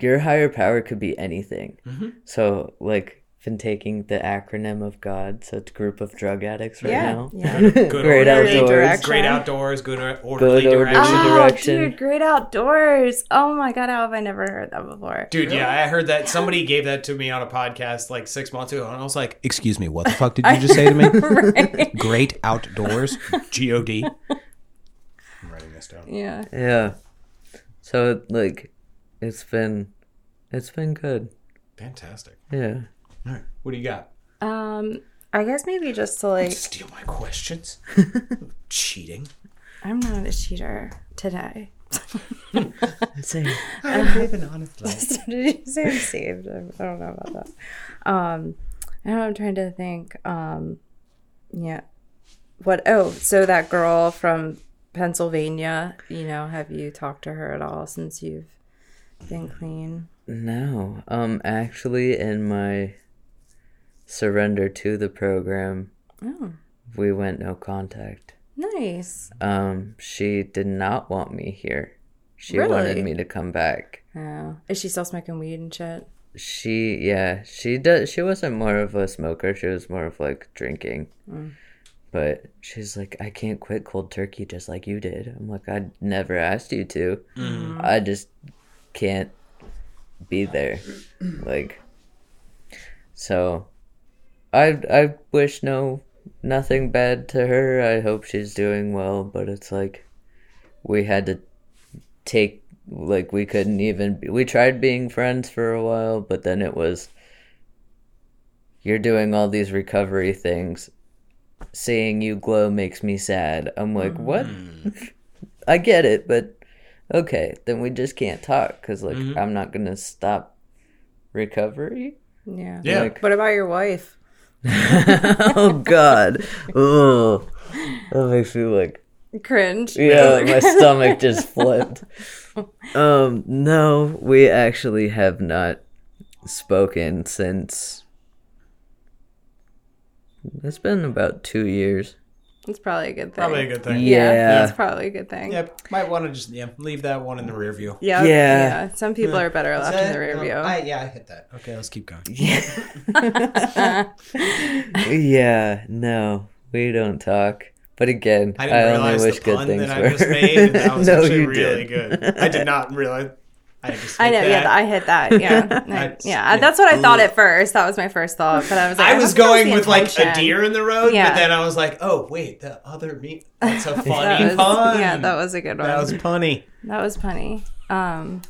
[SPEAKER 4] "Your higher power could be anything." So like, been taking the acronym of God, so it's group of drug addicts right
[SPEAKER 2] Yeah,
[SPEAKER 4] now.
[SPEAKER 2] yeah.
[SPEAKER 4] Great
[SPEAKER 1] orderly-
[SPEAKER 4] outdoors.
[SPEAKER 2] Direction.
[SPEAKER 1] Great outdoors. Good or- orderly
[SPEAKER 4] Good
[SPEAKER 1] direction.
[SPEAKER 4] orderly direction.
[SPEAKER 2] Oh,
[SPEAKER 4] direction.
[SPEAKER 2] dude, great outdoors. Oh my god, how have I never heard that before?
[SPEAKER 1] Dude, yeah, I heard that somebody gave that to me on a podcast like six months ago, and I was like, "Excuse me, what the fuck did you just say to me?"
[SPEAKER 2] Right?
[SPEAKER 1] Great outdoors, G O D. I'm writing this down.
[SPEAKER 2] yeah.
[SPEAKER 4] Yeah. So like, it's been, it's been good.
[SPEAKER 1] Fantastic.
[SPEAKER 4] Yeah.
[SPEAKER 1] All right, what do you got?
[SPEAKER 2] Um, I guess maybe just to like,
[SPEAKER 1] Steal my questions? Cheating.
[SPEAKER 2] I'm not a cheater today.
[SPEAKER 4] It's a
[SPEAKER 1] I live an honest life.
[SPEAKER 2] Did you say I'm saved? I I don't know about that. Um, I don't know, I'm trying to think. Um, yeah. What? Oh, so that girl from Pennsylvania, you know, have you talked to her at all since you've been clean?
[SPEAKER 4] No, um, actually, in my surrender to the program,
[SPEAKER 2] Oh,
[SPEAKER 4] we went no contact.
[SPEAKER 2] nice.
[SPEAKER 4] Um, she did not want me here. She
[SPEAKER 2] Really?
[SPEAKER 4] wanted me to come back.
[SPEAKER 2] Yeah. Is she still smoking weed and shit?
[SPEAKER 4] She, yeah, she does. She wasn't more of a smoker. She was more of like drinking. But she's like, I can't quit cold turkey just like you did. I'm like, I never asked you to. I just can't be there. like, so I I wish no nothing bad to her. I hope she's doing well. But it's like we had to take like we couldn't even we tried being friends for a while but then it was you're doing all these recovery things seeing you glow makes me sad i'm like what i get it but okay then we just can't talk because like i'm not gonna stop recovery
[SPEAKER 2] Yeah.
[SPEAKER 1] Yeah.
[SPEAKER 4] Like-
[SPEAKER 2] What about your wife?
[SPEAKER 4] oh god oh that makes me like
[SPEAKER 2] Cringe.
[SPEAKER 4] yeah, my stomach just flipped. Um, no, we actually have not spoken since. It's been about two years.
[SPEAKER 2] It's probably a good thing.
[SPEAKER 1] Probably a good thing.
[SPEAKER 2] It's
[SPEAKER 4] Yeah.
[SPEAKER 2] probably a good thing.
[SPEAKER 1] Yep.
[SPEAKER 5] Might want to just yeah, leave that one in the rear view.
[SPEAKER 2] Yeah.
[SPEAKER 4] Yeah.
[SPEAKER 2] Yeah. Some people are better left in the rear view.
[SPEAKER 5] I, yeah, I hit that. Okay, let's keep going.
[SPEAKER 4] Yeah. no, we don't talk. But again,
[SPEAKER 1] I
[SPEAKER 4] I,
[SPEAKER 1] didn't
[SPEAKER 4] only
[SPEAKER 1] realize
[SPEAKER 4] wish
[SPEAKER 1] the
[SPEAKER 4] good
[SPEAKER 1] pun
[SPEAKER 4] things
[SPEAKER 1] that I
[SPEAKER 4] were.
[SPEAKER 1] just made. And that was
[SPEAKER 4] no,
[SPEAKER 1] actually
[SPEAKER 4] you
[SPEAKER 1] really
[SPEAKER 4] did.
[SPEAKER 1] good. I did not realize. I, had to
[SPEAKER 2] I
[SPEAKER 1] sneak
[SPEAKER 2] know, yeah,
[SPEAKER 1] that.
[SPEAKER 2] I hit that. Yeah, I- yeah, that's what I thought at first. That was my first thought, but I was like,
[SPEAKER 1] I
[SPEAKER 2] hope
[SPEAKER 1] was
[SPEAKER 2] that
[SPEAKER 1] going
[SPEAKER 2] the
[SPEAKER 1] with like a
[SPEAKER 2] intention.
[SPEAKER 1] deer in the road,
[SPEAKER 2] Yeah.
[SPEAKER 1] but then I was like, oh wait, the other meat. That's a
[SPEAKER 2] That
[SPEAKER 1] funny
[SPEAKER 2] was,
[SPEAKER 1] pun.
[SPEAKER 2] yeah, that was a good one.
[SPEAKER 1] That was punny.
[SPEAKER 2] That was funny. Um,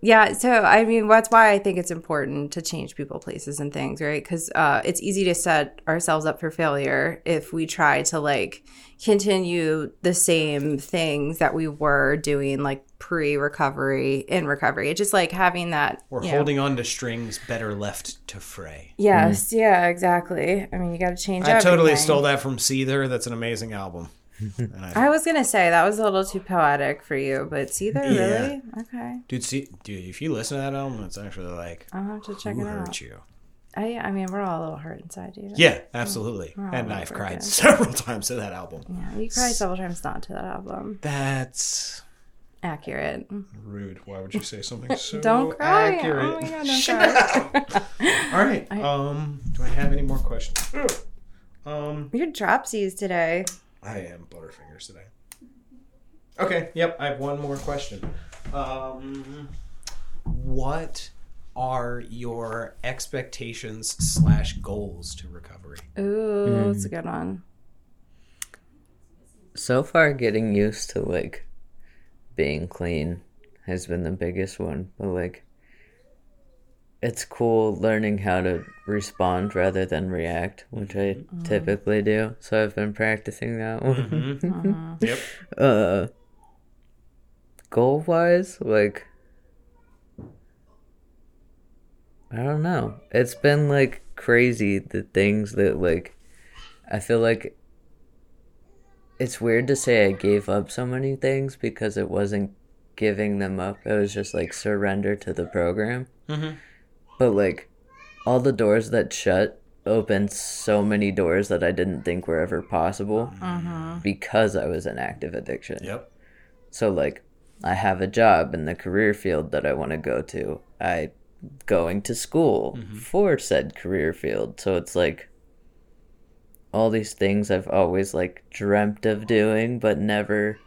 [SPEAKER 2] yeah, so I mean, that's why I think it's important to change people, places, and things, right? Because uh, it's easy to set ourselves up for failure if we try to like continue the same things that we were doing, like pre recovery, in recovery. It's just like having that.
[SPEAKER 5] We're
[SPEAKER 2] you know-
[SPEAKER 5] holding on to strings better left to fray.
[SPEAKER 2] Yes, yeah, exactly. I mean, you got to change
[SPEAKER 1] I totally
[SPEAKER 2] everything.
[SPEAKER 1] stole that from Seether. That's an amazing album. And I,
[SPEAKER 2] I was going to say that was a little too poetic for you, but see there,
[SPEAKER 5] Yeah.
[SPEAKER 2] really? Okay.
[SPEAKER 5] dude, see, dude, if you listen to that album, it's actually like
[SPEAKER 2] I'll have to check
[SPEAKER 5] who
[SPEAKER 2] it out.
[SPEAKER 5] hurt you?
[SPEAKER 2] I, I mean, we're all a little hurt inside, you. know?
[SPEAKER 5] Yeah, absolutely.
[SPEAKER 2] oh,
[SPEAKER 5] and I've cried several times to that album.
[SPEAKER 2] Yeah, you cried several times not to that album.
[SPEAKER 5] That's
[SPEAKER 2] Accurate.
[SPEAKER 5] rude. Why would you say something so
[SPEAKER 2] Don't cry.
[SPEAKER 5] accurate?
[SPEAKER 2] Oh my god, don't cry.
[SPEAKER 5] All right. um, do I have any more questions? Um,
[SPEAKER 2] You're dropsies today.
[SPEAKER 5] I am Butterfingers today. Okay. Yep. I have one more question. Um, what are your expectations slash goals to recovery?
[SPEAKER 2] Ooh,
[SPEAKER 6] Mm-hmm.
[SPEAKER 2] it's that's a good one.
[SPEAKER 4] So far, getting used to like being clean has been the biggest one, but like it's cool learning how to respond rather than react, which I typically do. So I've been practicing that one.
[SPEAKER 1] Mm-hmm.
[SPEAKER 6] Mm-hmm.
[SPEAKER 1] Yep.
[SPEAKER 4] Uh, goal wise, like I don't know. It's been like crazy the things that like I feel like it's weird to say I gave up so many things because it wasn't giving them up. It was just like surrender to the program.
[SPEAKER 1] Mm-hmm.
[SPEAKER 4] But like all the doors that shut opened so many doors that I didn't think were ever possible
[SPEAKER 2] Uh-huh.
[SPEAKER 4] because I was in active addiction.
[SPEAKER 5] Mm-hmm. Yep.
[SPEAKER 4] So like I have a job in the career field that I want to go to. I going to school for said career field. So it's like all these things I've always like dreamt of doing but never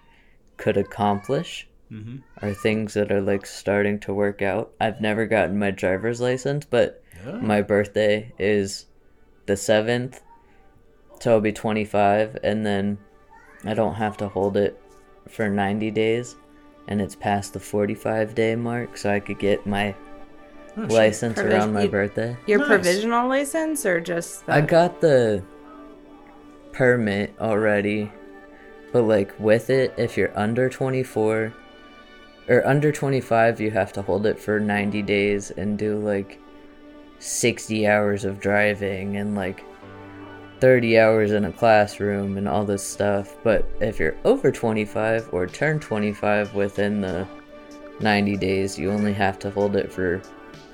[SPEAKER 4] could accomplish
[SPEAKER 1] Mm-hmm.
[SPEAKER 4] are things that are like starting to work out. I've never gotten my driver's license, but my birthday is the 7th. So I'll be 25 and then I don't have to hold it for 90 days and it's past the 45 day mark so I could get my
[SPEAKER 1] Oh,
[SPEAKER 5] Oh,
[SPEAKER 4] license
[SPEAKER 2] Provis-
[SPEAKER 4] around my
[SPEAKER 2] you-
[SPEAKER 4] birthday.
[SPEAKER 2] Your
[SPEAKER 5] Nice.
[SPEAKER 2] provisional license or just the
[SPEAKER 4] I got the permit already, but like with it, if you're under 24 or under 25, you have to hold it for 90 days and do like 60 hours of driving and like 30 hours in a classroom and all this stuff, but if you're over 25 or turn 25 within the 90 days, you only have to hold it for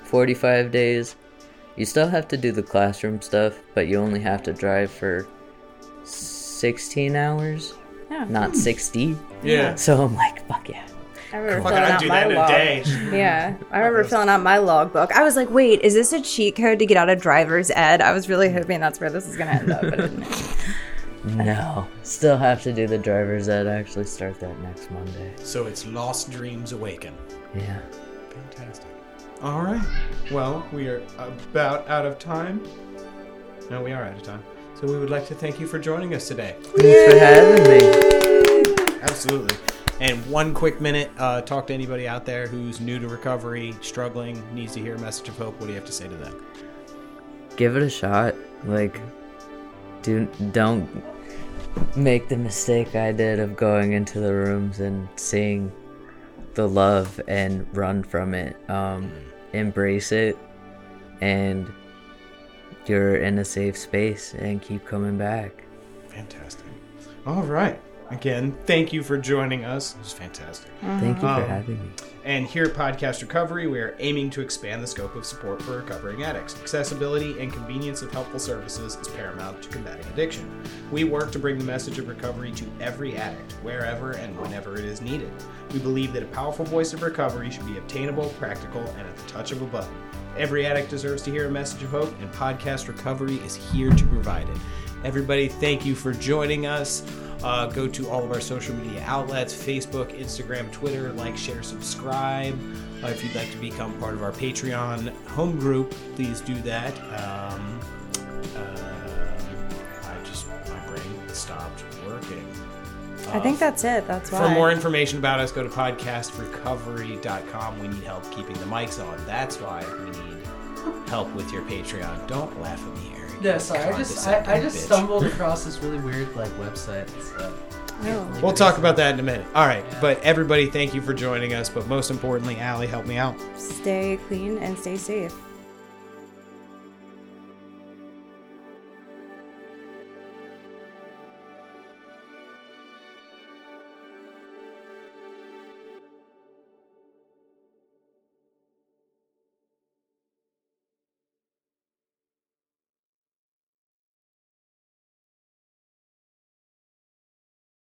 [SPEAKER 4] 45 days. You still have to do the classroom stuff, but you only have to drive for 16 hours,
[SPEAKER 2] Yeah.
[SPEAKER 4] not 60.
[SPEAKER 6] Yeah.
[SPEAKER 4] So I'm like, fuck yeah.
[SPEAKER 2] I remember
[SPEAKER 6] Fuck,
[SPEAKER 2] filling
[SPEAKER 6] I'd
[SPEAKER 2] out
[SPEAKER 6] do
[SPEAKER 2] my
[SPEAKER 6] that in a
[SPEAKER 2] log.
[SPEAKER 6] day.
[SPEAKER 2] Yeah, I remember filling out my logbook. I was like, "Wait, is this a cheat code to get out of driver's ed?" I was really hoping that's where this was gonna end up, but it didn't.
[SPEAKER 4] No. Still have to do the driver's ed. I actually start that next Monday.
[SPEAKER 1] So it's Lost Dreams Awaken.
[SPEAKER 4] Yeah.
[SPEAKER 1] Fantastic. All right. Well, we are about out of time. No, we are out of time. So we would like to thank you for joining us today.
[SPEAKER 4] Thanks for having me.
[SPEAKER 1] Absolutely. And one quick minute, uh, talk to anybody out there who's new to recovery, struggling, needs to hear a message of hope. What do you have to say to them?
[SPEAKER 4] give it a shot. Like, do don't make the mistake I did of going into the rooms and seeing the love and run from it. Um, embrace it, and you're in a safe space, and keep coming back.
[SPEAKER 1] Fantastic. All right. Again, thank you for joining us. It was fantastic.
[SPEAKER 4] Thank you
[SPEAKER 1] Um,
[SPEAKER 4] for having me.
[SPEAKER 1] And here at Podcast Recovery, we are aiming to expand the scope of support for recovering addicts. Accessibility and convenience of helpful services is paramount to combating addiction. We work to bring the message of recovery to every addict, wherever and whenever it is needed. We believe that a powerful voice of recovery should be obtainable, practical, and at the touch of a button. Every addict deserves to hear a message of hope, and Podcast Recovery is here to provide it. Everybody, thank you for joining us. Uh, go to all of our social media outlets Facebook, Instagram, Twitter. Like, share, subscribe. Uh, if you'd like to become part of our Patreon home group, please do that. Um, uh, I just, my brain stopped working.
[SPEAKER 2] I think that's it. That's why.
[SPEAKER 1] For more information about us, go to podcastrecovery.com. We need help keeping the mics on. That's why we need help with your Patreon. Don't laugh at me, Eric.
[SPEAKER 3] No, sorry. I just I, I just
[SPEAKER 1] Bitch.
[SPEAKER 3] stumbled across this really weird like website. It's, uh,
[SPEAKER 2] Oh.
[SPEAKER 1] We'll talk about that in a minute. All right, but everybody, thank you for joining us. But most importantly, Allie, help me out.
[SPEAKER 2] stay clean and stay safe.